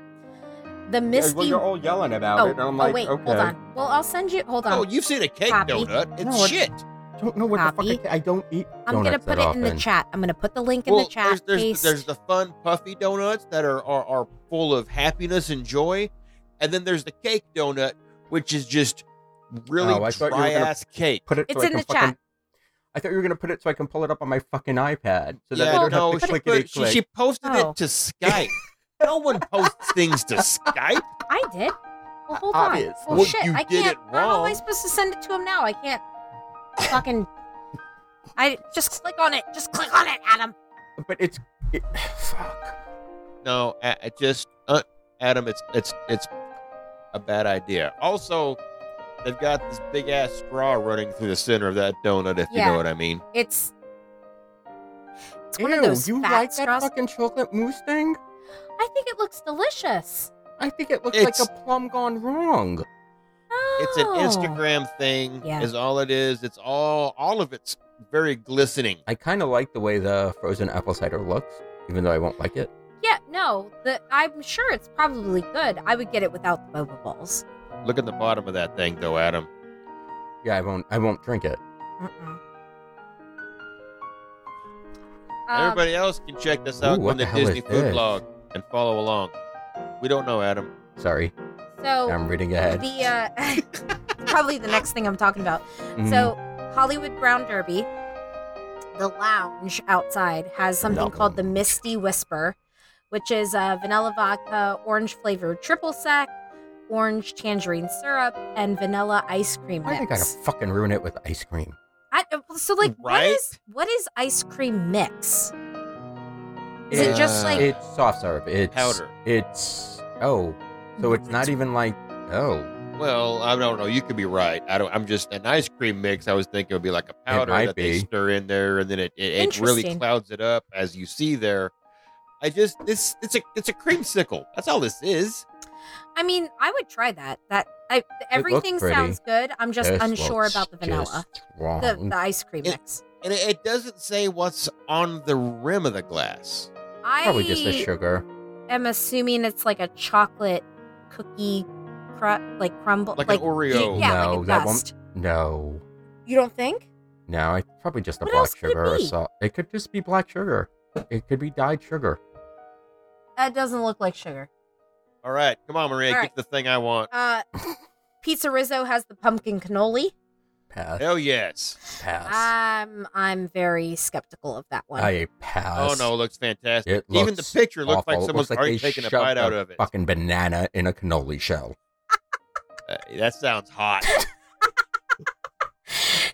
[SPEAKER 5] The
[SPEAKER 4] Yeah,
[SPEAKER 5] Misty.
[SPEAKER 4] Well, you're all yelling about
[SPEAKER 5] oh,
[SPEAKER 4] it, and I'm
[SPEAKER 5] oh,
[SPEAKER 4] like,
[SPEAKER 5] wait,
[SPEAKER 4] okay.
[SPEAKER 5] hold on. Well, I'll send you. Hold on.
[SPEAKER 3] Oh, you've seen a cake
[SPEAKER 5] Copy.
[SPEAKER 3] donut. It's
[SPEAKER 4] No, it-
[SPEAKER 3] shit.
[SPEAKER 4] Don't know what the
[SPEAKER 5] Copy.
[SPEAKER 4] fuck. I, I don't eat.
[SPEAKER 5] I'm gonna
[SPEAKER 4] donuts
[SPEAKER 5] put it
[SPEAKER 4] that
[SPEAKER 5] in the
[SPEAKER 4] often.
[SPEAKER 5] chat. I'm gonna put the link in the chat.
[SPEAKER 3] There's, there's,
[SPEAKER 5] paste.
[SPEAKER 3] there's the fun puffy donuts that are, are are full of happiness and joy, and then there's the cake donut, which is just really
[SPEAKER 4] Oh, I thought you were
[SPEAKER 3] dry
[SPEAKER 4] gonna-
[SPEAKER 3] ass cake.
[SPEAKER 4] Put it.
[SPEAKER 5] It's
[SPEAKER 4] so
[SPEAKER 5] in
[SPEAKER 4] I can
[SPEAKER 5] the chat.
[SPEAKER 4] fucking, I thought you were gonna put it so I can pull it up on my fucking iPad, so that
[SPEAKER 3] yeah,
[SPEAKER 4] I don't
[SPEAKER 3] no,
[SPEAKER 4] have to
[SPEAKER 3] she,
[SPEAKER 4] click
[SPEAKER 3] put-
[SPEAKER 4] it.
[SPEAKER 3] she, she posted
[SPEAKER 5] Oh.
[SPEAKER 3] it *laughs* to Skype. no one posts things to Skype.
[SPEAKER 5] I did. Well, hold
[SPEAKER 4] Obvious.
[SPEAKER 3] Uh,
[SPEAKER 5] on. Well,
[SPEAKER 3] Well,
[SPEAKER 5] shit.
[SPEAKER 3] you
[SPEAKER 5] I
[SPEAKER 3] did it
[SPEAKER 5] can't. How am I
[SPEAKER 3] wrong.
[SPEAKER 5] supposed to send it to him now? I can't. Fucking.
[SPEAKER 3] *laughs*
[SPEAKER 5] I just click on it. Just click on it, Adam.
[SPEAKER 4] But it's. It, *sighs* fuck.
[SPEAKER 3] No, I, I just uh, Adam, it's it's it's a bad idea. Also, they've got this big ass straw running through the center of that donut. If
[SPEAKER 5] Yeah.
[SPEAKER 3] you know what I mean.
[SPEAKER 5] It's. It's one
[SPEAKER 4] Ew,
[SPEAKER 5] of those
[SPEAKER 4] you
[SPEAKER 5] fat
[SPEAKER 4] like that
[SPEAKER 5] straws.
[SPEAKER 4] fucking chocolate mousse thing?
[SPEAKER 5] I think it looks delicious.
[SPEAKER 4] I think it looks
[SPEAKER 3] It's-
[SPEAKER 4] like a plum gone wrong.
[SPEAKER 3] It's an
[SPEAKER 5] Oh.
[SPEAKER 3] Instagram thing,
[SPEAKER 5] Yeah.
[SPEAKER 3] is all it is. It's all all of it's very glistening.
[SPEAKER 4] I kind of like the way the frozen apple cider looks, even though I won't like it.
[SPEAKER 5] Yeah, no, the I'm sure it's probably good. I would get it without the boba balls.
[SPEAKER 3] Look at the bottom of that thing, though, Adam.
[SPEAKER 4] Yeah, I won't. I won't drink it.
[SPEAKER 5] Mm-mm. Um,
[SPEAKER 3] Everybody else can check this out
[SPEAKER 4] Ooh, what
[SPEAKER 3] on the,
[SPEAKER 4] the hell is
[SPEAKER 3] Disney Food
[SPEAKER 4] this?
[SPEAKER 3] Blog and follow along. We don't know, Adam.
[SPEAKER 4] Sorry,
[SPEAKER 5] Um, so
[SPEAKER 4] I'm reading ahead.
[SPEAKER 5] the uh, *laughs* probably the next thing I'm talking about.
[SPEAKER 4] Mhm.
[SPEAKER 5] So Hollywood Brown Derby, the lounge outside has something called the
[SPEAKER 4] Lounge.
[SPEAKER 5] Misty Whisper, which is uh, vanilla vodka, orange flavored triple sec, orange tangerine syrup, and vanilla ice cream
[SPEAKER 4] Why
[SPEAKER 5] mix.
[SPEAKER 4] they gotta fucking ruin it with ice cream?
[SPEAKER 5] I, uh, so like what
[SPEAKER 3] Right?
[SPEAKER 5] is what is ice cream mix? Is it just like-
[SPEAKER 4] Uh, it's soft syrup? It's
[SPEAKER 3] Powder.
[SPEAKER 4] It's oh, so it's not even like oh,
[SPEAKER 3] Well, I don't know. You could be right. I don't. I'm just an ice cream mix. I was thinking it would be like a powder
[SPEAKER 4] might
[SPEAKER 3] that they
[SPEAKER 4] be.
[SPEAKER 3] stir in there, and then it it, it really
[SPEAKER 5] Interesting.
[SPEAKER 3] clouds it up, as you see there. I just this it's a it's a creamsicle. That's all this is.
[SPEAKER 5] I mean, I would try that. That I everything
[SPEAKER 4] pretty.
[SPEAKER 5] sounds good. I'm just
[SPEAKER 4] this
[SPEAKER 5] unsure
[SPEAKER 4] looks
[SPEAKER 5] about the vanilla,
[SPEAKER 4] just Wrong.
[SPEAKER 5] the, the ice cream
[SPEAKER 3] It-
[SPEAKER 5] mix.
[SPEAKER 3] And it, it doesn't say what's on the rim of the glass.
[SPEAKER 5] I
[SPEAKER 4] Probably just the sugar.
[SPEAKER 5] am assuming it's like a chocolate cookie, cru- like crumble,
[SPEAKER 3] Like
[SPEAKER 5] like,
[SPEAKER 3] an Oreo.
[SPEAKER 5] Yeah,
[SPEAKER 4] No,
[SPEAKER 5] like a
[SPEAKER 4] that won't-
[SPEAKER 5] dust.
[SPEAKER 4] No,
[SPEAKER 5] You don't think?
[SPEAKER 4] no, it's probably just a
[SPEAKER 5] What
[SPEAKER 4] black
[SPEAKER 5] else could it
[SPEAKER 4] sugar or
[SPEAKER 5] be?
[SPEAKER 4] salt. It could just be black sugar. It could be dyed sugar.
[SPEAKER 5] That doesn't look like sugar.
[SPEAKER 3] All right, come on, Maria,
[SPEAKER 5] All
[SPEAKER 3] get
[SPEAKER 5] right.
[SPEAKER 3] the thing I want.
[SPEAKER 4] *laughs*
[SPEAKER 5] Uh, Pizza Rizzo has the pumpkin cannoli.
[SPEAKER 4] Pass.
[SPEAKER 3] Hell yes.
[SPEAKER 4] Pass.
[SPEAKER 5] I'm I'm very skeptical of that Ah, one. *laughs*
[SPEAKER 4] I pass.
[SPEAKER 3] Oh no, it looks fantastic.
[SPEAKER 4] It
[SPEAKER 3] Even the
[SPEAKER 4] looks
[SPEAKER 3] picture looks
[SPEAKER 4] Awful.
[SPEAKER 3] like
[SPEAKER 4] It
[SPEAKER 3] someone's
[SPEAKER 4] looks like
[SPEAKER 3] already
[SPEAKER 4] they
[SPEAKER 3] taking a
[SPEAKER 4] shoved
[SPEAKER 3] bite out of it.
[SPEAKER 4] Fucking banana in a cannoli shell.
[SPEAKER 3] Uh, that sounds hot.
[SPEAKER 4] *laughs*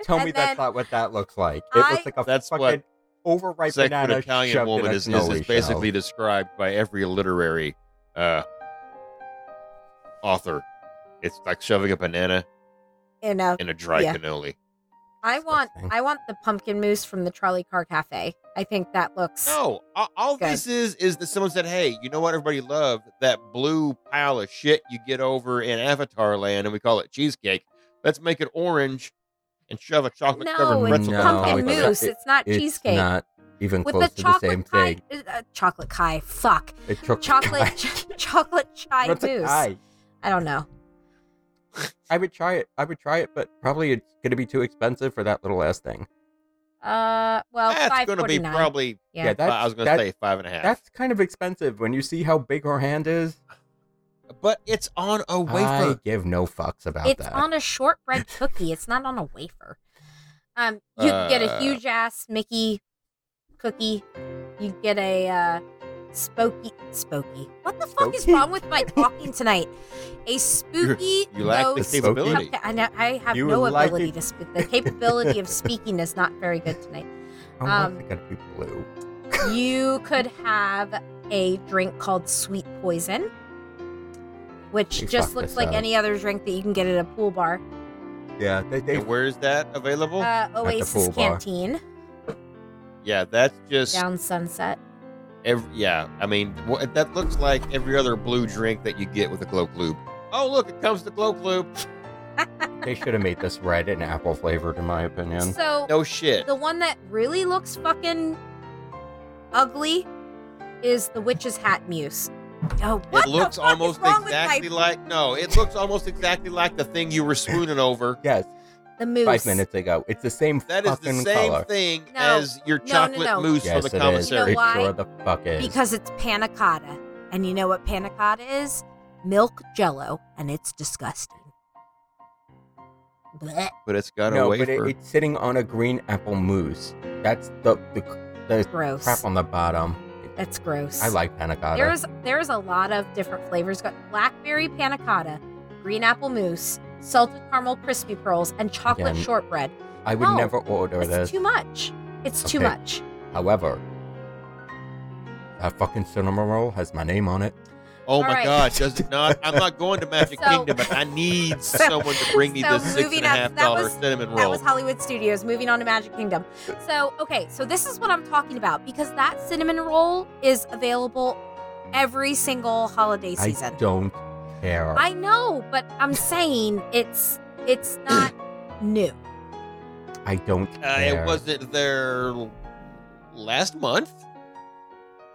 [SPEAKER 4] Tell me
[SPEAKER 5] And
[SPEAKER 4] that's
[SPEAKER 5] then
[SPEAKER 4] not what that looks like. It
[SPEAKER 5] I-
[SPEAKER 4] looks like a
[SPEAKER 3] That's
[SPEAKER 4] fucking
[SPEAKER 3] what
[SPEAKER 4] overripe
[SPEAKER 3] Sex with
[SPEAKER 4] banana
[SPEAKER 3] Italian
[SPEAKER 4] shoved
[SPEAKER 3] woman
[SPEAKER 4] in a
[SPEAKER 3] is, is, is
[SPEAKER 4] cannoli
[SPEAKER 3] basically
[SPEAKER 4] shell.
[SPEAKER 3] described by every literary uh, author. It's like shoving a banana
[SPEAKER 5] you know,
[SPEAKER 3] in a dry
[SPEAKER 5] Yeah.
[SPEAKER 3] cannoli.
[SPEAKER 5] I want
[SPEAKER 4] Disgusting.
[SPEAKER 5] I want the pumpkin mousse from the Trolley Car Cafe. I think that looks.
[SPEAKER 3] No, all, all
[SPEAKER 5] Good.
[SPEAKER 3] this is is that someone said, "Hey, you know what? Everybody loved that blue pile of shit you get over in Avatar Land, and we call it cheesecake. Let's make it orange and shove a chocolate
[SPEAKER 5] No,
[SPEAKER 3] covered
[SPEAKER 5] it's
[SPEAKER 3] pretzel."
[SPEAKER 4] No,
[SPEAKER 3] on top
[SPEAKER 5] pumpkin
[SPEAKER 3] of it."
[SPEAKER 5] mousse.
[SPEAKER 4] It-
[SPEAKER 5] it's not
[SPEAKER 4] It's
[SPEAKER 5] cheesecake.
[SPEAKER 4] not even
[SPEAKER 5] With
[SPEAKER 4] close
[SPEAKER 5] the
[SPEAKER 4] to the
[SPEAKER 5] chocolate
[SPEAKER 4] same
[SPEAKER 5] pie,
[SPEAKER 4] thing.
[SPEAKER 5] uh, chocolate pie. Fuck,
[SPEAKER 4] *laughs* It took
[SPEAKER 5] chocolate,
[SPEAKER 4] *laughs*
[SPEAKER 5] ch- chocolate chai
[SPEAKER 4] What's a
[SPEAKER 5] mousse.
[SPEAKER 4] pie?
[SPEAKER 5] I don't know.
[SPEAKER 4] I would try it. I would try it, but probably it's going to be too expensive for that little ass thing.
[SPEAKER 5] Uh, well,
[SPEAKER 3] That's
[SPEAKER 5] five
[SPEAKER 3] going to
[SPEAKER 5] forty
[SPEAKER 3] be
[SPEAKER 5] nine.
[SPEAKER 3] probably.
[SPEAKER 5] Yeah.
[SPEAKER 4] Yeah, that's,
[SPEAKER 3] I was going to
[SPEAKER 4] that-
[SPEAKER 3] say five and a half.
[SPEAKER 4] that's kind of expensive when you see how big her hand is.
[SPEAKER 3] but it's on a
[SPEAKER 4] I
[SPEAKER 3] wafer.
[SPEAKER 4] give no fucks about
[SPEAKER 5] It's
[SPEAKER 4] that.
[SPEAKER 5] on a shortbread cookie. It's not on a wafer. Um, you can get a
[SPEAKER 3] Uh.
[SPEAKER 5] huge ass Mickey cookie. You can get a uh, spooky spooky. What the fuck is
[SPEAKER 4] Spooky?
[SPEAKER 5] wrong with my talking tonight? A spooky
[SPEAKER 3] you lack the
[SPEAKER 5] low
[SPEAKER 4] Spooky.
[SPEAKER 3] capability.
[SPEAKER 5] cupcake. I, know, I have
[SPEAKER 4] You
[SPEAKER 5] no
[SPEAKER 4] like
[SPEAKER 5] ability
[SPEAKER 4] it?
[SPEAKER 5] to speak. The capability of speaking is not very good tonight.
[SPEAKER 4] Oh,
[SPEAKER 5] um,
[SPEAKER 4] it's going to be blue.
[SPEAKER 5] You could have a drink called Sweet Poison, which
[SPEAKER 4] You
[SPEAKER 5] just
[SPEAKER 4] fucked
[SPEAKER 5] looks
[SPEAKER 4] this
[SPEAKER 5] like
[SPEAKER 4] up.
[SPEAKER 5] any other drink that you can get at a pool bar.
[SPEAKER 4] Yeah, they, they
[SPEAKER 3] And where is that available?
[SPEAKER 5] Uh, Oasis
[SPEAKER 4] pool bar.
[SPEAKER 5] Canteen
[SPEAKER 3] yeah, that's just
[SPEAKER 5] down Sunset.
[SPEAKER 3] every. Yeah, I mean, wha- that looks like every other blue drink that you get with a Globe Lube. Oh, look, it comes to Globe Lube.
[SPEAKER 4] they should have made this red and apple flavored, in my opinion.
[SPEAKER 5] So
[SPEAKER 3] No shit.
[SPEAKER 5] the one that really looks fucking ugly is the Witch's Hat Muse. Oh, what
[SPEAKER 3] it looks
[SPEAKER 5] the fuck
[SPEAKER 3] almost
[SPEAKER 5] is wrong
[SPEAKER 3] exactly
[SPEAKER 5] with my,
[SPEAKER 3] like no, it looks almost exactly like the thing you were swooning over.
[SPEAKER 4] Yes,
[SPEAKER 5] the moose?
[SPEAKER 4] five minutes ago. It's the same
[SPEAKER 3] That is the
[SPEAKER 4] fucking
[SPEAKER 3] same
[SPEAKER 4] color.
[SPEAKER 3] thing
[SPEAKER 5] No.
[SPEAKER 3] as your
[SPEAKER 5] No, no,
[SPEAKER 3] chocolate
[SPEAKER 5] no.
[SPEAKER 3] mousse
[SPEAKER 4] Yes,
[SPEAKER 3] for the
[SPEAKER 4] it is.
[SPEAKER 3] commissary.
[SPEAKER 5] You know
[SPEAKER 4] It
[SPEAKER 5] why?
[SPEAKER 4] sure the fuck is.
[SPEAKER 5] Because it's panna cotta, and you know what panna cotta is? Milk Jello, and it's disgusting. Blech.
[SPEAKER 3] But it's got
[SPEAKER 4] no,
[SPEAKER 3] a
[SPEAKER 4] but it,
[SPEAKER 3] wafer.
[SPEAKER 4] it's sitting on a green apple mousse. That's the the, the
[SPEAKER 5] Gross.
[SPEAKER 4] crap on the bottom.
[SPEAKER 5] That's gross.
[SPEAKER 4] I like panna cotta.
[SPEAKER 5] There's there's a lot of different flavors. Got blackberry panna cotta, green apple mousse, salted caramel crispy pearls, and chocolate
[SPEAKER 4] Yeah.
[SPEAKER 5] shortbread.
[SPEAKER 4] I would
[SPEAKER 5] no,
[SPEAKER 4] never order
[SPEAKER 5] It's
[SPEAKER 4] this.
[SPEAKER 5] too much. It's too
[SPEAKER 4] Okay.
[SPEAKER 5] much.
[SPEAKER 4] However, that fucking cinnamon roll has my name on it.
[SPEAKER 3] oh my
[SPEAKER 5] Alright.
[SPEAKER 3] god, does it not? I'm not going to Magic
[SPEAKER 5] *laughs* So-
[SPEAKER 3] Kingdom, but I need
[SPEAKER 5] *laughs* So-
[SPEAKER 3] someone to bring me
[SPEAKER 5] so
[SPEAKER 3] this six
[SPEAKER 5] moving
[SPEAKER 3] and a
[SPEAKER 5] on,
[SPEAKER 3] half
[SPEAKER 5] that
[SPEAKER 3] dollar
[SPEAKER 5] was-
[SPEAKER 3] cinnamon
[SPEAKER 5] That
[SPEAKER 3] roll.
[SPEAKER 5] was Hollywood Studios. Moving on to Magic Kingdom. So okay, so this is what I'm talking about because that cinnamon roll is available every single holiday
[SPEAKER 4] I
[SPEAKER 5] season.
[SPEAKER 4] don't care.
[SPEAKER 5] I know, but I'm saying it's
[SPEAKER 4] *clears throat*
[SPEAKER 5] it's not new.
[SPEAKER 4] I don't
[SPEAKER 3] uh,
[SPEAKER 4] care.
[SPEAKER 3] it wasn't there last month,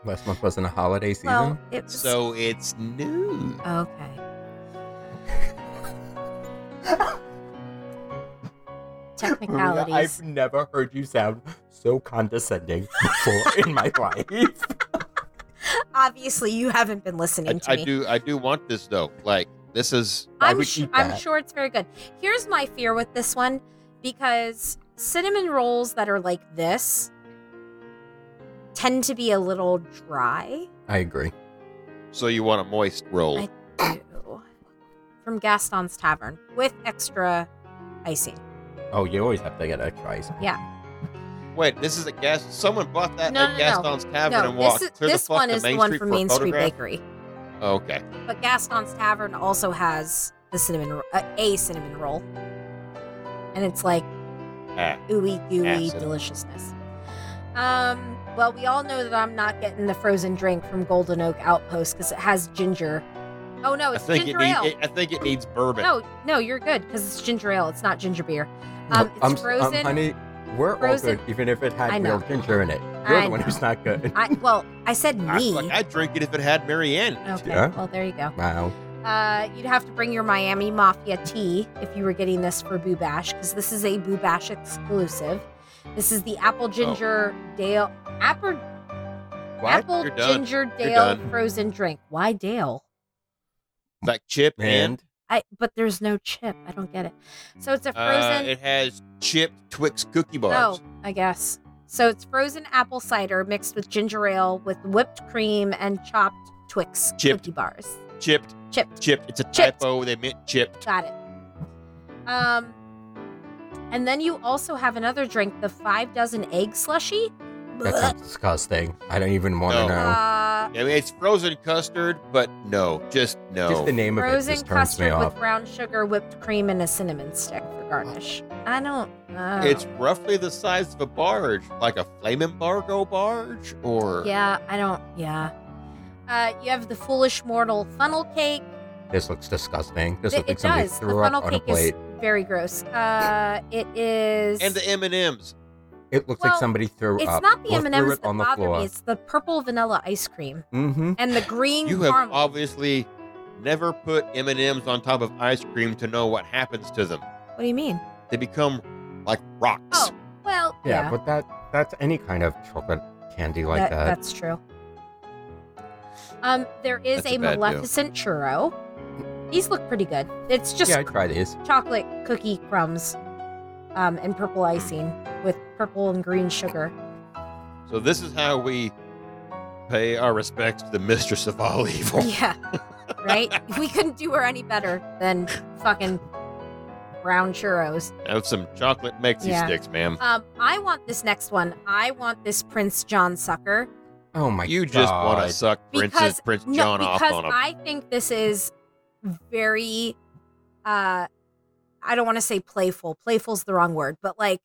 [SPEAKER 4] last month wasn't a holiday season.
[SPEAKER 5] Well, it was
[SPEAKER 3] so it's new. *laughs*
[SPEAKER 5] Okay.
[SPEAKER 4] Maria,
[SPEAKER 5] Technicalities.
[SPEAKER 4] I've never heard you sound so condescending before in my *laughs* life.
[SPEAKER 5] Obviously, you haven't been listening
[SPEAKER 3] I,
[SPEAKER 5] to
[SPEAKER 3] I
[SPEAKER 5] me.
[SPEAKER 3] do. I do want this though. Like this is
[SPEAKER 4] I
[SPEAKER 5] I'm,
[SPEAKER 4] would
[SPEAKER 5] su-
[SPEAKER 4] eat
[SPEAKER 5] I'm
[SPEAKER 4] that.
[SPEAKER 5] sure it's very good. Here's my fear with this one because cinnamon rolls that are like this tend to be a little dry.
[SPEAKER 3] *coughs*
[SPEAKER 4] I agree.
[SPEAKER 3] so you want a moist roll.
[SPEAKER 5] I- Ew. From Gaston's Tavern with extra icing.
[SPEAKER 4] Oh, you always have to get a try.
[SPEAKER 3] Wait, this is a gas. Someone bought that
[SPEAKER 5] No,
[SPEAKER 3] at
[SPEAKER 5] no, no.
[SPEAKER 3] Gaston's Tavern
[SPEAKER 5] No,
[SPEAKER 3] and walked
[SPEAKER 5] this, is,
[SPEAKER 3] clear
[SPEAKER 5] this
[SPEAKER 3] the fuck
[SPEAKER 5] one
[SPEAKER 3] to
[SPEAKER 5] is
[SPEAKER 3] Main
[SPEAKER 5] the one
[SPEAKER 3] Street
[SPEAKER 5] from
[SPEAKER 3] for a
[SPEAKER 5] Main Street
[SPEAKER 3] photograph?
[SPEAKER 5] Bakery.
[SPEAKER 3] Okay,
[SPEAKER 5] But Gaston's Tavern also has the cinnamon ro- uh, a cinnamon roll, and it's like
[SPEAKER 3] Ah,
[SPEAKER 5] ooey gooey
[SPEAKER 3] Acid.
[SPEAKER 5] deliciousness. Um, well, we all know that I'm not getting the frozen drink from Golden Oak Outpost because it has ginger. Oh no,
[SPEAKER 3] I
[SPEAKER 5] it's
[SPEAKER 3] think it,
[SPEAKER 5] ginger
[SPEAKER 3] need,
[SPEAKER 5] ale.
[SPEAKER 3] it- I think it needs bourbon.
[SPEAKER 5] no, no, you're good because it's ginger ale. It's not ginger beer. Um, it's
[SPEAKER 4] I'm,
[SPEAKER 5] frozen.
[SPEAKER 4] Um, honey, we're all
[SPEAKER 5] frozen-
[SPEAKER 4] good, even if it
[SPEAKER 5] I
[SPEAKER 4] had
[SPEAKER 5] know.
[SPEAKER 4] real ginger in it. You're
[SPEAKER 5] I
[SPEAKER 4] the one
[SPEAKER 5] know.
[SPEAKER 4] who's not good.
[SPEAKER 5] I, well, I said
[SPEAKER 3] I,
[SPEAKER 5] me.
[SPEAKER 3] like, I'd drink it if it had Marianne.
[SPEAKER 5] okay,
[SPEAKER 4] Yeah.
[SPEAKER 5] well there you go.
[SPEAKER 4] wow.
[SPEAKER 5] Uh, you'd have to bring your Miami Mafia tea if you were getting this for Boo Bash, because this is a Boo Bash exclusive. This is the apple
[SPEAKER 3] Oh.
[SPEAKER 5] ginger dale apple
[SPEAKER 4] What?
[SPEAKER 5] apple
[SPEAKER 3] You're done.
[SPEAKER 5] ginger dale
[SPEAKER 3] done.
[SPEAKER 5] frozen drink. Why dale?
[SPEAKER 3] Like chip and
[SPEAKER 4] And
[SPEAKER 5] I but there's no chip. I don't get it. So it's a
[SPEAKER 3] uh,
[SPEAKER 5] frozen.
[SPEAKER 3] it has chip Twix cookie bars.
[SPEAKER 5] oh, I guess. So it's frozen apple cider mixed with ginger ale with whipped cream and chopped Twix
[SPEAKER 3] Chipped.
[SPEAKER 5] cookie bars.
[SPEAKER 3] Chipped,
[SPEAKER 5] Chipped.
[SPEAKER 3] chipped. It's a
[SPEAKER 5] Chipped.
[SPEAKER 3] typo. They meant chipped.
[SPEAKER 5] Got it. Um, and then you also have another drink, the five dozen egg slushy.
[SPEAKER 4] that sounds disgusting. I don't even want to
[SPEAKER 3] No.
[SPEAKER 4] know.
[SPEAKER 5] Uh,
[SPEAKER 3] I mean, it's frozen custard, but no, just no.
[SPEAKER 4] Just the name of it
[SPEAKER 5] frozen
[SPEAKER 4] just turns me
[SPEAKER 5] custard with
[SPEAKER 4] off.
[SPEAKER 5] brown sugar, whipped cream, and a cinnamon stick for garnish. I don't. know.
[SPEAKER 3] It's roughly the size of a barge, like a flame embargo barge, or
[SPEAKER 5] Yeah, I don't. Yeah. Uh, you have the foolish mortal funnel cake.
[SPEAKER 4] This looks disgusting. This
[SPEAKER 5] Th-
[SPEAKER 4] looks like somebody
[SPEAKER 5] it does. The
[SPEAKER 4] threw up
[SPEAKER 5] funnel
[SPEAKER 4] on a
[SPEAKER 5] cake is
[SPEAKER 4] plate.
[SPEAKER 5] very gross. Uh, it is.
[SPEAKER 3] and the M and M's.
[SPEAKER 4] It looks
[SPEAKER 5] Well,
[SPEAKER 4] like somebody threw
[SPEAKER 5] it's
[SPEAKER 4] up.
[SPEAKER 5] not the
[SPEAKER 4] or
[SPEAKER 5] M
[SPEAKER 4] threw
[SPEAKER 5] and M's
[SPEAKER 4] it
[SPEAKER 5] that
[SPEAKER 4] on the
[SPEAKER 5] bother
[SPEAKER 4] floor.
[SPEAKER 5] me. It's the purple vanilla ice cream
[SPEAKER 4] Mm-hmm.
[SPEAKER 5] and the green.
[SPEAKER 3] You have
[SPEAKER 5] caramel.
[SPEAKER 3] obviously never put M and M's on top of ice cream to know what happens to them.
[SPEAKER 5] What do you mean?
[SPEAKER 3] They become like rocks.
[SPEAKER 5] Oh, well,
[SPEAKER 4] Yeah, but that that's any kind of chocolate candy like
[SPEAKER 5] that-
[SPEAKER 4] that.
[SPEAKER 5] That's true. Um, there is
[SPEAKER 3] That's
[SPEAKER 5] a,
[SPEAKER 3] a bad deal.
[SPEAKER 5] Maleficent churro. These look pretty good. It's just
[SPEAKER 4] yeah, I try these.
[SPEAKER 5] chocolate cookie crumbs, um, and purple icing with purple and green sugar.
[SPEAKER 3] So this is how we pay our respects to the mistress of all
[SPEAKER 5] *laughs*
[SPEAKER 3] evil.
[SPEAKER 5] Yeah, right. we couldn't do her any better than fucking brown churros.
[SPEAKER 3] Have some chocolate Mexi
[SPEAKER 5] Yeah.
[SPEAKER 3] sticks, ma'am.
[SPEAKER 5] Um, I want this next one. I want this Prince John sucker.
[SPEAKER 4] Oh my
[SPEAKER 3] You
[SPEAKER 4] god!
[SPEAKER 3] just want to suck
[SPEAKER 5] Because-
[SPEAKER 3] Prince's, Prince
[SPEAKER 5] No,
[SPEAKER 3] John off
[SPEAKER 5] because
[SPEAKER 3] on him.
[SPEAKER 5] I think this is very uh I don't want to say playful. Playful's the wrong word, but like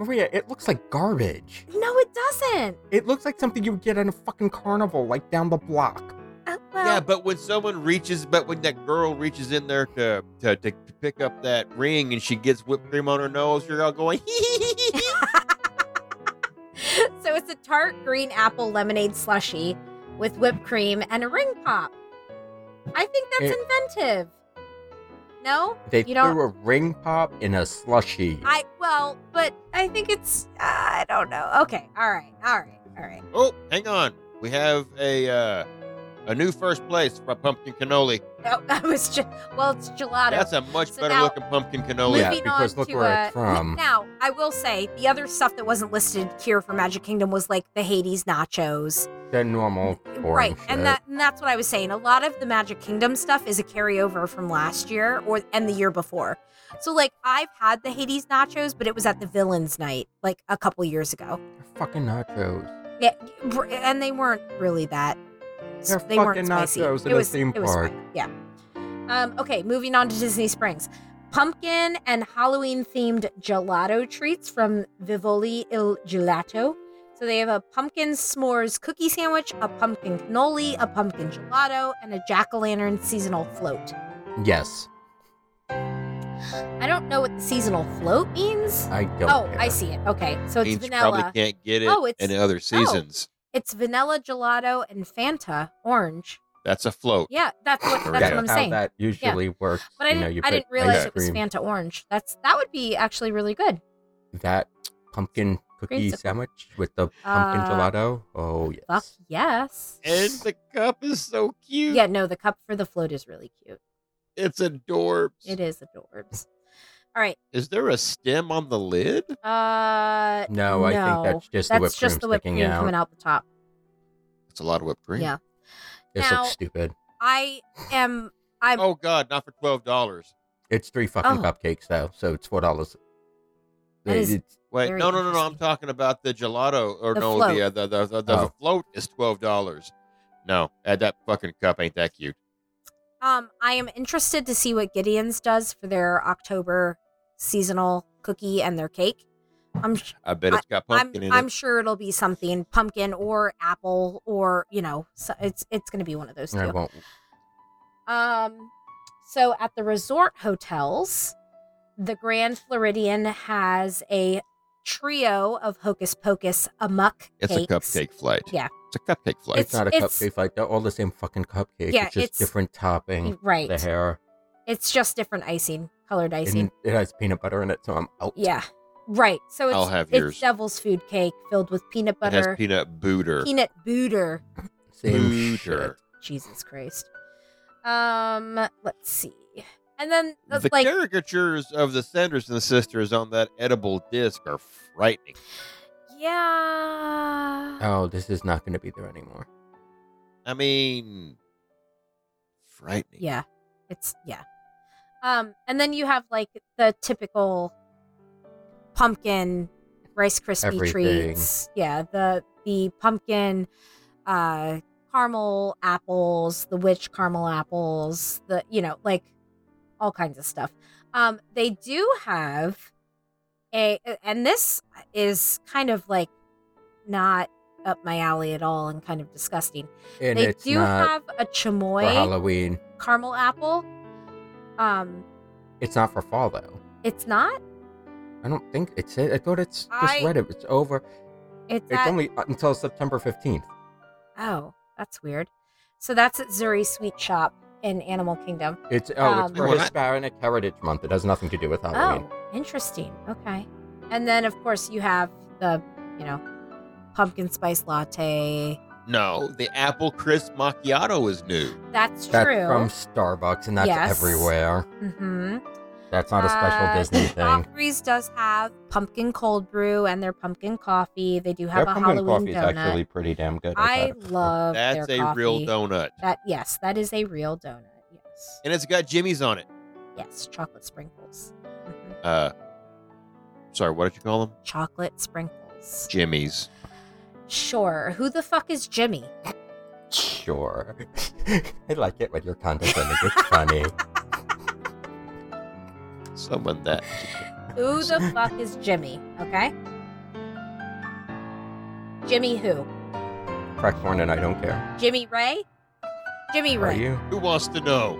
[SPEAKER 4] Maria, it looks like garbage.
[SPEAKER 5] no it doesn't.
[SPEAKER 4] It looks like something you would get at a fucking carnival, like down the block.
[SPEAKER 5] Uh, well,
[SPEAKER 3] yeah, but when someone reaches, but when that girl reaches in there to to, to pick up that ring and she gets whipped cream on her nose, you're all going. *laughs*
[SPEAKER 5] *laughs* so it's a tart green apple lemonade slushy with whipped cream and a ring pop. I think that's
[SPEAKER 4] It-
[SPEAKER 5] inventive. No?
[SPEAKER 4] They threw
[SPEAKER 5] You don't-
[SPEAKER 4] a ring pop in a slushy.
[SPEAKER 5] I well, but I think it's I don't know. Okay. All right. All right. All right.
[SPEAKER 3] oh, hang on, we have a uh, a new first place for pumpkin cannoli.
[SPEAKER 5] No, *laughs* I was just well, it's gelato.
[SPEAKER 3] That's a much
[SPEAKER 5] So
[SPEAKER 3] better
[SPEAKER 5] now-
[SPEAKER 3] looking pumpkin cannoli.
[SPEAKER 4] yeah,
[SPEAKER 5] Moving
[SPEAKER 4] because
[SPEAKER 5] on
[SPEAKER 4] look
[SPEAKER 5] to,
[SPEAKER 4] where
[SPEAKER 5] uh,
[SPEAKER 4] it's from.
[SPEAKER 5] Now, I will say the other stuff that wasn't listed here for Magic Kingdom was like the Hades nachos,
[SPEAKER 4] The normal orange
[SPEAKER 5] right?
[SPEAKER 4] shirt.
[SPEAKER 5] And that and that's what I was saying. A lot of the Magic Kingdom stuff is a carryover from last year or and the year before. So like I've had the Hades nachos, but it was at the Villains Night like a couple years ago.
[SPEAKER 4] They're fucking nachos.
[SPEAKER 5] Yeah, br- and they weren't really that.
[SPEAKER 4] They're
[SPEAKER 5] they weren't
[SPEAKER 4] fucking
[SPEAKER 5] spicy.
[SPEAKER 4] nachos in
[SPEAKER 5] it
[SPEAKER 4] a
[SPEAKER 5] was,
[SPEAKER 4] theme
[SPEAKER 5] it was
[SPEAKER 4] park.
[SPEAKER 5] fine. Yeah. Um, okay, moving on to Disney Springs. Pumpkin and Halloween themed gelato treats from Vivoli Il Gelato. So they have a pumpkin s'mores cookie sandwich, a pumpkin cannoli, a pumpkin gelato, and a jack o' lantern seasonal float.
[SPEAKER 4] Yes,
[SPEAKER 5] I don't know what the seasonal float means.
[SPEAKER 4] I don't.
[SPEAKER 5] Oh,
[SPEAKER 4] care.
[SPEAKER 5] I see it. Okay, so it's
[SPEAKER 3] Means you
[SPEAKER 5] vanilla.
[SPEAKER 3] probably can't get it
[SPEAKER 5] Oh, it's-
[SPEAKER 3] in other seasons.
[SPEAKER 5] It's vanilla gelato and Fanta orange.
[SPEAKER 3] That's a float.
[SPEAKER 5] Yeah, that's what
[SPEAKER 3] There we
[SPEAKER 5] that's
[SPEAKER 3] go.
[SPEAKER 5] what I'm
[SPEAKER 4] how
[SPEAKER 5] saying.
[SPEAKER 4] that usually works.
[SPEAKER 5] but I
[SPEAKER 4] you
[SPEAKER 5] didn't,
[SPEAKER 4] know, you
[SPEAKER 5] I
[SPEAKER 4] put
[SPEAKER 5] didn't realize
[SPEAKER 4] ice
[SPEAKER 5] it was
[SPEAKER 4] cream-
[SPEAKER 5] Fanta Orange. That's that would be actually really good.
[SPEAKER 4] That pumpkin cookie
[SPEAKER 5] Creamsicle.
[SPEAKER 4] sandwich with the pumpkin
[SPEAKER 5] Uh,
[SPEAKER 4] gelato. Oh yes.
[SPEAKER 5] Fuck yes.
[SPEAKER 3] And the cup is so cute.
[SPEAKER 5] Yeah, no, the cup for the float is really cute.
[SPEAKER 3] It's adorbs.
[SPEAKER 5] It
[SPEAKER 3] Is
[SPEAKER 5] is adorbs. All right.
[SPEAKER 3] there a stem on the lid?
[SPEAKER 5] Uh
[SPEAKER 4] No, I think that's just the whipped
[SPEAKER 5] just the
[SPEAKER 4] cream
[SPEAKER 5] whipped
[SPEAKER 4] sticking
[SPEAKER 5] cream
[SPEAKER 4] out.
[SPEAKER 5] coming out the top.
[SPEAKER 3] It's a lot of whipped cream.
[SPEAKER 5] Yeah.
[SPEAKER 4] This
[SPEAKER 5] Now-
[SPEAKER 4] looks stupid.
[SPEAKER 5] I am I'm
[SPEAKER 3] Oh God, not for twelve dollars.
[SPEAKER 4] It's three fucking
[SPEAKER 5] Oh.
[SPEAKER 4] cupcakes though, so it's four dollars.
[SPEAKER 5] That is-
[SPEAKER 3] Wait,
[SPEAKER 5] Very
[SPEAKER 3] no, no, no, no. I'm
[SPEAKER 5] interesting.
[SPEAKER 3] talking about the gelato, or
[SPEAKER 5] The
[SPEAKER 3] no,
[SPEAKER 5] float.
[SPEAKER 3] the, uh, the the the, the
[SPEAKER 4] Oh.
[SPEAKER 3] float is twelve dollars. No, uh, that fucking cup ain't that cute.
[SPEAKER 5] um I am interested to see what Gideon's does for their October seasonal cookie and their cake. I'm sh-
[SPEAKER 3] I bet it's got
[SPEAKER 5] I'm,
[SPEAKER 3] pumpkin in
[SPEAKER 5] I'm
[SPEAKER 3] it.
[SPEAKER 5] sure it'll be something pumpkin or apple or you know so it's it's going to be one of those two.
[SPEAKER 4] I won't.
[SPEAKER 5] Um, so at the resort hotels, the Grand Floridian has a trio of Hocus Pocus amuck
[SPEAKER 3] It's a
[SPEAKER 5] cakes.
[SPEAKER 3] cupcake flight.
[SPEAKER 5] Yeah.
[SPEAKER 3] it's a cupcake flight.
[SPEAKER 4] It's,
[SPEAKER 5] It's-
[SPEAKER 4] not a
[SPEAKER 5] it's-
[SPEAKER 4] cupcake like They're all the same fucking cupcake.
[SPEAKER 5] Yeah,
[SPEAKER 4] it's just
[SPEAKER 5] it's-
[SPEAKER 4] different topping.
[SPEAKER 5] Right.
[SPEAKER 4] The hair.
[SPEAKER 5] It's just different icing, colored icing.
[SPEAKER 4] And it has peanut butter in it, so I'm out.
[SPEAKER 5] yeah. Right. So it's,
[SPEAKER 3] I'll have
[SPEAKER 5] it's
[SPEAKER 3] yours.
[SPEAKER 5] devil's food cake filled with peanut
[SPEAKER 3] it has
[SPEAKER 5] butter,
[SPEAKER 3] peanut booter.
[SPEAKER 5] peanut butter.
[SPEAKER 4] Same
[SPEAKER 3] Booter.
[SPEAKER 4] shit.
[SPEAKER 5] Jesus Christ. Um, let's see. And then uh,
[SPEAKER 3] The
[SPEAKER 5] like
[SPEAKER 3] caricatures of the Sanderson sisters on that edible disc are frightening.
[SPEAKER 5] yeah.
[SPEAKER 4] Oh, this is not going to be there anymore.
[SPEAKER 3] I mean, frightening.
[SPEAKER 5] Yeah. It's yeah. Um and then you have like the typical pumpkin rice crispy
[SPEAKER 4] Everything.
[SPEAKER 5] treats. Yeah, the the pumpkin uh caramel apples, the witch caramel apples, the you know, like all kinds of stuff. Um, they do have a, and this is kind of like not up my alley at all and kind of disgusting.
[SPEAKER 4] And
[SPEAKER 5] they
[SPEAKER 4] it's
[SPEAKER 5] do
[SPEAKER 4] not
[SPEAKER 5] have a
[SPEAKER 4] for
[SPEAKER 5] chamoy
[SPEAKER 4] Halloween.
[SPEAKER 5] caramel apple. Um,
[SPEAKER 4] It's not for fall though.
[SPEAKER 5] it's not.
[SPEAKER 4] I don't think it's it. I thought it's just
[SPEAKER 5] I-
[SPEAKER 4] read it. It's over.
[SPEAKER 5] It's,
[SPEAKER 4] It's
[SPEAKER 5] at,
[SPEAKER 4] only until September fifteenth.
[SPEAKER 5] oh, that's weird. So that's at Zuri Sweet Shop in Animal Kingdom.
[SPEAKER 4] It's oh,
[SPEAKER 5] Um,
[SPEAKER 4] it's for
[SPEAKER 6] What?
[SPEAKER 4] Hispanic Heritage Month. It has nothing to do with Halloween.
[SPEAKER 5] Oh, interesting. Okay. And then of course you have the, you know, pumpkin spice latte.
[SPEAKER 3] No, the apple crisp macchiato is new.
[SPEAKER 5] That's,
[SPEAKER 4] that's
[SPEAKER 5] Oh, true.
[SPEAKER 4] from Starbucks, and that's
[SPEAKER 5] Yes.
[SPEAKER 4] everywhere.
[SPEAKER 5] mm-hmm.
[SPEAKER 4] That's not a special
[SPEAKER 5] Uh, *laughs*
[SPEAKER 4] Disney thing.
[SPEAKER 5] Opry's does have pumpkin cold brew and their pumpkin coffee. They do
[SPEAKER 4] Their
[SPEAKER 5] have a
[SPEAKER 4] pumpkin
[SPEAKER 5] Halloween
[SPEAKER 4] coffee is
[SPEAKER 5] donut.
[SPEAKER 4] actually pretty damn good.
[SPEAKER 5] I
[SPEAKER 4] thought.
[SPEAKER 5] love
[SPEAKER 3] That's
[SPEAKER 5] their
[SPEAKER 3] a real
[SPEAKER 5] coffee.
[SPEAKER 3] donut.
[SPEAKER 5] That yes, that is a real donut. Yes,
[SPEAKER 3] And it's got Jimmy's on it.
[SPEAKER 5] yes, chocolate sprinkles.
[SPEAKER 4] Mm-hmm.
[SPEAKER 5] Mhm.
[SPEAKER 3] Uh, sorry, what did you call them?
[SPEAKER 5] Chocolate sprinkles.
[SPEAKER 3] Jimmy's.
[SPEAKER 5] Sure. Who the fuck is Jimmy?
[SPEAKER 4] Sure. *laughs* I like it when you're condescending. It's funny.
[SPEAKER 3] Someone that.
[SPEAKER 5] Who the
[SPEAKER 4] *laughs*
[SPEAKER 5] fuck is Jimmy? Okay. Jimmy who?
[SPEAKER 4] Correct one, and I don't care.
[SPEAKER 5] Jimmy Ray? Jimmy
[SPEAKER 4] Are
[SPEAKER 5] Ray.
[SPEAKER 4] you?
[SPEAKER 3] Who wants to know?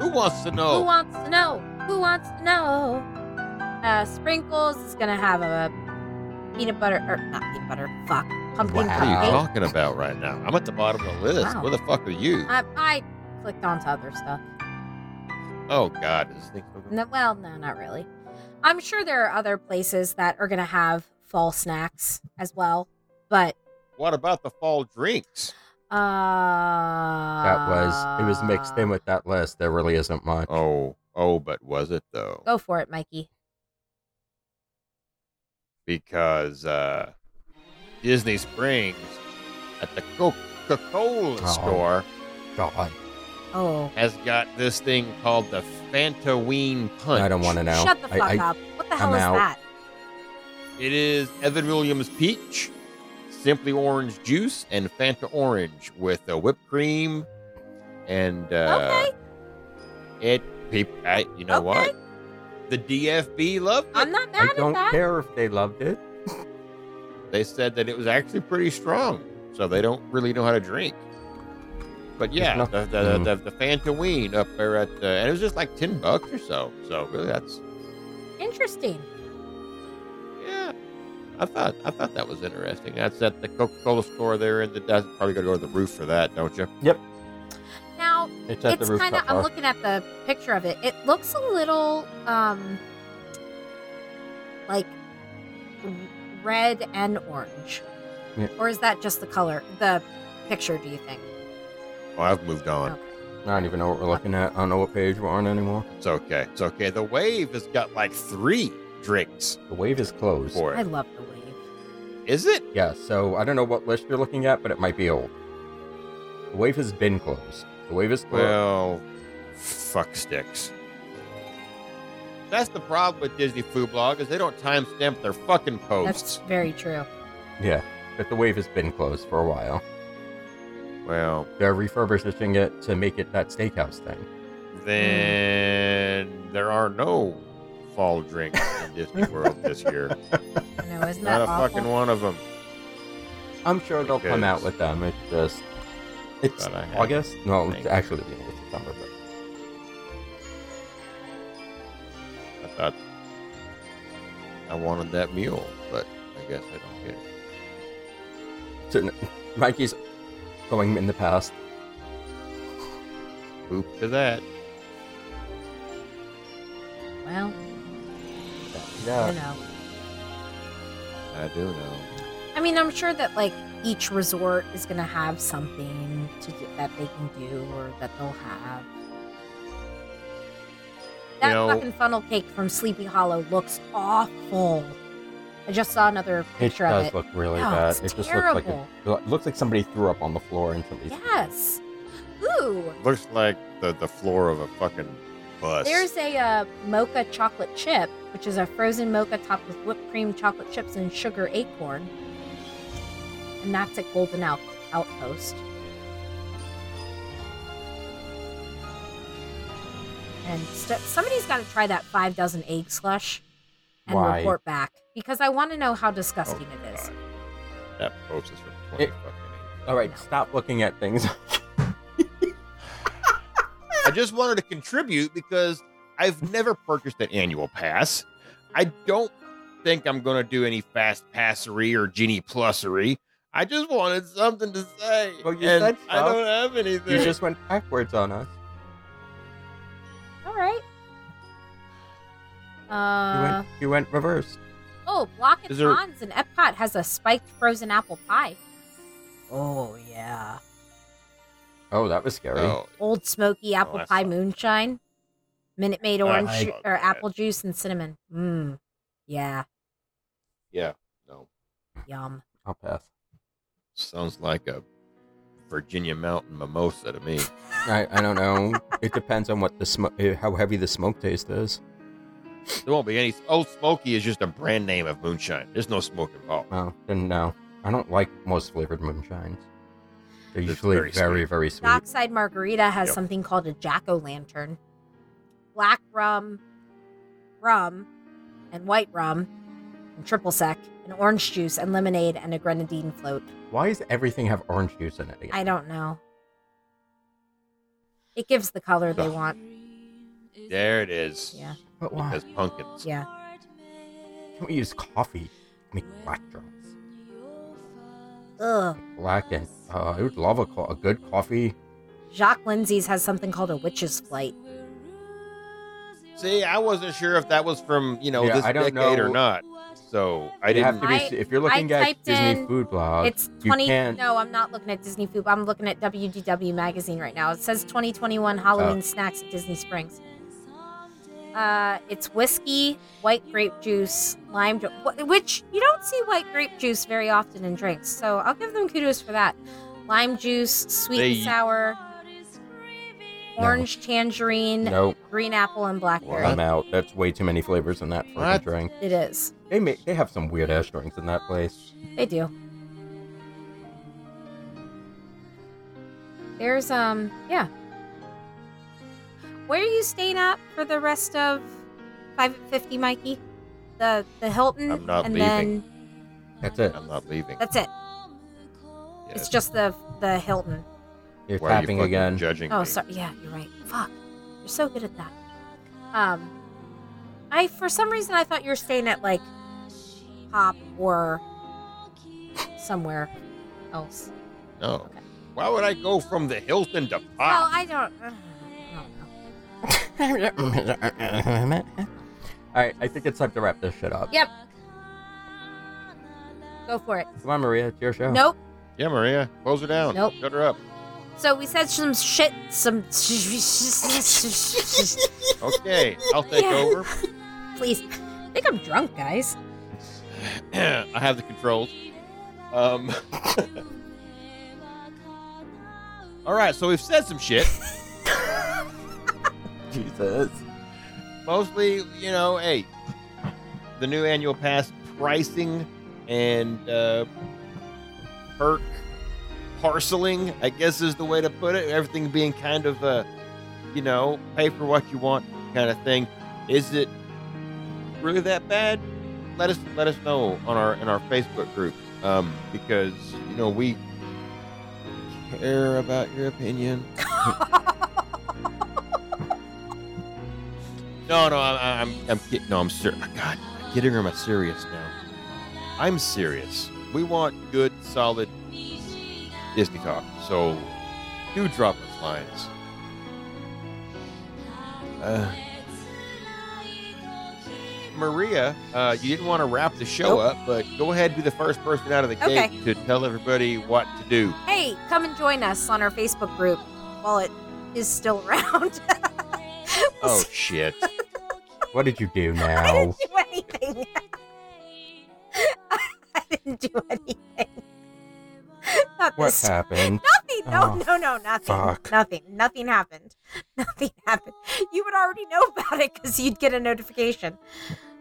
[SPEAKER 3] Who wants to
[SPEAKER 4] Oh.
[SPEAKER 5] Who
[SPEAKER 3] know?
[SPEAKER 5] wants to know? Who wants to know? Uh, Sprinkles is gonna have a peanut butter or not peanut butter. Fuck,
[SPEAKER 4] Wow.
[SPEAKER 5] pumpkin
[SPEAKER 3] What are you
[SPEAKER 5] cupcake.
[SPEAKER 3] talking about right now? I'm at the bottom of the list.
[SPEAKER 5] Wow.
[SPEAKER 3] Where the fuck are you?
[SPEAKER 5] I, I clicked onto other stuff.
[SPEAKER 3] Oh God, this thing.
[SPEAKER 5] No, well, no, not really. I'm sure there are other places that are gonna have fall snacks as well, but
[SPEAKER 3] What about the fall drinks?
[SPEAKER 5] uh,
[SPEAKER 4] That
[SPEAKER 5] that
[SPEAKER 4] was. It
[SPEAKER 5] Uh,
[SPEAKER 4] was mixed in with that list. There really isn't much.
[SPEAKER 3] Oh, oh, but was it though?
[SPEAKER 5] Go for it, Mikey.
[SPEAKER 3] Because uh, Disney Springs at the Coca-Cola
[SPEAKER 4] Oh.
[SPEAKER 3] store
[SPEAKER 4] God,
[SPEAKER 5] Oh,
[SPEAKER 3] has got this thing called the Fantaween Punch.
[SPEAKER 4] I don't want to know.
[SPEAKER 5] shut the fuck
[SPEAKER 4] I, I,
[SPEAKER 5] up! What the hell
[SPEAKER 4] I'm
[SPEAKER 5] is
[SPEAKER 4] out.
[SPEAKER 5] that?
[SPEAKER 3] It is Evan Williams Peach, Simply Orange Juice, and Fanta Orange with uh, whipped cream. And uh,
[SPEAKER 5] okay,
[SPEAKER 3] it, peop I, you know
[SPEAKER 5] Okay.
[SPEAKER 3] what? The DFB loved it.
[SPEAKER 5] I'm not
[SPEAKER 4] I
[SPEAKER 5] mad at
[SPEAKER 4] don't
[SPEAKER 5] that.
[SPEAKER 4] care if they loved it.
[SPEAKER 3] They said that it was actually pretty strong, so they don't really know how to drink. But yeah,
[SPEAKER 4] There's
[SPEAKER 3] the, the,
[SPEAKER 4] nothing-
[SPEAKER 3] the, the Fantaween up there at, the, and it was just like 10 bucks or so. So really, that's,
[SPEAKER 5] Interesting.
[SPEAKER 3] yeah. I thought I thought that was interesting. That's at the Coca Cola store there, and the that's probably got to go to the roof for that, don't you?
[SPEAKER 5] Now
[SPEAKER 4] It's at
[SPEAKER 5] it's
[SPEAKER 4] the rooftop
[SPEAKER 5] kind of. I'm
[SPEAKER 4] bar.
[SPEAKER 5] looking at the picture of it. It looks a little um like r- red and orange,
[SPEAKER 4] Yeah.
[SPEAKER 5] or is that just the color? The picture? Do you think?
[SPEAKER 3] Oh, I've moved on.
[SPEAKER 4] I don't even know what we're looking at. I don't know what page we're on anymore.
[SPEAKER 3] It's okay. It's okay. The wave has got like three drinks
[SPEAKER 4] The wave is closed.
[SPEAKER 3] for
[SPEAKER 5] I
[SPEAKER 3] it.
[SPEAKER 5] love the wave.
[SPEAKER 3] Is it?
[SPEAKER 4] Yeah, so I don't know what list you're looking at, but it might be old. The wave has been closed. The wave is closed.
[SPEAKER 3] Well, fuck sticks. That's the problem with Disney Food Blog is they don't timestamp their fucking
[SPEAKER 5] That's
[SPEAKER 3] posts.
[SPEAKER 5] very true.
[SPEAKER 4] yeah, but the wave has been closed for a while.
[SPEAKER 3] Well,
[SPEAKER 4] They're refurbishing it to make it that steakhouse thing.
[SPEAKER 3] then there are no fall drinks *laughs* in Disney World this year.
[SPEAKER 5] I know, isn't
[SPEAKER 3] Not
[SPEAKER 5] that
[SPEAKER 3] a
[SPEAKER 5] awful?
[SPEAKER 3] fucking one of them.
[SPEAKER 4] I'm sure they'll come out
[SPEAKER 3] Because-
[SPEAKER 4] with them. It's just it's
[SPEAKER 3] But I haven't.
[SPEAKER 4] August. No, it's
[SPEAKER 3] Thank you.
[SPEAKER 4] actually the beginning of September. But
[SPEAKER 3] I thought I wanted that mule, but I guess I don't get it.
[SPEAKER 4] so, n- Mikey's going in the past.
[SPEAKER 3] Poop to that.
[SPEAKER 5] Well, you
[SPEAKER 4] Yeah,
[SPEAKER 5] know.
[SPEAKER 3] I do know.
[SPEAKER 5] I mean, I'm sure that like each resort is gonna have something to do, that they can do or that they'll have. That
[SPEAKER 3] know-
[SPEAKER 5] fucking funnel cake from Sleepy Hollow looks awful. I just saw another
[SPEAKER 4] it
[SPEAKER 5] picture of
[SPEAKER 4] does
[SPEAKER 5] it.
[SPEAKER 4] look really
[SPEAKER 5] Oh,
[SPEAKER 4] bad.
[SPEAKER 5] it's
[SPEAKER 4] It just looks like
[SPEAKER 5] terrible.
[SPEAKER 4] a, it looks like somebody threw up on the floor and somebody's
[SPEAKER 5] yes. Ooh,
[SPEAKER 3] Looks like the, the floor of a fucking bus.
[SPEAKER 5] there's a uh, mocha chocolate chip, which is a frozen mocha topped with whipped cream, chocolate chips, and sugar acorn. And that's at Golden Out- Outpost. and st- somebody's got to try that five dozen egg slush and
[SPEAKER 4] Why? Oh,
[SPEAKER 5] report back because I want to know how disgusting it is.
[SPEAKER 7] That poses from 20
[SPEAKER 4] It-
[SPEAKER 7] fucking
[SPEAKER 4] All right, stop looking at things. *laughs*
[SPEAKER 3] I just wanted to contribute because I've never purchased an annual pass. I don't think I'm going to do any fast passery or genie plusery. I just wanted something to say.
[SPEAKER 4] Well, you
[SPEAKER 3] and
[SPEAKER 4] said
[SPEAKER 3] I
[SPEAKER 4] stuff.
[SPEAKER 3] don't have anything.
[SPEAKER 4] you just went backwards on us.
[SPEAKER 5] All right.
[SPEAKER 4] You
[SPEAKER 5] Uh,
[SPEAKER 4] went, you went reversed.
[SPEAKER 5] oh, Block and
[SPEAKER 3] Is there-
[SPEAKER 5] Ponds in Epcot has a spiked frozen apple pie. Oh, yeah.
[SPEAKER 4] Oh, that was scary.
[SPEAKER 3] Oh,
[SPEAKER 5] Old smoky apple
[SPEAKER 3] I
[SPEAKER 5] pie
[SPEAKER 3] saw-
[SPEAKER 5] moonshine, Minute Maid orange
[SPEAKER 7] I
[SPEAKER 5] ju-
[SPEAKER 7] saw
[SPEAKER 5] or
[SPEAKER 7] that.
[SPEAKER 5] apple juice and cinnamon. Mmm. Yeah,
[SPEAKER 3] no.
[SPEAKER 5] yum.
[SPEAKER 4] I'll pass.
[SPEAKER 3] Sounds like a Virginia Mountain mimosa to me.
[SPEAKER 4] I, I don't know. it depends on what the smoke, how heavy the smoke taste is.
[SPEAKER 3] There won't be any. Old Smoky is just a brand name of moonshine. There's no smoke involved.
[SPEAKER 4] Oh, then no. I don't like most flavored moonshines. They're
[SPEAKER 3] It's
[SPEAKER 4] usually
[SPEAKER 3] very
[SPEAKER 4] very, very,
[SPEAKER 3] sweet.
[SPEAKER 4] sweet.
[SPEAKER 5] Dockside Margarita has
[SPEAKER 3] Yep.
[SPEAKER 5] something called a jack o' lantern. Black rum, rum, and white rum, and triple sec, and orange juice, and lemonade, and a grenadine float.
[SPEAKER 4] Why does everything have orange juice in it? again?
[SPEAKER 5] I don't know. It gives the color they want.
[SPEAKER 3] There it is.
[SPEAKER 5] Yeah.
[SPEAKER 4] But why?
[SPEAKER 3] Because pumpkins.
[SPEAKER 5] Yeah.
[SPEAKER 4] Can't we use coffee to make black drops?
[SPEAKER 5] Ugh.
[SPEAKER 4] Black and uh, I would love a, co- a good coffee.
[SPEAKER 5] Jacques Lindsay's has something called a witch's flight.
[SPEAKER 3] See, I wasn't sure if that was from you know
[SPEAKER 4] Yeah,
[SPEAKER 3] this
[SPEAKER 4] I don't
[SPEAKER 3] decade or
[SPEAKER 4] know.
[SPEAKER 3] not, so I
[SPEAKER 4] You
[SPEAKER 3] didn't.
[SPEAKER 4] have to be,
[SPEAKER 5] I-
[SPEAKER 4] if you're
[SPEAKER 5] I
[SPEAKER 4] looking at
[SPEAKER 5] typed
[SPEAKER 4] Disney
[SPEAKER 5] in-
[SPEAKER 4] food blog.
[SPEAKER 5] It's
[SPEAKER 4] Uh, you
[SPEAKER 5] 20.
[SPEAKER 4] can't-
[SPEAKER 5] No, I'm not looking at Disney Food. I'm looking at WDW magazine right now. It says 2021
[SPEAKER 4] Uh.
[SPEAKER 5] Halloween snacks at Disney Springs. Uh, it's whiskey, white grape juice, lime, ju- wh- which you don't see white grape juice very often in drinks. So I'll give them kudos for that. Lime juice, sweet
[SPEAKER 3] They-
[SPEAKER 5] and sour,
[SPEAKER 4] No.
[SPEAKER 5] orange tangerine,
[SPEAKER 4] no,
[SPEAKER 5] green apple, and blackberry.
[SPEAKER 4] I'm out. That's way too many flavors in that freaking
[SPEAKER 3] What?
[SPEAKER 4] drink.
[SPEAKER 5] It is.
[SPEAKER 4] They make they have some weird ass drinks in that place.
[SPEAKER 5] They do. There's um yeah. Where are you staying at for the rest of five fifty, Mikey? The the Hilton
[SPEAKER 3] I'm not
[SPEAKER 5] and
[SPEAKER 3] leaving.
[SPEAKER 5] then
[SPEAKER 4] That's it.
[SPEAKER 3] I'm not leaving.
[SPEAKER 5] that's it.
[SPEAKER 3] Yeah,
[SPEAKER 5] It's just the the Hilton.
[SPEAKER 4] You're
[SPEAKER 3] why are you
[SPEAKER 4] tapping
[SPEAKER 3] fucking
[SPEAKER 4] again.
[SPEAKER 3] Judging.
[SPEAKER 5] Oh
[SPEAKER 3] me?
[SPEAKER 5] sorry yeah, you're right. Fuck. You're so good at that. Um I for some reason I thought you were staying at like Pop or somewhere else.
[SPEAKER 3] No. Why would I go from the Hilton to
[SPEAKER 5] Well,
[SPEAKER 3] Pop?
[SPEAKER 5] I don't I don't know.
[SPEAKER 4] *laughs* All right, I think it's time to wrap this shit up.
[SPEAKER 5] Yep. Go for it.
[SPEAKER 4] Come on, Maria, it's your show.
[SPEAKER 5] Nope.
[SPEAKER 3] yeah, Maria, close her down.
[SPEAKER 5] Nope.
[SPEAKER 3] Shut her up.
[SPEAKER 5] So we said some shit. Some. *laughs*
[SPEAKER 3] Okay, I'll take
[SPEAKER 5] Yeah.
[SPEAKER 3] over. *clears throat*
[SPEAKER 5] Please. I think I'm drunk, guys.
[SPEAKER 3] I have the controls. Um. *laughs* All right, so we've said some shit.
[SPEAKER 4] Jesus.
[SPEAKER 3] mostly, you know, hey, the new annual pass pricing and uh, perk parceling, I guess is the way to put it. Everything being kind of a, you know, pay for what you want kind of thing. Is it really that bad? Let us let us know on our in our Facebook group um, because you know we care about your opinion. *laughs* No, no, I- I- I'm, I'm, I'm kidding. No, I'm serious. God, I'm kidding or am I serious now? I'm serious. We want good, solid Disney talk. So do drop us lines. Uh, Maria, uh, you didn't want to wrap the show up, but go ahead and be the first person out of the
[SPEAKER 5] Okay.
[SPEAKER 3] gate to tell everybody what to do.
[SPEAKER 5] Hey, come and join us on our Facebook group while it is still *laughs* around.
[SPEAKER 3] Oh, shit.
[SPEAKER 5] *laughs*
[SPEAKER 4] What did you do
[SPEAKER 5] I
[SPEAKER 4] now?
[SPEAKER 5] didn't do anything. *laughs* I didn't do anything. Not
[SPEAKER 4] What
[SPEAKER 5] this
[SPEAKER 4] happened?
[SPEAKER 5] Nothing. No, no, no, nothing.
[SPEAKER 4] Oh, fuck.
[SPEAKER 5] Nothing. Nothing happened. *laughs* Nothing happened. You would already know about it because you'd get a notification.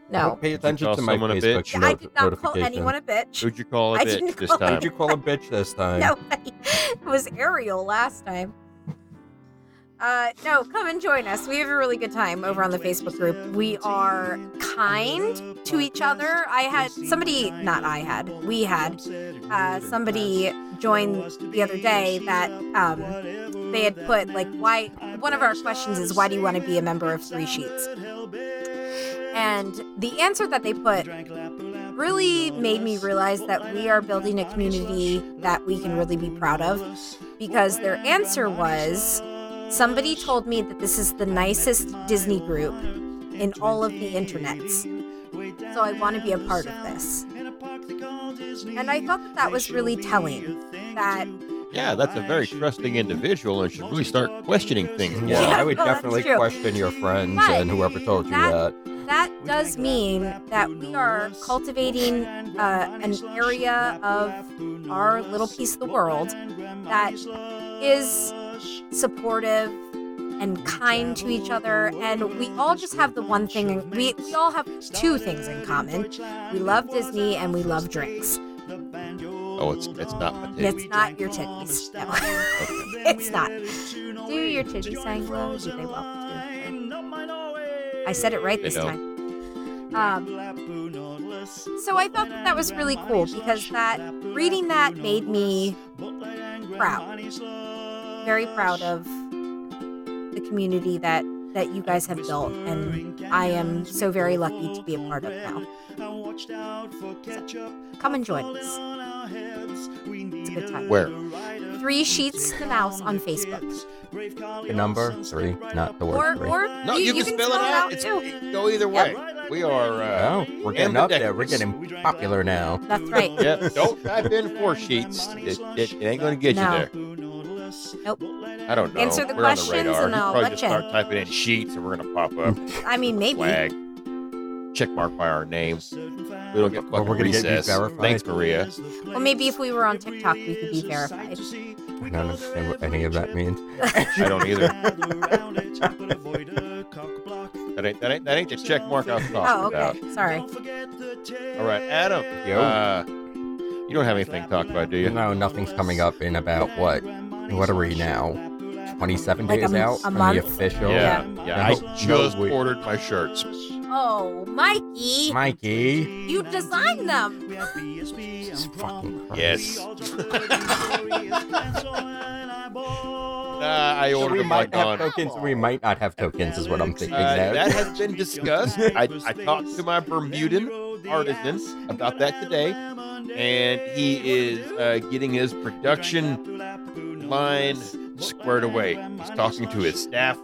[SPEAKER 5] No.
[SPEAKER 4] Pay attention
[SPEAKER 3] call
[SPEAKER 4] to my
[SPEAKER 3] someone a
[SPEAKER 4] Facebook
[SPEAKER 3] bitch?
[SPEAKER 5] I
[SPEAKER 4] not-
[SPEAKER 5] did not call
[SPEAKER 4] notification.
[SPEAKER 5] anyone a bitch.
[SPEAKER 3] Who'd you call a
[SPEAKER 5] I
[SPEAKER 3] bitch
[SPEAKER 5] didn't
[SPEAKER 3] this
[SPEAKER 5] call
[SPEAKER 3] time?
[SPEAKER 5] *laughs*
[SPEAKER 4] Did you call a bitch this time?
[SPEAKER 5] Nobody. It was Ariel last time. Uh, no, come and join us. We have a really good time over on the Facebook group. We are kind to each other. I had somebody, not I had, we had uh, somebody join the other day that um, they had put, like, why one of our questions is, why do you want to be a member of Three Sheets? And the answer that they put really made me realize that we are building a community that we can really be proud of because their answer was somebody told me that this is the nicest Disney group in all of the internets. So I want to be a part of this. And I thought that that was really telling that
[SPEAKER 3] Yeah, that's a very trusting individual and should really start questioning things.
[SPEAKER 4] Yeah,
[SPEAKER 5] Yeah,
[SPEAKER 4] I would
[SPEAKER 5] well, that's
[SPEAKER 4] definitely
[SPEAKER 5] true.
[SPEAKER 4] question your friends
[SPEAKER 5] But
[SPEAKER 4] and whoever told you
[SPEAKER 5] that-
[SPEAKER 4] that.
[SPEAKER 5] that does mean that we are cultivating uh, an area of our little piece of the world that is supportive and kind to each other and we all just have the one thing we, we all have two things in common we love disney and we love drinks
[SPEAKER 3] Oh, it's it's not my
[SPEAKER 5] it's not your titties no. *laughs* it's not do your titties hang low do they welcome to i said it right this
[SPEAKER 3] don't.
[SPEAKER 5] time um, so I thought that that was really cool because that reading that made me proud, very proud of the community that that you guys have built, and I am so very lucky to be a part of now. So, come and join us. It's a good time.
[SPEAKER 3] Where?
[SPEAKER 5] Three sheets to the mouse on Facebook,
[SPEAKER 4] The number three, not the word
[SPEAKER 5] or
[SPEAKER 4] three.
[SPEAKER 5] or
[SPEAKER 3] No, you, can, spell it out. It's,
[SPEAKER 5] too.
[SPEAKER 3] it can go either way. We are. Uh,
[SPEAKER 4] Oh, we're getting up there. We're getting popular now.
[SPEAKER 5] That's right.
[SPEAKER 3] *laughs* yeah, don't type in four sheets. It, it, it ain't going to get
[SPEAKER 5] No.
[SPEAKER 3] you
[SPEAKER 5] Nope.
[SPEAKER 3] there. I don't know.
[SPEAKER 5] Answer the
[SPEAKER 3] we're on the
[SPEAKER 5] questions
[SPEAKER 3] radar.
[SPEAKER 5] and
[SPEAKER 3] You
[SPEAKER 5] I'll
[SPEAKER 3] probably
[SPEAKER 5] let
[SPEAKER 3] just
[SPEAKER 5] ya.
[SPEAKER 3] start typing in sheets and we're going to pop
[SPEAKER 5] *laughs*
[SPEAKER 3] up.
[SPEAKER 5] I mean, maybe.
[SPEAKER 3] Flag. Check mark by our names. We don't get fucking
[SPEAKER 4] Or we're gonna get
[SPEAKER 3] recess.
[SPEAKER 4] verified.
[SPEAKER 3] Thanks, Maria.
[SPEAKER 5] Well, maybe if we were on TikTok, we could be verified.
[SPEAKER 4] I don't understand what any of that means.
[SPEAKER 3] I don't either. that ain't that ain't that ain't the check mark I was talking
[SPEAKER 5] Oh,
[SPEAKER 3] about.
[SPEAKER 5] okay. Sorry.
[SPEAKER 3] All right, Adam.
[SPEAKER 4] Yo.
[SPEAKER 3] Uh, you don't have anything to talk about, do you?
[SPEAKER 4] No, nothing's coming up in about what? What are we now? 27
[SPEAKER 5] Like a
[SPEAKER 4] days
[SPEAKER 5] m-
[SPEAKER 4] out
[SPEAKER 5] a
[SPEAKER 4] from the
[SPEAKER 5] month?
[SPEAKER 4] official.
[SPEAKER 3] Yeah,
[SPEAKER 5] Yeah.
[SPEAKER 3] yeah. I
[SPEAKER 4] No, no,
[SPEAKER 3] just
[SPEAKER 4] we-
[SPEAKER 3] ordered my shirts.
[SPEAKER 5] Oh, Mikey,
[SPEAKER 4] Mikey.
[SPEAKER 5] you designed them.
[SPEAKER 4] Jesus fucking Christ.
[SPEAKER 3] *laughs* Yes. nah, I
[SPEAKER 4] So
[SPEAKER 3] ordered
[SPEAKER 4] we
[SPEAKER 3] them like
[SPEAKER 4] might have
[SPEAKER 3] on.
[SPEAKER 4] tokens. We might not have tokens, is what I'm thinking.
[SPEAKER 3] Uh,
[SPEAKER 4] now.
[SPEAKER 3] that has been discussed. I, I talked to my Bermudan artisan about that today, and he is uh, getting his production line squared away. He's talking to his staff.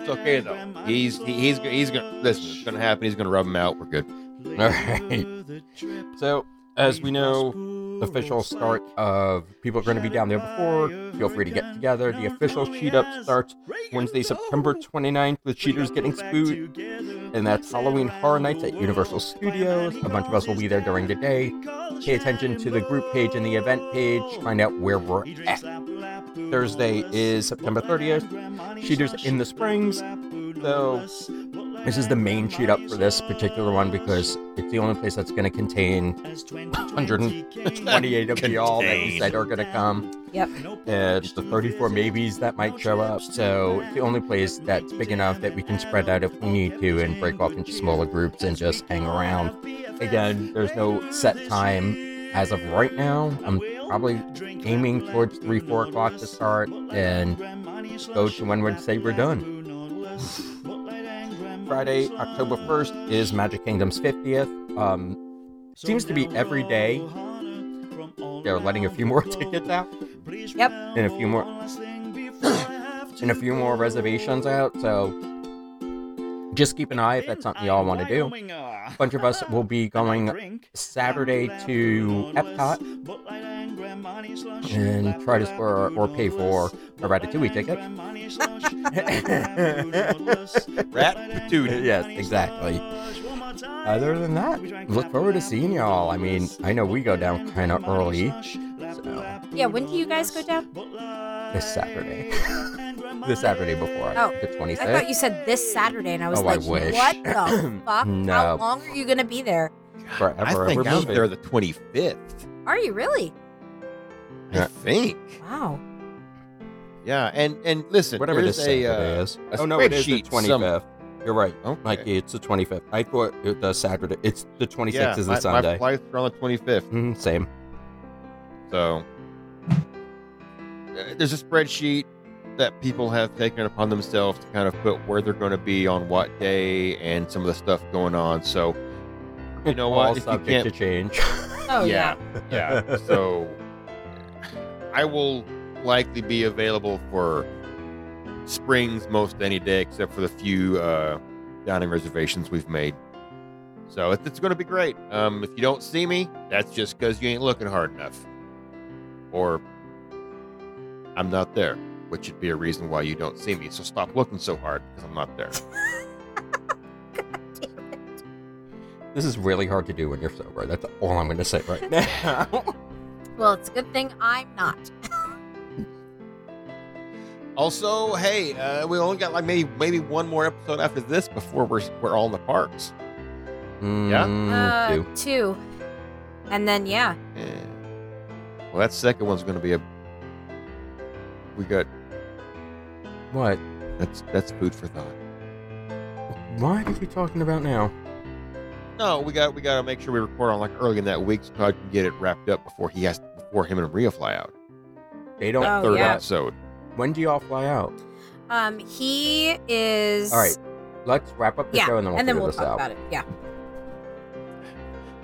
[SPEAKER 3] It's okay though. He's he, he's go- he's gonna listen. It's gonna happen. He's gonna rub him out. We're good.
[SPEAKER 4] *laughs* All right. So, as we know, the official start of people are going to be down there before. Feel free to get together. The official cheat up starts Wednesday, September 29th with Cheaters Getting Spooked. And that's Halloween Horror Nights at Universal Studios. A bunch of us will be there during the day. Pay attention to the group page and the event page. Find out where we're at. Thursday is September 30th. Cheaters in the Springs. So, this is the main cheat up for this particular one because it's the only place that's going to contain 128 of y'all that you said are going to come.
[SPEAKER 5] Yep.
[SPEAKER 4] And the 34 maybes that might show up. So it's the only place that's big enough that we can spread out if we need to and break off into smaller groups and just hang around. Again, there's no set time as of right now. I'm probably aiming towards 3, 4 o'clock to start and go to when we'd say we're done. Friday, October 1st is Magic Kingdom's 50th. Um, seems to be every day. They're letting a few *laughs* more tickets out
[SPEAKER 5] Yep.
[SPEAKER 4] and a few more and a few more reservations out. So just keep an eye if that's something y'all want to do. *laughs* A bunch of us will be going Saturday to Epcot and try to score or pay for a Ratatouille ticket. *laughs*
[SPEAKER 3] Rat
[SPEAKER 4] *laughs*
[SPEAKER 3] patoot.
[SPEAKER 4] yes, exactly. Other than that, look forward to seeing y'all. I mean, I know we go down kind of early, so
[SPEAKER 5] Yeah. When do you guys go down?
[SPEAKER 4] this Saturday, *laughs* the Saturday before
[SPEAKER 5] Oh,
[SPEAKER 4] the
[SPEAKER 5] I
[SPEAKER 4] 26th.
[SPEAKER 5] thought you said this Saturday, and I was
[SPEAKER 4] Oh, I
[SPEAKER 5] like,
[SPEAKER 4] wish.
[SPEAKER 5] "What
[SPEAKER 4] *laughs*
[SPEAKER 5] the fuck? How
[SPEAKER 4] No.
[SPEAKER 5] long are you gonna be there?
[SPEAKER 4] forever.
[SPEAKER 3] I think
[SPEAKER 4] We're
[SPEAKER 3] I'm
[SPEAKER 4] moving.
[SPEAKER 3] there the 25th.
[SPEAKER 5] Are you really?
[SPEAKER 3] I think.
[SPEAKER 5] Wow.
[SPEAKER 3] Yeah, and and listen,
[SPEAKER 4] Whatever
[SPEAKER 3] there's
[SPEAKER 4] this
[SPEAKER 3] a,
[SPEAKER 4] Saturday
[SPEAKER 3] uh,
[SPEAKER 4] is.
[SPEAKER 3] a
[SPEAKER 4] oh no, it is the
[SPEAKER 3] spreadsheet
[SPEAKER 4] 25th.
[SPEAKER 3] some-
[SPEAKER 4] You're right,
[SPEAKER 3] Okay.
[SPEAKER 4] Mikey. It's the 25th. I thought it was Saturday. It's the 26th
[SPEAKER 3] yeah,
[SPEAKER 4] is
[SPEAKER 3] my,
[SPEAKER 4] the
[SPEAKER 3] my
[SPEAKER 4] Sunday.
[SPEAKER 3] flights are on the 25th.
[SPEAKER 4] Mhm, same.
[SPEAKER 3] So uh, there's a spreadsheet that people have taken it upon themselves to kind of put where they're going to be on what day and some of the stuff going on. So you know
[SPEAKER 4] All
[SPEAKER 3] what? If you
[SPEAKER 4] subject
[SPEAKER 3] can't-
[SPEAKER 4] to change.
[SPEAKER 5] Oh yeah.
[SPEAKER 3] yeah. yeah. So I will likely be available for Springs most any day except for the few uh, dining reservations we've made. So it- it's going to be great. Um, if you don't see me, that's just because you ain't looking hard enough, or I'm not there, which would be a reason why you don't see me. So stop looking so hard because I'm not there.
[SPEAKER 4] This is really hard to do when you're sober. That's all I'm going to say right *laughs* now.
[SPEAKER 5] Well, it's a good thing I'm not.
[SPEAKER 3] Also, hey, uh, we only got like maybe maybe one more episode after this before we're we're all in the parks.
[SPEAKER 4] Mm,
[SPEAKER 5] uh,
[SPEAKER 4] do.
[SPEAKER 5] two. And then yeah,
[SPEAKER 3] Yeah. Well, that second one's going to be a. We got
[SPEAKER 4] What?
[SPEAKER 3] that's that's food for thought.
[SPEAKER 4] What are you talking about now?
[SPEAKER 3] No, we got we got to make sure we record on like early in that week so Todd can get it wrapped up before he has before him and Rhea fly out.
[SPEAKER 4] They don't.
[SPEAKER 5] Oh,
[SPEAKER 3] Third
[SPEAKER 5] yeah.
[SPEAKER 3] episode.
[SPEAKER 4] When do y'all fly out?
[SPEAKER 5] um, he is.
[SPEAKER 4] All right, let's wrap up the
[SPEAKER 5] Yeah,
[SPEAKER 4] show and then we'll
[SPEAKER 5] and
[SPEAKER 4] figure
[SPEAKER 5] then we'll
[SPEAKER 4] this
[SPEAKER 5] talk
[SPEAKER 4] out.
[SPEAKER 5] about it. Yeah.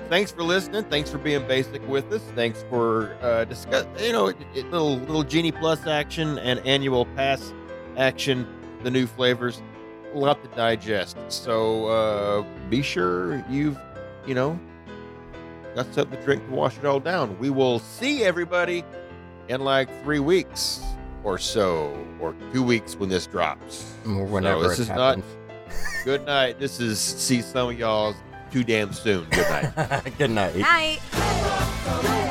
[SPEAKER 3] Thanks for listening. Thanks for being basic with us. Thanks for uh, discuss. You know, it, it- little little genie plus action and annual pass action. The new flavors, a lot to digest. So uh, be sure you've you know got something to drink to wash it all down. We will see everybody in like three weeks or so, or two weeks when this drops.
[SPEAKER 4] Or whenever
[SPEAKER 3] this
[SPEAKER 4] it
[SPEAKER 3] is not-
[SPEAKER 4] happens.
[SPEAKER 3] Good night. This is see some of y'all's too damn soon. Good night.
[SPEAKER 4] *laughs* Good night.
[SPEAKER 5] Night.
[SPEAKER 8] Don't